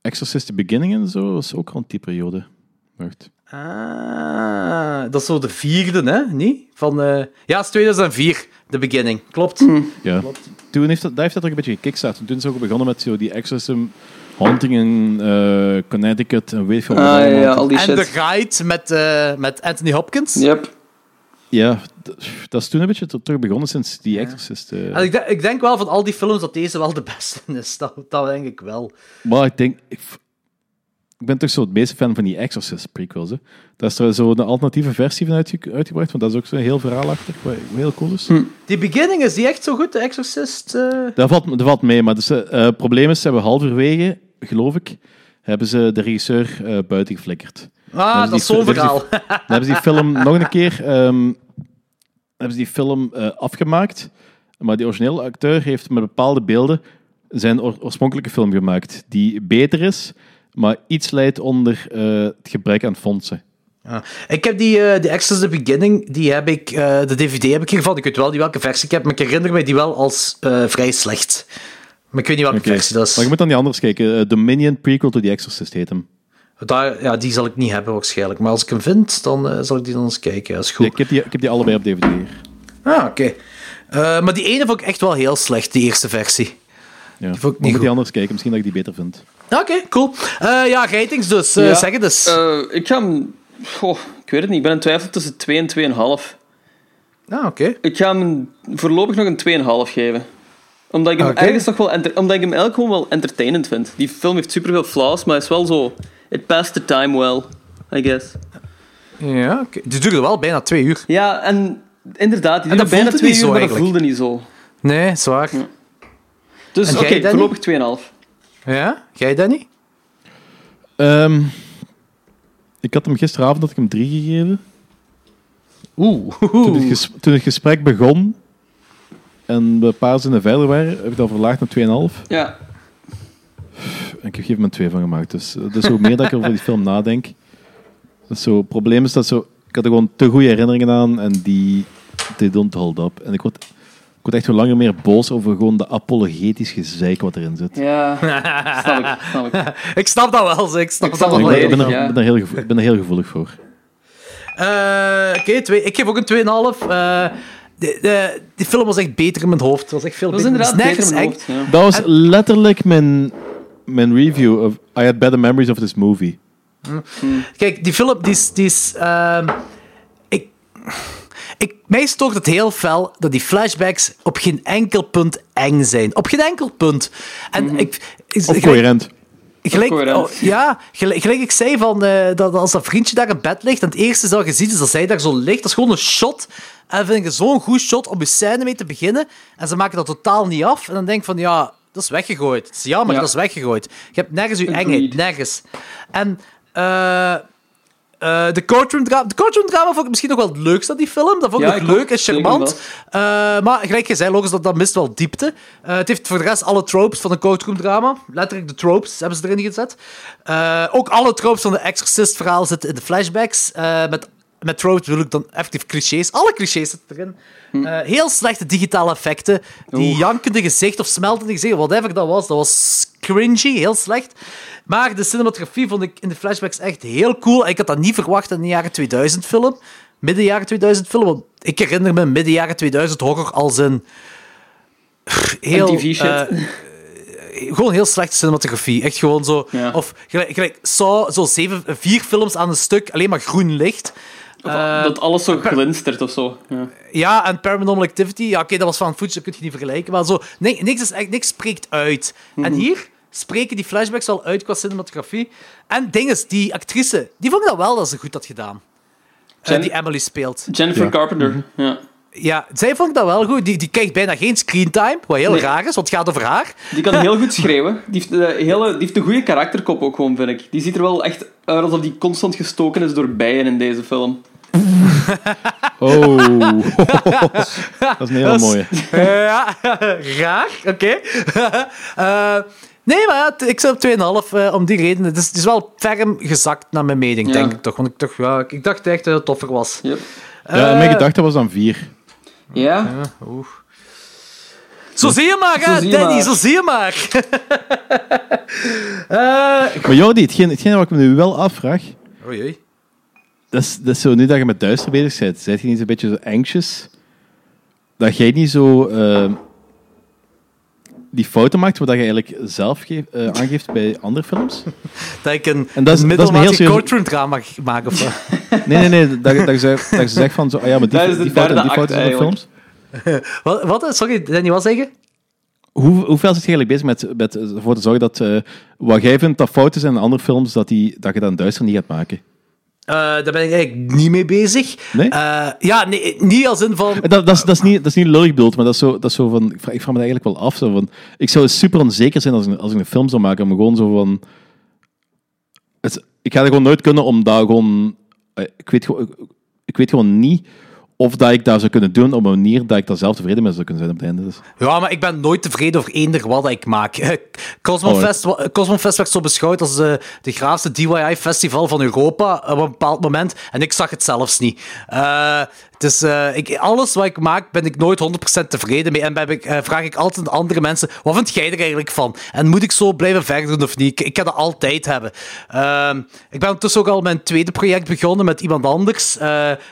Exorcist The Beginning en zo was ook rond die periode. Wacht. Ah, dat is zo de vierde, hè? Niet? Van, eh, ja, het is 2004, de beginning. Klopt. Hm, Ja. Toen heeft dat, dat heeft dat ook een beetje gekickstart. Toen is ook begonnen met zo die Exorcism Haunting in eh, Connecticut en weet ik veel wat Ah, ja, allemaal. ja, al die en The shit. Guide met, eh, met Anthony Hopkins. Yep. Ja, d- dat is toen een beetje ter- terug begonnen sinds die Exorcist. eh. En ik, de- ik denk wel van al die films dat deze wel de beste is. Dat, dat denk ik wel. Maar ik denk... Ik, f- ik ben toch zo het meeste fan van die Exorcist prequels. Hè. Daar is er zo een alternatieve versie van uitge- uitgebracht, want dat is ook zo'n heel verhaalachtig, wat heel cool is. Die beginning is die echt zo goed, de Exorcist. eh? Dat valt, dat valt mee, maar dus, eh, eh, het probleem is, ze hebben halverwege, geloof ik, hebben ze de regisseur eh buiten geflikkerd. Ah, hebben ze dat is die- zo'n hebben ze die- verhaal. Dan hebben ze die film nog een keer ehm, hebben ze die film eh, afgemaakt. Maar die originele acteur heeft met bepaalde beelden zijn oor- oorspronkelijke film gemaakt. Die beter is, maar iets leidt onder eh, het gebrek aan fondsen. Ja. Ik heb die, eh, die Exorcist The Beginning, die heb ik, eh, de DVD heb ik hiervan. Ik weet wel niet welke versie ik heb, maar ik herinner me die wel als eh, vrij slecht. Maar ik weet niet welke Oké. versie dat is. Maar je moet dan die anders kijken. Eh, Dominion prequel to The Exorcist heet hem. Daar, ja, die zal ik niet hebben waarschijnlijk. Maar als ik hem vind, dan eh, zal ik die dan eens kijken. Dat is goed. Ik heb, die, ik heb die allebei op DVD hier. Ah, oké. Eh, maar die ene vond ik echt wel heel slecht, die eerste versie. Ja. vond ik niet Maar moet goed. die anders kijken. Misschien dat ik die beter vind. Oké, cool. Eh, ja, ratings dus. Eh, Ja. Zeg het eens. Eh, ik ga hem... Goh, ik weet het niet. Ik ben in twijfel tussen 2 en 2,5. ah, oké. Ik ga hem voorlopig nog een 2,5 geven. Omdat ik hem Ah, Oké. ergens nog wel... enter- Omdat ik hem eigenlijk gewoon wel entertainend vind. Die film heeft superveel flaws, maar is wel zo... It passed the time well, I guess. Ja, oké. Die duurde wel bijna twee uur. Ja, en inderdaad. Die En dat duurde bijna voelde twee niet uur, zo maar dat eigenlijk. voelde niet zo. Nee, zwaar. Dus En oké, jij, Danny? voorlopig 2,5. Ja? Jij, Danny? Ehm, ik had hem gisteravond had ik hem drie gegeven. Oeh. Toen het, ges- toen het gesprek begon en we een paar zinnen verder waren, heb ik dat verlaagd naar 2,5. Ja, En ik heb er moment twee van gemaakt. Dus eh, dat is hoe meer dat ik over die film nadenk. Dat is zo, het probleem is dat zo, ik had er gewoon te goede herinneringen aan en die they don't hold up. En ik word, ik word echt hoe langer meer boos over gewoon de apologetisch gezeik wat erin zit. ja. snap ik, snap ik. Ik snap dat wel, zeg. ik snap Ik dat snap wel. ik, ben, ik ben er, ja. ben er heel gevo- ik ben er heel gevoelig voor. Eh, Oké, twee. ik geef ook een 2,5. Eh, de, de, die film was echt beter in mijn hoofd. Het was echt veel Dat is beter. inderdaad Het beter nergens in mijn eng. hoofd. Ja. Dat was letterlijk mijn, mijn review. Of, I had better memories of this movie. Kijk, die film, die is... Die is ehm, ik, ik, mij stoort het heel fel dat die flashbacks op geen enkel punt eng zijn. Op geen enkel punt. En Mhm. ik... ik- Of ik- coherent. Gelijk, Coherent. oh, ja, gelijk, gelijk ik zei van, eh, dat als dat vriendje daar in bed ligt, en het eerste dat je ziet is dat zij daar zo ligt. Dat is gewoon een shot. En vind ik zo'n goed shot om je scène mee te beginnen. En ze maken dat totaal niet af. En dan denk ik van, ja, dat is weggegooid. Het is jammer, Ja. dat is weggegooid. Je hebt nergens je Agreed. engheid, nergens. En eh, eh, de courtroom drama. De courtroom drama vond ik misschien nog wel het leukst aan die film. Dat vond ik Ja, nog ik leuk ook. en Zeker charmant. dat. Eh, maar gelijk je zei, logisch, dat, dat mist wel diepte. Eh, het heeft voor de rest alle tropes van een courtroom drama. Letterlijk de tropes hebben ze erin gezet. Eh, ook alle tropes van de Exorcist verhaal zitten in de flashbacks. Eh, met, met tropes bedoel ik dan effectief clichés. Alle clichés zitten erin. Hm. Eh, heel slechte digitale effecten. Die jankende gezicht of smeltende gezicht, whatever dat was. Dat was cringy, heel slecht. Maar de cinematografie vond ik in de flashbacks echt heel cool. Ik had dat niet verwacht in de jaren 2000 film. Midden jaren 2000 film. Want ik herinner me midden jaren 2000 horror als een... Heel, MTV shit. eh, gewoon heel slechte cinematografie. Echt gewoon zo. Ja. Of gelijk, gelijk Saw, zo zeven, vier films aan een stuk, alleen maar groen licht. Eh, dat alles zo glinstert of zo. Ja. ja, en Paranormal Activity, ja, oké, dat was van footage, dat kun je niet vergelijken. Maar zo, ni- niks, is echt, niks spreekt uit. Mhm. En hier spreken die flashbacks wel uit qua cinematografie. En ding is, die actrice, die vond ik dat wel dat ze goed had gedaan. Eh, Jen- die Emily speelt. Jennifer Ja. Mhm. Carpenter. Ja. Ja, zij vond ik dat wel goed. Die, die krijgt bijna geen screentime, wat heel Nee. raar is, want het gaat over haar. Die kan heel goed schreeuwen. Die heeft, eh, hele, die heeft een goede karakterkop ook gewoon, vind ik. Die ziet er wel echt uit alsof die constant gestoken is door bijen in deze film. Oh. dat is een hele Dat is- mooie. Eh, ja, raar, oké. Eh, nee, maar ja, t- ik zit op 2,5 eh, om die reden. Het is, het is wel ferm gezakt naar mijn mening, Ja. denk ik toch. Want ik, toch, ja, ik- ik dacht echt dat het toffer was. Yep. ja, mijn Eh, gedachte was dan vier. Ja, Zo zie je maar, hè, Zo zie je Danny, maar. zo zie je maar. Eh Maar Jordi, hetgeen, hetgeen wat ik me nu wel afvraag, oei, oei. dat is, dat is zo nu dat je met duister bezig bent, zijt je niet een beetje zo anxious? Dat jij niet zo eh, die fouten maakt, wat dat je eigenlijk zelf geeft, eh, aangeeft bij andere films? Dat ik een En dat is- dat is me heel middelmatig serieus- courtroom drama g- maak. Of, wat. Nee, nee, nee, dat, dat, je, zegt- dat je zegt van zo, ah ja, maar die, Dat is de die fouten en derde die fouten act zijn de films. wat, wat? Sorry, Danny, wat zeggen? Hoe, hoeveel zit je eigenlijk bezig met, met eh, ervoor te zorgen dat eh, wat jij vindt dat fouten zijn in andere films, dat, die, dat je dat in duister niet gaat maken? Eh, daar ben ik eigenlijk niet mee bezig. Nee? Eh, ja, nee, niet als in van... En Dat, dat, is, dat, is niet, dat is niet lullig bedoeld, maar dat is zo, dat is zo van... Ik vraag, ik vraag me dat eigenlijk wel af. Zo van, ik zou super onzeker zijn als ik, als ik een film zou maken, maar gewoon zo van... Het, ik ga dat gewoon nooit kunnen, omdat gewoon... eh, Ik weet, gewoon- ik- ik weet gewoon niet of dat ik dat zou kunnen doen op een manier dat ik daar zelf tevreden mee zou kunnen zijn op het einde. Dus, Ja, maar ik ben nooit tevreden over eender wat ik maak. Cosmofest, wa- Cosmofest werd zo beschouwd als de, de graafste DIY-festival van Europa op een bepaald moment. En ik zag het zelfs niet. Eh, dus eh, ik, alles wat ik maak, ben ik nooit 100% tevreden mee. En ben ik, eh, vraag ik altijd aan andere mensen, wat vind jij er eigenlijk van? En moet ik zo blijven verder doen of niet? Ik, ik ga dat altijd hebben. Ehm, ik ben ondertussen ook al mijn tweede project begonnen met iemand anders, eh,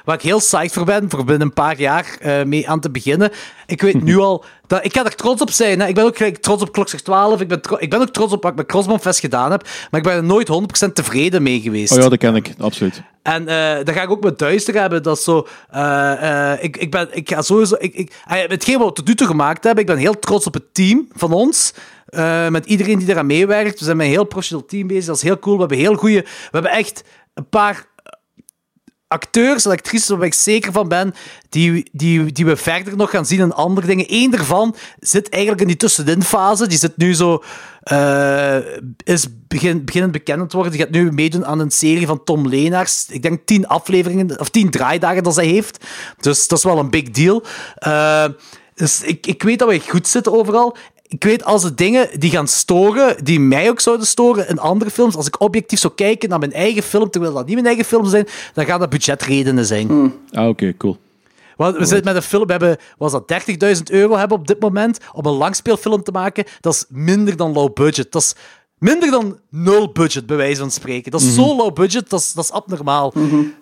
waar ik heel psyched voor ben, voor binnen een paar jaar eh, mee aan te beginnen. Ik weet nu al, dat, ik ga er trots op zijn. Hè. Ik ben ook gelijk trots op Klokzicht 12, ik ben, tro- ik ben ook trots op wat ik met Crossbomfest gedaan heb, maar ik ben er nooit 100% tevreden mee geweest. oh ja, dat ken ik, absoluut. En eh dat ga ik ook met duister hebben. Dat is zo. eh, eh, ik, ik, ben, ik ga sowieso. Ik, ik, eh, hetgeen wat we tot nu toe gemaakt hebben, ik ben heel trots op het team van ons. Eh, met iedereen die eraan meewerkt. We zijn met een heel professioneel team bezig. Dat is heel cool. We hebben heel goede. We hebben echt een paar acteurs en actrices waar ik zeker van ben, die, die, die we verder nog gaan zien in andere dingen. Eén daarvan zit eigenlijk in die tusseninfase. Die zit nu zo... eh, is begin, beginnend bekend te worden. Die gaat nu meedoen aan een serie van Tom Leenaars. Ik denk tien afleveringen, of tien draaidagen dat zij heeft. Dus dat is wel een big deal. Eh, dus ik, ik weet dat wij goed zitten overal. Ik weet als de dingen die gaan storen, die mij ook zouden storen in andere films, als ik objectief zou kijken naar mijn eigen film, terwijl dat niet mijn eigen film zijn, dan gaan dat budgetredenen zijn. Ah, oké, cool. Want we zitten met een film, we hebben, was dat 30.000 euro hebben op dit moment, om een langspeelfilm te maken, dat is minder dan low budget. Dat is minder dan nul budget, bij wijze van spreken. Mhm. Dat is zo low budget, dat is, dat is abnormaal.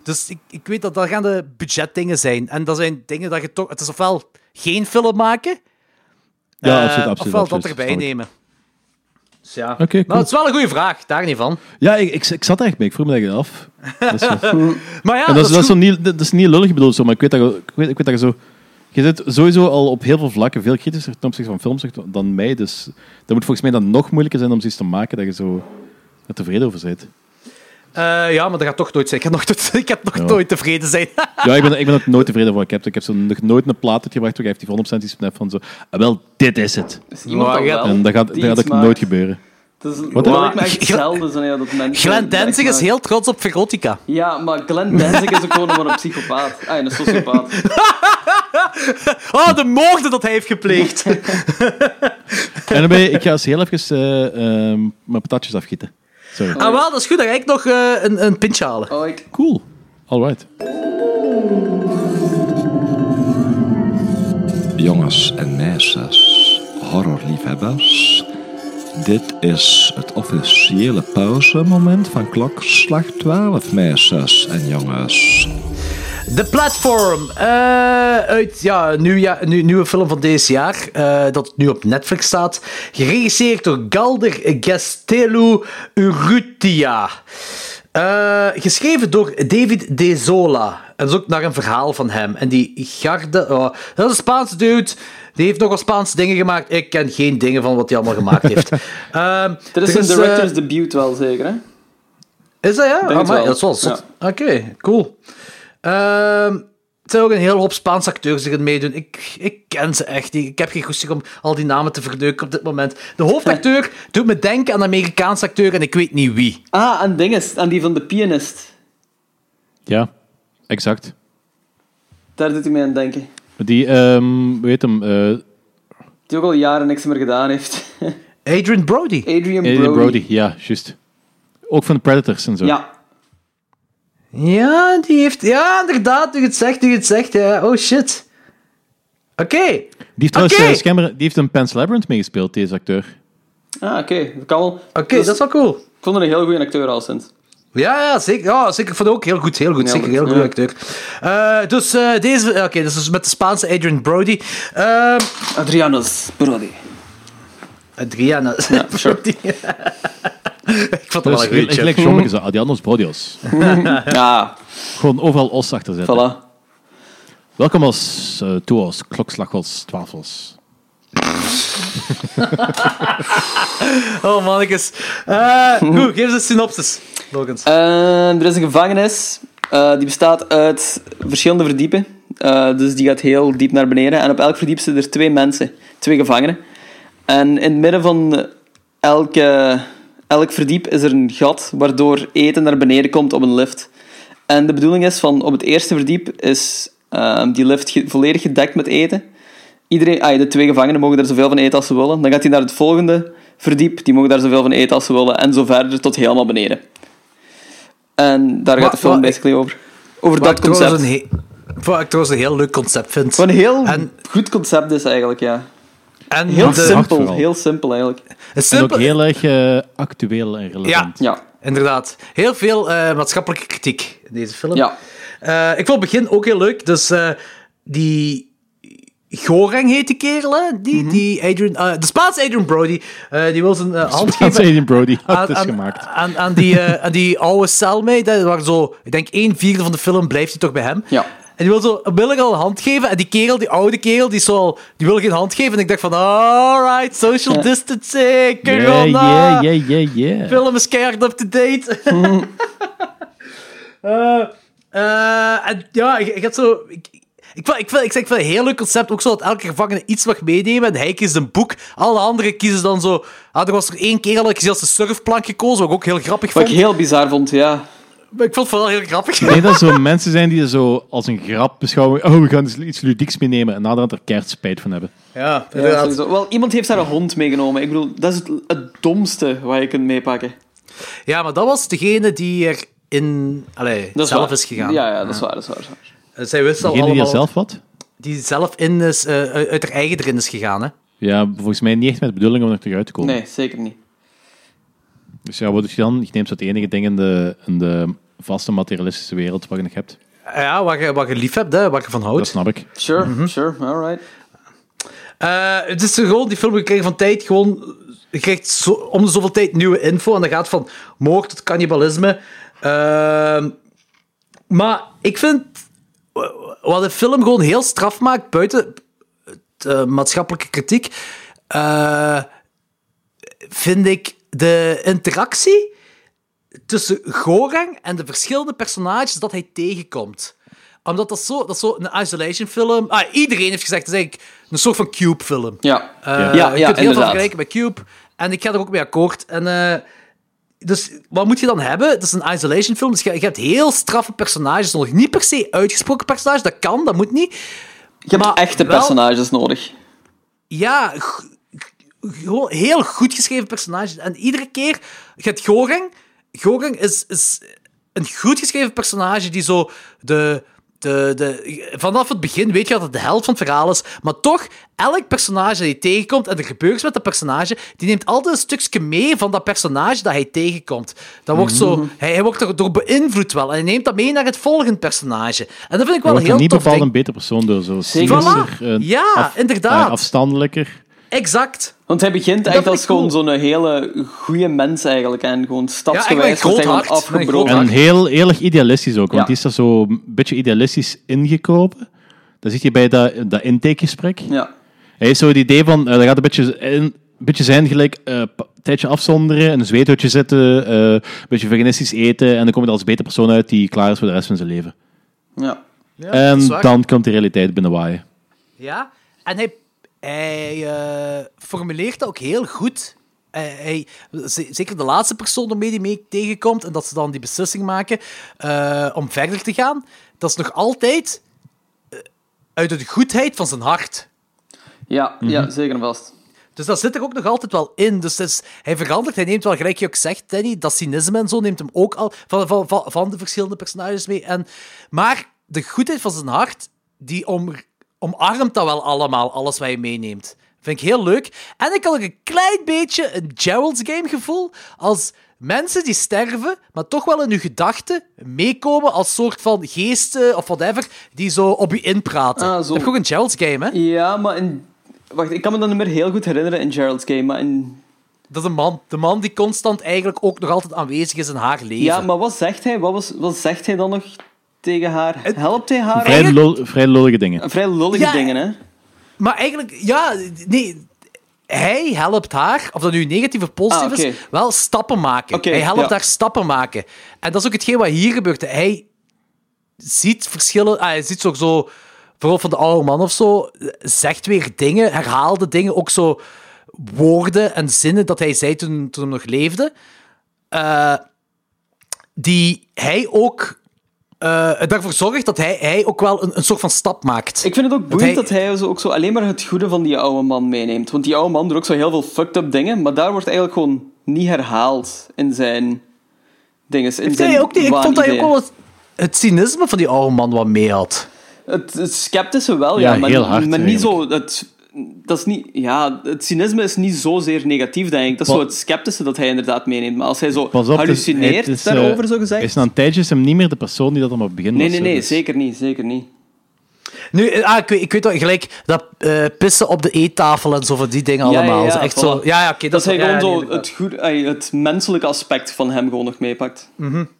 Dus ik, ik weet dat dat gaan de budgetdingen zijn. En dat zijn dingen dat je toch... Het is ofwel geen film maken, Ja, eh, absoluut, absoluut. ofwel absoluut, dat erbij snap ik. nemen. Dus ja. Oké, cool. Nou, het is wel een goede vraag, daar niet van. Ja, ik, ik, ik zat er echt mee. Ik vroeg me dat eigenlijk af. Dat is zo. Maar ja, En Ah, dat, is, dat, is goed. zo niet, dat is niet lullig bedoeld, zo, maar ik weet, dat, je- ik, weet, ik weet dat je zo... Je zit sowieso al op heel veel vlakken veel kritischer ten opzichte van films dan mij, dus dat moet volgens mij dan nog moeilijker zijn om zoiets te maken dat je zo er tevreden over bent. Eh, ja, maar dat gaat toch nooit zijn. Ik, ga nog tot- ik heb nog Ja. nooit tevreden zijn. Ja, ik ben, ik ben ook nooit tevreden over wat ik heb. Ik heb zo nog nooit een plaat uitgebracht waar ik die 100% iets van heb van zo, ah, wel, dit is het. is iemand Maar dan je wel. hebt- En dat gaat, dat Die gaat iets ook maakt. nooit gebeuren. Dat is Wat? dat lijkt me echt Gl- hetzelfde wanneer dat mensen... Glenn Danzig echt is maar- heel trots op Verotica. Ja, maar Glenn Danzig is ook gewoon maar een psychopaat. Ah, en een sociopaat. Oh, de moorden dat hij heeft gepleegd. En dan ben je- ik ga eens heel even eh, ehm, mijn patatjes afgieten. Sorry. Ah, wel, dat is goed. Dan ga ik nog eh, een, een pintje halen. Oh, ik... Cool. Alright. Jongens en meisjes, horrorliefhebbers. Dit is het officiële pauzemoment van klokslag 12, meisjes en jongens. The Platform. eh, uit ja, nieuw ja- nieuw- nieuwe film van deze jaar. eh, dat nu op Netflix staat. Geregisseerd door Galder Gestelu Urrutia. Eh, geschreven door David De Zola. En dat is ook naar een verhaal van hem. En die Garde... oh, dat is een Spaanse dude. Die heeft nogal Spaanse dingen gemaakt. Ik ken geen dingen van wat hij allemaal gemaakt heeft. Ehm, Dit is er een eh, director's debut wel, zeker, hè? is dat ja? Denk het Amai, wel. dat is wel zot. Oké, cool. Ehm, er zijn ook een hele hoop Spaanse acteurs die gaan meedoen. Ik, ik ken ze echt niet. Ik heb geen goesting om al die namen te verdeuken op dit moment. De hoofdacteur doet me denken aan een Amerikaanse acteur en ik weet niet wie. Ah, aan dinges. Aan die van de pianist. Ja, exact. Daar doet hij mij aan denken. Die, ehm weet hem, eh, Die ook al jaren niks meer gedaan heeft. Adrian Brody. Adrian Brody. Adrian Brody. Ja, juist. Ook van de Predators en zo. Ja. Ja, die heeft... Ja, inderdaad. Nu je het zegt, nu je het zegt. Ja. Oh, shit. Oké. Die heeft trouwens Oké. eh, Scammer- die heeft een Pens Labyrinth meegespeeld, deze acteur. Ah, oké. Dat kan wel. Oké, Dus- dat is wel cool. Ik vond er een heel goede acteur al sinds. Ja, ja, zeker. Ja, zeker. Ik vond het ook heel goed. Heel goed. Ja, zeker. maar- Heel goed ja. acteur. Eh, dus eh, deze... Oké, dus dat is met de Spaanse Adrian Brody. Ehm eh, Adrianus Brody. Adriana. sure. ik nou, vond het wel Dat is een goeie gelijk chip. gelijk sommigen zo, ah, Adianos Brodios. Ja, Gewoon overal os achter zetten. voilà. Welkom als eh Toos, Klokslagos, Twafels. Oh, mannetjes. Eh, goed, geef ze een synopsis. Logans. Eh, En er is een gevangenis. eh, die bestaat uit verschillende verdiepen. Eh, dus die gaat heel diep naar beneden. En op elk verdiep zitten er twee mensen. Twee gevangenen. En in het midden van elke, elk verdiep is er een gat waardoor eten naar beneden komt op een lift. En de bedoeling is van op het eerste verdiep is ehm, die lift ge- volledig gedekt met eten. Iedereen, ah, de twee gevangenen mogen daar zoveel van eten als ze willen. Dan gaat hij naar het volgende verdiep. Die mogen daar zoveel van eten als ze willen. En zo verder tot helemaal beneden. En daar gaat Wa- de film wa- basically over. Over Wat dat ik trouwens concept. een he- Wat ik trouwens een heel leuk concept vind. Wat een heel En- goed concept is eigenlijk, ja. en Heel de- hard simpel, vooral. heel simpel eigenlijk. een En ook simpel- heel erg eh, actueel en relevant. Ja, Inderdaad. Heel veel eh, maatschappelijke kritiek in deze film. ja. Eh, ik vond het begin ook heel leuk. Dus eh, die Goreng heet die kerel, hè? Die, Mhm. die Adrian, eh, de Spaanse Adrian Brody, eh, die wil zijn eh, hand Dat is geven Adrian Brody, dat aan, is aan- gemaakt. aan- aan die, eh, aan die oude cellmate, waar zo, ik denk één vierde van de film blijft hij toch bij hem. Ja. En die wil zo onmiddellijk al een hand geven. En die kerel, die oude kerel, die, is zo al, die wil geen hand geven. En ik dacht van, alright, social distancing, corona. Yeah, yeah, yeah, yeah, yeah. Film is keihard up to date. Eh, eh, en ja, ik, ik had zo. Ik, ik, vond- ik, vind- ik, zeg, ik vind het een heel leuk concept. Ook zo dat elke gevangene iets mag meenemen. En hij kiest een boek. Alle anderen kiezen dan zo. Ah, er was er één kerel dat ik als een surfplank gekozen. Wat ik ook heel grappig Wat vond. ik heel bizar vond, ja. Maar ik vond het vooral heel grappig. Nee, dat zo mensen zijn die zo als een grap beschouwen. Oh, we gaan dus iets ludieks meenemen. En naderhand er keihard spijt van hebben. Ja, Ja, sowieso. Wel, iemand heeft daar een hond meegenomen. Ik bedoel, dat is het, het domste wat je kunt meepakken. Ja, maar dat was degene die er in. Allee, Dat zelf waar. is gegaan. Ja, ja, dat is waar, dat is waar. dat is waar. Eh, Zij wist al Degene die allemaal. er zelf wat? die zelf in is, eh, uit haar eigen erin is gegaan. Hè? Ja, volgens mij niet echt met de bedoeling om er terug uit te komen. Nee, zeker niet. Dus ja, wat doe je dan? Je neemt zo het enige ding in de, in de vaste materialistische wereld wat je nog hebt. Eh, Ja, waar je, waar je lief hebt, hè, waar je van houdt. Dat snap ik. Sure, Mhm. sure, alright. Eh, het is gewoon, die film, je krijgt van tijd gewoon... Je krijgt zo, om de zoveel tijd nieuwe info. En dat gaat van moord tot cannibalisme. Ehm, maar ik vind... eh, Wat de film gewoon heel straf maakt, buiten eh, maatschappelijke kritiek... eh, vind ik de interactie tussen Gorang en de verschillende personages dat hij tegenkomt. Omdat dat zo, dat is zo een isolation film. Ah, iedereen heeft gezegd, dat is eigenlijk een soort van Cube film. Ja, Eh, ja, je kunt heel veel inderdaad. vergelijken met Cube. En ik ga er ook mee akkoord. En, eh, dus wat moet je dan hebben? Het is een isolation film, dus je, je hebt heel straffe personages nodig. Niet per se uitgesproken personages, dat kan, dat moet niet. Je hebt Maar echte wel- personages nodig. Ja, g- g- gewoon heel goed geschreven personages. En iedere keer gaat Goreng. Goreng is, is een goed geschreven personage die zo de. De, de, vanaf het begin weet je dat het de helft van het verhaal is, maar toch, elk personage dat je tegenkomt en er gebeurt iets met dat personage, die neemt altijd een stukje mee van dat personage dat hij tegenkomt. Dat wordt Mhm. zo, hij, hij wordt daardoor beïnvloed wel en hij neemt dat mee naar het volgende personage. En dat vind ik wel Je wordt heel er niet tof. bepaald ding. een beter persoon door. Zo Zeker. cynischer, Voilà. en Ja, inderdaad. eh, afstandelijker. Exact. Want hij begint Dat echt vind als ik gewoon cool. zo'n hele goede mens eigenlijk. En gewoon stapsgewijs eigenlijk wordt hij gewoon groot hart. afgebroken. Groot En heel, heel erg idealistisch ook, want Ja. die is daar zo een beetje idealistisch ingekropen. Dan zit je bij dat, dat intakegesprek. Ja. Hij heeft zo het idee van, eh, dat gaat een beetje, een beetje zijn gelijk eh, pa- een tijdje afzonderen, in een zweethoutje zitten, eh, een beetje veganistisch eten, en dan kom je er als beter persoon uit die klaar is voor de rest van zijn leven. ja. en is waar. dan komt de realiteit binnenwaaien. Ja, en hij, hij eh, formuleert dat ook heel goed. Eh, hij, z- zeker de laatste persoon waarmee hij mee tegenkomt en dat ze dan die beslissing maken eh, om verder te gaan, dat is nog altijd eh, uit de goedheid van zijn hart. Ja, Mhm. ja, zeker en vast. Dus dat zit er ook nog altijd wel in. Dus het is- hij verandert, hij neemt wel, gelijk je ook zegt, Danny, dat cynisme en zo neemt hem ook al van, van, van, van de verschillende personages mee. En, maar de goedheid van zijn hart, die om, omarmt dat wel allemaal, alles wat hij meeneemt. Vind ik heel leuk. En ik had ook een klein beetje een Gerald's Game gevoel, als mensen die sterven, maar toch wel in hun gedachten meekomen als soort van geesten of whatever, die zo op u inpraten. Ah, zo. Dat heb je ook een Gerald's Game, hè? Ja, maar in... Wacht, ik kan me dat niet meer heel goed herinneren in Gerald's Game, maar in... Dat is een man. De man die constant eigenlijk ook nog altijd aanwezig is in haar leven. Ja, maar wat zegt hij? Wat, was, wat zegt hij dan nog tegen haar? Helpt hij haar? Vrij, lol, vrij lollige dingen. Vrij lollige Ja. dingen, hè? Maar eigenlijk, ja, nee. Hij helpt haar, of dat nu negatief of positief Ah, oké. is, wel stappen maken. Oké, hij helpt ja. haar stappen maken. En dat is ook hetgeen wat hier gebeurt. Hij ziet verschillen. Ah, hij ziet zo, zo, vooral van de oude man of zo, zegt weer dingen, herhaalde dingen, ook zo woorden en zinnen dat hij zei toen, toen hij nog leefde. eh, die hij ook eh, ervoor zorgt dat hij, hij ook wel een, een soort van stap maakt. Ik vind het ook boeiend hij- dat hij zo, ook zo alleen maar het goede van die oude man meeneemt. Want die oude man doet ook zo heel veel fucked up dingen, maar daar wordt eigenlijk gewoon niet herhaald in zijn dinges. In zijn Nee, ook niet. Ik vond dat je ook waanideeën. wel het, het cynisme van die oude man wat mee had. Het, het sceptische wel, ja, Ja, maar, heel hard, maar niet zo... Het, dat is niet, ja, het cynisme is niet zozeer negatief, denk ik. Dat is Pas- zo het sceptische dat hij inderdaad meeneemt. Maar als hij zo Pas op, het is- hallucineert het is, eh, daarover, zo gezegd... Is na een tijdje is hem niet meer de persoon die dat hem op het begin nee, was. nee, hè, nee, dus- zeker niet, zeker niet. Nu, eh, ah, ik, weet, ik weet wel gelijk dat eh, pissen op de eettafel en zo van die dingen Ja, allemaal. ja, ja, Zo echt voilà. zo, ja, ja, oké. Dat, is hij wel- ja, gewoon nee, zo het, goed, eh, het menselijke aspect van hem gewoon nog meepakt.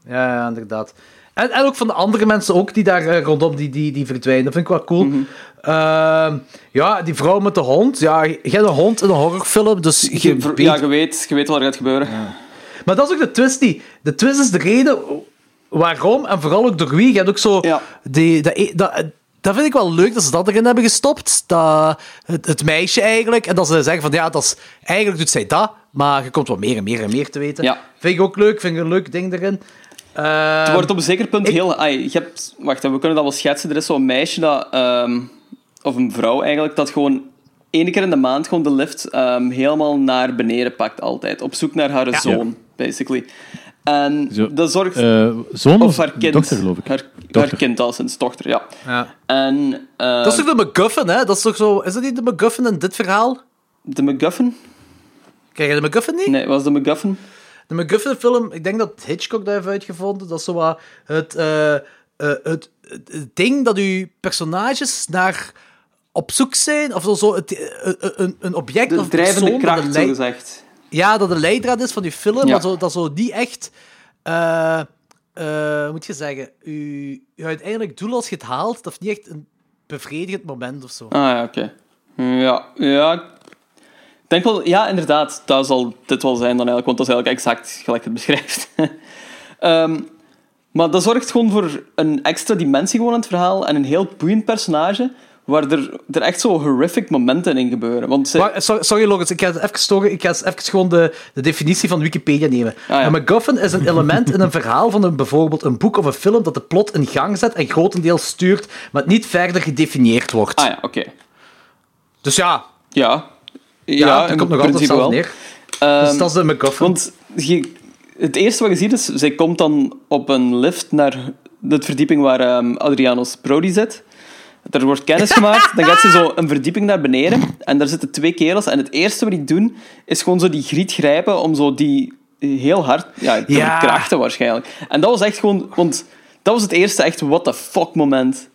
Ja, ja, inderdaad. En, en ook van de andere mensen ook die daar eh, rondom die, die, die verdwijnen. Dat vind ik wel cool. Mhm. Ehm, ja, die vrouw met de hond. Ja, je hebt een hond in een horrorfilm, dus je, Je, weet- ja, je weet, je weet wat er gaat gebeuren. Maar dat is ook de twist niet. De twist is de reden waarom en vooral ook door wie. Je hebt ook zo... Ja. Die, dat, e- dat, dat vind ik wel leuk dat ze dat erin hebben gestopt. Dat, het, het meisje eigenlijk. En dat ze zeggen van ja, dat is, eigenlijk doet zij dat. Maar je komt wel meer en meer en meer te weten. Ja. Vind ik ook leuk. Vind ik een leuk ding erin. Ehm, Het wordt op een zeker punt ik- heel... ai, je hebt, wacht, hè, we kunnen dat wel schetsen. Er is zo'n meisje dat... ehm, of een vrouw eigenlijk, dat gewoon één keer in de maand gewoon de lift ehm, helemaal naar beneden pakt altijd. Op zoek naar haar zoon, basically. En Zo, dat zorgt... Eh, zoon of of, haar kind. dochter, geloof ik. Haar, haar Dochter. kind al sinds dochter, ja. ja. En ehm, Dat is toch de MacGuffin, hè? Dat is toch zo... Is dat niet de MacGuffin in dit verhaal? de MacGuffin? Krijg je de MacGuffin niet? Nee, was de MacGuffin? De MacGuffin-film, ik denk dat Hitchcock dat heeft uitgevonden. Dat is zo wat het, eh, eh, het, het, het ding dat uw personages naar op zoek zijn. Of zo, zo het, eh, eh, een, een object De of drijvende persoon dat een kracht, zo lei- gezegd. ja, dat de leidraad is van die film. Ja. maar zo, dat zo niet echt... eh, eh, hoe moet je zeggen? Uw, uw uiteindelijk doel als je het haalt, dat is niet echt een bevredigend moment of zo. Ah ja, oké. Ja, ja. Ik denk wel, ja, inderdaad, dat zal dit wel zijn dan eigenlijk, want dat is eigenlijk exact gelijk het beschrijft. Ehm, maar dat zorgt gewoon voor een extra dimensie gewoon aan het verhaal en een heel boeiend personage. waar er, er echt zo horrific momenten in gebeuren. Want ze, Wa- Sorry, sorry Logans, ik ga het even storen. Ik ga eens even gewoon de, de definitie van Wikipedia nemen. Ah, ja. Een MacGuffin is een element in een verhaal van een, bijvoorbeeld een boek of een film dat de plot in gang zet en grotendeels stuurt, maar niet verder gedefinieerd wordt. ah ja, oké. Dus ja, Ja. ja, Ja, dat in komt nog altijd principe zelf wel. neer. Ehm, dus dat is een MacGuffin. Want je- het eerste wat je ziet is, zij komt dan op een lift naar de verdieping waar ehm, Adriano's Brody zit. Er wordt kennis gemaakt, dan gaat ze zo een verdieping naar beneden en daar zitten twee kerels. En het eerste wat die doen, is gewoon zo die griet grijpen om zo die heel hard ja, te Ja. krachten waarschijnlijk. En dat was echt gewoon, want dat was het eerste echt what the fuck moment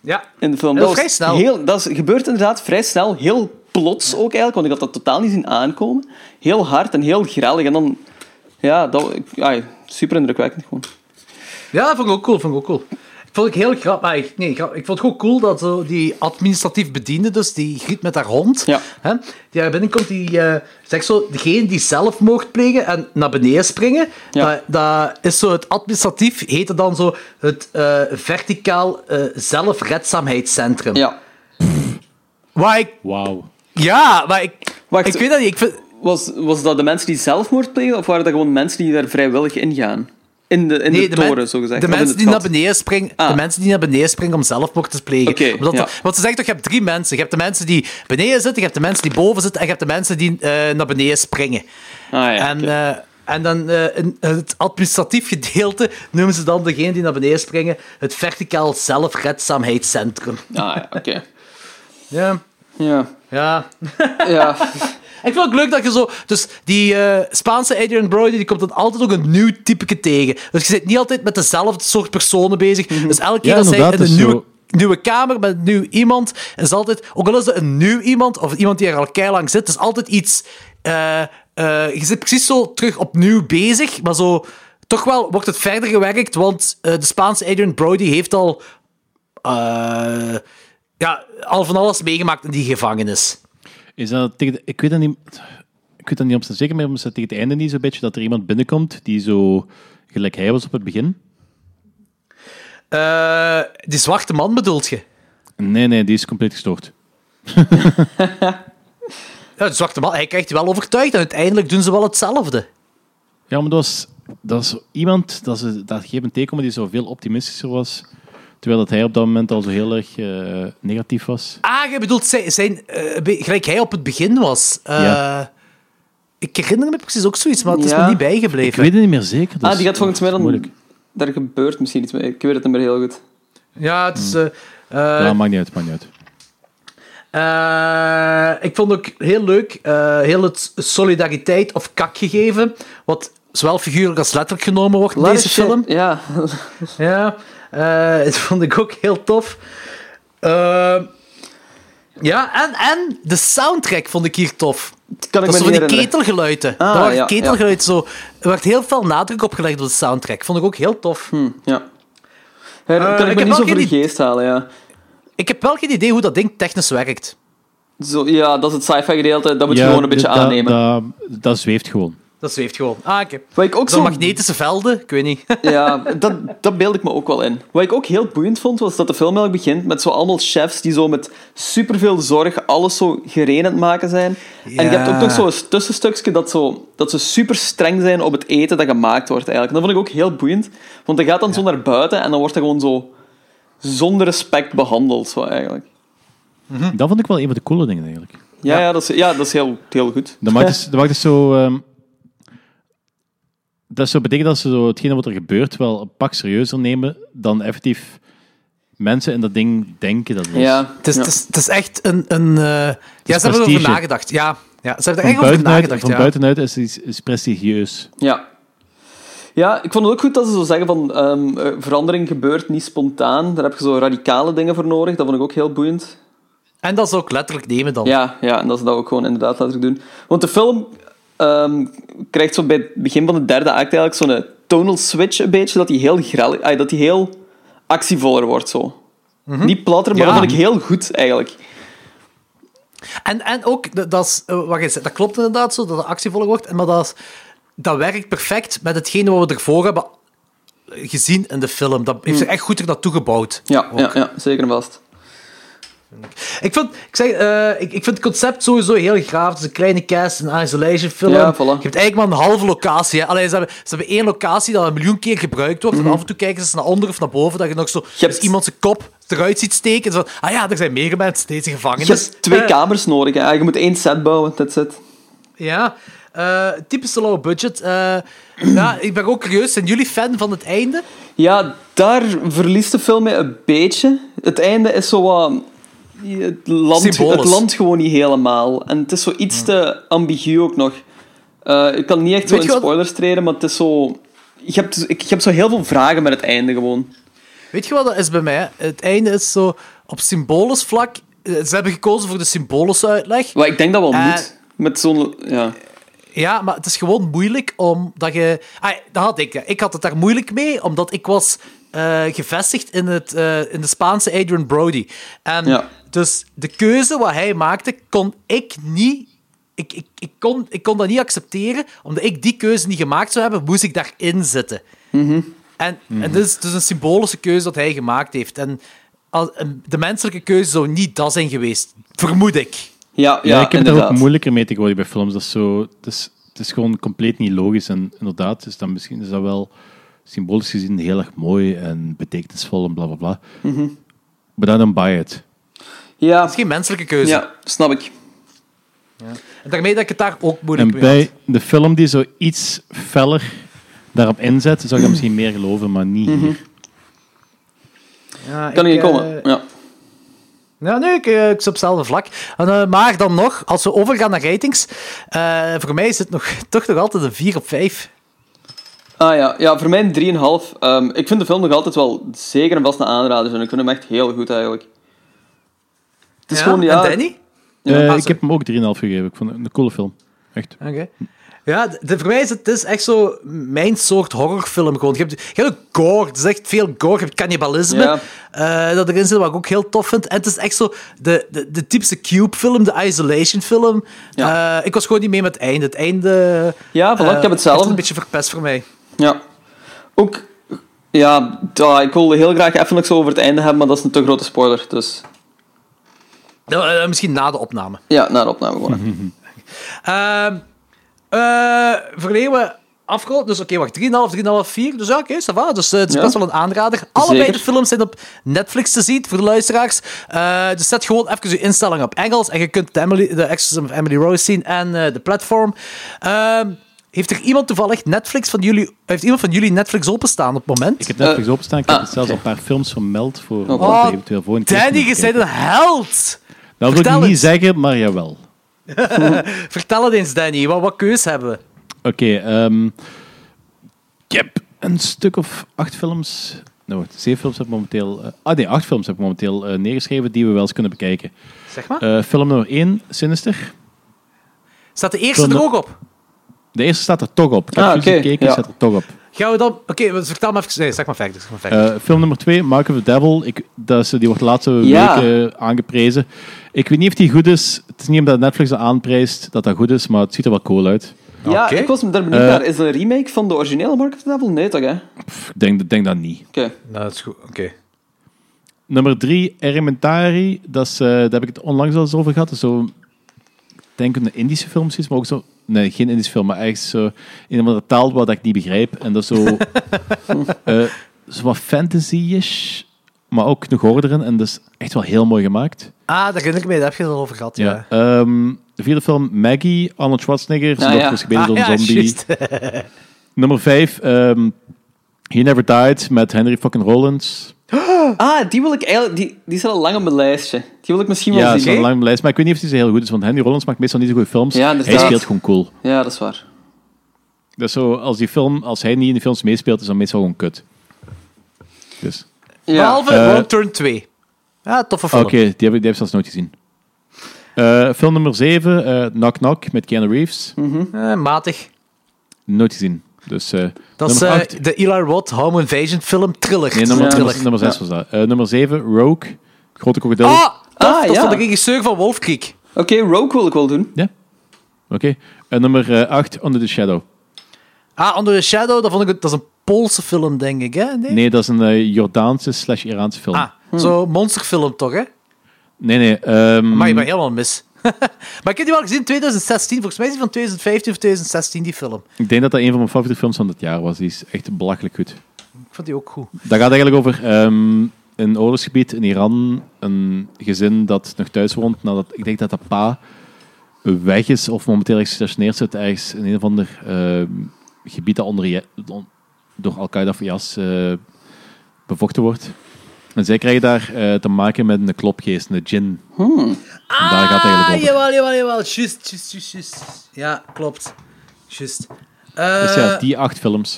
ja. in de film. En dat was is vrij snel. Heel, dat is, gebeurt inderdaad vrij snel, heel plots ook eigenlijk, want ik had dat totaal niet zien aankomen. Heel hard en heel grellig. En dan, ja, dat, ik- ai, super indrukwekkend gewoon. ja, dat vond ik ook cool. Vond ik ook cool. Ik vond het heel grappig. Nee, grap- ik vond het ook cool dat zo die administratief bediende, dus die griet met haar hond, Ja. hè, die naar binnen komt, die eh, zegt zo, degene die zelfmoord plegen en naar beneden springen, Ja. dat, dat is zo het administratief, heet het dan zo het eh, verticaal eh, zelfredzaamheidscentrum. Ja. Waar ik, Wauw. ja, maar ik, Wacht. ik weet dat niet. Ik vind, Was, was dat de mensen die zelfmoord plegen, of waren dat gewoon mensen die daar vrijwillig in gaan? In de, in Nee, de men- toren, zo gezegd. De of in mensen, het die gat. naar beneden springen, de Ah. mensen die naar beneden springen om zelfmoord te plegen. Oké, Omdat ja. dat- want ze zeggen toch, je hebt drie mensen. Je hebt de mensen die beneden zitten, je hebt de mensen die boven zitten en je hebt de mensen die eh, naar beneden springen. Ah, ja, en, oké. eh, en dan eh, in het administratief gedeelte noemen ze dan degene die naar beneden springen het verticaal zelfredzaamheidscentrum. Ah, ja, oké. Ja, Ja. ja. Ja. Ik vind het ook leuk dat je zo... Dus die eh, Spaanse Adrian Brody die komt dan altijd ook een nieuw typeke tegen. Dus je zit niet altijd met dezelfde soort personen bezig. Dus elke keer Mhm. Ja, dat zij in inderdaad, een dat is nieuwe, zo. nieuwe kamer met een nieuw iemand, is altijd... Ook al is het een nieuw iemand, of iemand die er al lang zit, is altijd iets... eh, eh, je zit precies zo terug opnieuw bezig, maar zo... Toch wel wordt het verder gewerkt, want eh, de Spaanse Adrian Brody heeft al... eh, ja, al van alles meegemaakt in die gevangenis. Is dat tegen de- ik weet dat niet. Ik weet dat niet op zijn zeker, maar is dat tegen het einde niet zo'n beetje dat er iemand binnenkomt die zo gelijk hij was op het begin? Eh, die zwarte man bedoelt je? Nee, nee, die is compleet gestoord. Ja, de zwarte man, hij krijgt je wel overtuigd en uiteindelijk doen ze wel hetzelfde. Ja, maar dat was, dat was iemand dat ze dat gegeven moment tegenkomen die zo veel optimistischer was. Terwijl dat hij op dat moment al zo heel erg eh, negatief was. Ah, je bedoelt, zijn, zijn, eh, be- gelijk hij op het begin was. Eh, Ja. Ik herinner me precies ook zoiets, maar het is Ja. me niet Ik bijgebleven. weet het niet meer zeker. dus- Ah, die gaat volgens mij Moeilijk. dan... Daar gebeurt misschien iets mee. Ik weet het niet meer heel goed. Ja, het is... eh, eh, Ja, maakt niet uit, maakt niet uit. Eh, ik vond ook heel leuk, eh, heel het solidariteit of kakgegeven, wat zowel figuurlijk als letterlijk genomen wordt in Lot deze of shit. film. Ja. Ja, eh, dat vond ik ook heel tof. Eh, ja, en, en de soundtrack vond ik hier tof. kan ik dat me is zo van niet die herinneren. ketelgeluiden. Ah, dat waren ja, ketelgeluiden zo. Er werd heel veel nadruk op gelegd op de soundtrack. Vond ik ook heel tof. Ja. Her, Eh, kan ik, ik me heb niet zo ook voor de geen- geest halen, ja. Ik heb wel geen idee hoe dat ding technisch werkt. Zo, ja, dat is het sci-fi gedeelte. Dat moet je Ja, gewoon een beetje dat- dat- aannemen. Dat, dat zweeft gewoon. Dat zweeft gewoon. Ah, oké. Wat ik ook Zo'n zo... magnetische velden, ik weet niet. Ja, dat, dat beeld ik me ook wel in. Wat ik ook heel boeiend vond, was dat de film eigenlijk begint met zo allemaal chefs die zo met superveel zorg alles zo gereden aan het maken zijn. En je hebt ook nog zo'n tussenstukje dat, zo, dat ze super streng zijn op het eten dat gemaakt wordt eigenlijk. En dat vond ik ook heel boeiend, want hij gaat dan zo naar buiten en dan wordt hij gewoon zo zonder respect behandeld, zo eigenlijk. Dat vond ik wel een van de coole dingen eigenlijk. Ja, ja. dat, is, ja dat is heel, heel goed. Dat maakt dus, dat maakt dus zo. ehm, dat zou betekenen dat ze zo hetgene wat er gebeurt wel een pak serieuzer nemen dan effectief mensen in dat ding denken dat het is. Ja, Dus Het is, ja. het is, het is echt een... een eh, Ja, ze hebben erover prestige. nagedacht. Ja, ja ze hebben er Van echt over buitenuit, nagedacht. van Ja. buitenuit is het iets is prestigieus. Ja. Ja, ik vond het ook goed dat ze zo zeggen van ehm, eh, verandering gebeurt niet spontaan. Daar heb je zo radicale dingen voor nodig. Dat vond ik ook heel boeiend. En dat ze ook letterlijk nemen dan. Ja, ja en dat ze dat ook gewoon inderdaad laten doen. Want de film ehm, krijgt zo bij het begin van de derde act eigenlijk zo'n tonal switch een beetje. Dat die heel, grel, ah, dat die heel actievoller wordt zo. Niet platter, maar Mhm. Ja. dat vond ik heel goed eigenlijk. En, en ook, dat- dat, is, eh, wat je zegt, dat klopt inderdaad zo, dat het actievoller wordt. En Maar dat, is, dat werkt perfect met hetgene wat we ervoor hebben Hmm. gezien in de film. Dat heeft er echt goed naartoe gebouwd. Ja, ja, ja zeker en vast. vind ik. Ik vind, ik, zeg, eh, ik, ik vind het concept sowieso heel graaf. Het is een kleine cast, een isolation film. Ja, voilà. Je hebt eigenlijk maar een halve locatie. Hè. Allee, ze, hebben, ze hebben één locatie dat een miljoen keer gebruikt wordt. En af en toe kijken ze naar onder of naar boven, dat je nog zo Mhm. Je hebt- dus iemand zijn kop eruit ziet steken. Zo van, ah ja, er zijn meer mensen steeds in Je gevangenis. hebt twee Eh, kamers nodig. Hè. Ah, Je moet één set bouwen, that's it. Ja, eh typische low budget. Eh, ja, ik ben ook curieus. Zijn jullie fan van het einde? Ja, daar verliest de film mij een beetje. Het einde is zo wat... Het land, Symbolisch. het land gewoon niet helemaal. En het is zo iets te ambigu ook nog. Eh, ik kan niet echt zo Weet in je wat- spoilers treden, maar het is zo... Je hebt, ik, je hebt zo heel veel vragen met het einde gewoon. Weet je wat dat is bij mij? Het einde is zo op symbolisch vlak. eh, Ze hebben gekozen voor de symbolische uitleg. Maar ik denk dat wel Eh. moet. Met zo'n... Ja. Ja, maar het is gewoon moeilijk omdat je... Ah, dat had ik. ja. Ik had het daar moeilijk mee, omdat ik was eh, gevestigd in, het, eh, in de Spaanse Adrian Brody. En Ja. dus de keuze wat hij maakte, kon ik niet... Ik, ik, ik, kon, ik kon dat niet accepteren, omdat ik die keuze niet gemaakt zou hebben, moest ik daarin zitten. Mhm. En, Mhm. en dit is dus een symbolische keuze dat hij gemaakt heeft. En als- en de menselijke keuze zou niet dat zijn geweest, vermoed ik. Ja, ja, Ja, ik heb het er inderdaad. ook moeilijker mee tegenwoordig bij films. Dat is zo, het, is, het is gewoon compleet niet logisch. En inderdaad, is dan misschien is dat wel symbolisch gezien heel erg mooi en betekenisvol en bla bla bla. Mhm. Maar dan een buy it. Ja, Het is geen menselijke keuze. ja, snap ik. En daarmee dat ik het daar ook moeilijk En mee had. bij de film die zo iets feller daarop inzet, zou ik dat misschien meer geloven, maar niet Mhm. hier. Ja, Kan niet ik, eh, komen. Ja. Ja, nee, ik, eh, ik zit op hetzelfde vlak. En, eh, maar dan nog, als we overgaan naar ratings, eh, voor mij is het nog, toch nog altijd een 4 op 5. Ah ja, ja voor mij een 3,5. Ehm, ik vind de film nog altijd wel zeker en vast een aanrader. En ik vind hem echt heel goed eigenlijk. Het is gewoon, ja... En Danny? Eh, ah, ik sorry. heb hem ook 3,5 gegeven. Ik vond het een coole film. Echt. Oké. Ja, de- de, voor mij is het, het is echt zo mijn soort horrorfilm gewoon. Je hebt, je hebt ook gore, het is echt veel gore. Je hebt cannibalisme Ja. eh, dat erin zit, wat ik ook heel tof vind. En het is echt zo de, de, de typische Cube-film, de Isolation-film. Ja. Eh, ik was gewoon niet mee met het einde. Het einde Ja, voilà, eh, ik heb heeft het hetzelfde. een beetje verpest voor mij. Ja. Ook... Ja, da, ik wilde heel graag even niks over het einde hebben, maar dat is een te grote spoiler. Dus Eh, eh, misschien na de opname. ja, naar de opname gewoon. Mhm. hè. Ehm eh verleden we afgerond. Dus oké, wacht. 3,5, 3,5, 4. Dus ja, oké, ça va. Dus eh, het is Ja. best wel een aanrader. Allebei Zeker. de films zijn op Netflix te zien, voor de luisteraars. Eh, dus zet gewoon even je instelling op Engels. En je kunt de, Emily, de Exorcism of Emily Rose zien en eh, de platform. Ehm, heeft er iemand toevallig Netflix van jullie... Heeft iemand van jullie Netflix openstaan op het moment? Ik heb Netflix opstaan. Ik heb er zelfs Eh, ah, oké. een paar films vermeld voor Oh, wat we eventueel volgende keer Danny, kunnen je bent kijken. een held! Dat wil ik vertel niet eens. zeggen, maar jawel. Vertel het eens, Danny. Wat, wat keus hebben we? Oké, ehm ik heb een stuk of acht films. Nou, wacht, zeven films heb ik momenteel. eh, ah nee, acht films heb ik momenteel eh, neergeschreven die we wel eens kunnen bekijken. Zeg maar. Ah. Eh, film nummer 1, Sinister. Staat de eerste Van de- er ook op? De eerste staat er toch op. Ik heb Ah, ah, oké, gekeken, ja. staat er toch op. Gaan we dan... Oké, we- vertel me even... Nee, zeg maar verder. Zeg maar verder. Eh, film nummer 2, Mark of the Devil. Ik, dat is, die wordt de laatste Ja. weken aangeprezen. Ik weet niet of die goed is. Het is niet omdat Netflix dat aanprijst dat dat goed is, maar het ziet er wel cool uit. Ja, Oké. ik was daar Eh. benieuwd naar. Is dat een remake van de originele Mark of the Devil? Nee toch, hè? Oké. Pff, Ik denk, denk dat niet. Nou, dat is goed. Oké. Nummer drie, Elementary. Dat is, eh, daar heb ik het onlangs al eens over gehad. Dat is Zo, ik denk een Indische film misschien, maar ook zo... Nee, geen Indische film, maar echt zo... In een andere taal wat ik niet begrijp. En dat is zo... eh, zo wat fantasy-ish, maar ook nog orderen. En dat is echt wel heel mooi gemaakt. Ah, daar herinner ik me, daar heb je het al over gehad. Ja. Ja. Ehm, de vierde film, Maggie. Arnold Schwarzenegger. Zijn Ah, dochter ja. is gebeten Ah, door een ja, zombie. juist. Nummer vijf, ehm, He Never Died met Henry fucking Rollins. Ah, die wil ik eigenlijk... Die, die staat al lang op mijn lijstje. Die wil ik misschien wel Ja, dat is zien. een lange lijst. Maar ik weet niet of hij ze heel goed is, want Henry Rollins maakt meestal niet zo goede films. Ja, hij inderdaad. speelt gewoon cool. Ja, dat is waar. Dat is zo, als, die film, als hij niet in de films meespeelt, is dat meestal gewoon kut. Dus. Ja. Behalve Eh, Road Turn 2. Ja, toffe film. Oké, die heb ik die heb ik zelfs nooit gezien. Eh, film nummer 7, eh, Knock Knock met Keanu Reeves. Eh, matig. Nooit gezien. Dus, eh, Dat is nummer eh, acht- de Eli Roth Home Invasion film Thriller. nee, nummer, Ja. nummer, Thriller. nummer 6 was dat. Eh, nummer 7, Rogue. Het grote krokodil. Ah, tof, Ah, dat is ja. van de regisseur van Wolf Creek. Oké, Rogue wil ik wel doen. Ja. Oké. En nummer 8, Under the Shadow. Ah, Under the Shadow, dat, vond ik, dat is een Poolse film, denk ik. Hè? Nee. Nee, dat is een eh, Jordaanse slash Iraanse film. Ah, zo'n monsterfilm toch, hè? Nee, nee. ehm, Maar je bent helemaal mis. maar ik heb die wel gezien in 2016. Volgens mij is die van 2015 of 2016, die film. Ik denk dat dat een van mijn favoriete films van dit jaar was. Die is echt belachelijk goed. Ik vond die ook goed. Dat gaat eigenlijk over ehm, een oorlogsgebied in Iran. Een gezin dat nog thuis woont nadat ik denk dat de pa weg is of momenteel gestationeerd zit ergens in een of ander ehm, gebied dat onder, Je- on- door Al-Qaeda of IS eh, bevochten wordt. En zij krijgen daar eh, te maken met een klopgeest, een djinn. Hmm. En Daar gaat het eigenlijk Ah, over. jawel, jawel, jawel. Just, just, just, just. Ja, klopt. Just. Eh, Dus ja, die acht films.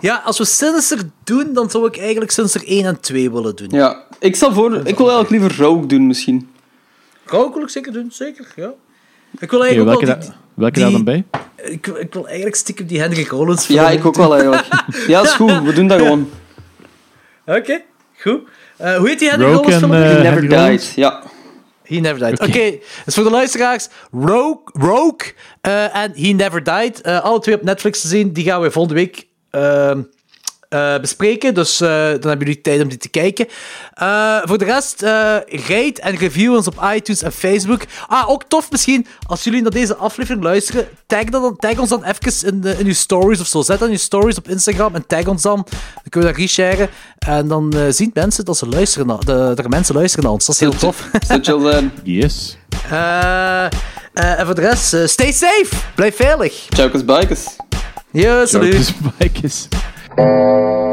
ja, als we Sinister doen, dan zou ik eigenlijk Sinister 1 en 2 willen doen. Ja, ik stel voor, ik wil eigenlijk liever Rogue doen misschien. Rogue wil ik zeker doen, zeker, ja. Ik wil Oké, eigenlijk welke ook wel da- die- welke die- daar dan bij? ik, ik wil eigenlijk stiekem die Henry Rollins film Ja, ik ook wel eigenlijk. Ja, is goed, we doen dat gewoon. Oké, goed. Eh, hoe heet die Henry Rogue Rollins en film? eh, He Henry never Rollins. died, ja. He Never Died. Oké, dus voor de luisteraars, Rogue, Rogue eh, en He Never Died, eh, alle twee op Netflix te zien, die gaan we volgende week ehm, eh, bespreken. Dus eh, dan hebben jullie tijd om die te kijken. Eh, voor de rest, eh rate en review ons op iTunes en Facebook. Ah, ook tof misschien, als jullie naar deze aflevering luisteren, tag, dat dan, tag ons dan even in, de, in uw stories of zo. Zet dan je stories op Instagram en tag ons dan. Dan kunnen we dat resharen. En dan eh, zien mensen dat, ze luisteren naar, de, dat er mensen luisteren naar ons. Dat is heel tof. Zo chill zijn. Yes. Eh, eh, en voor de rest, eh, stay safe. Blijf veilig. Chowkes bikers. Yo, salut. Joker's Bikers.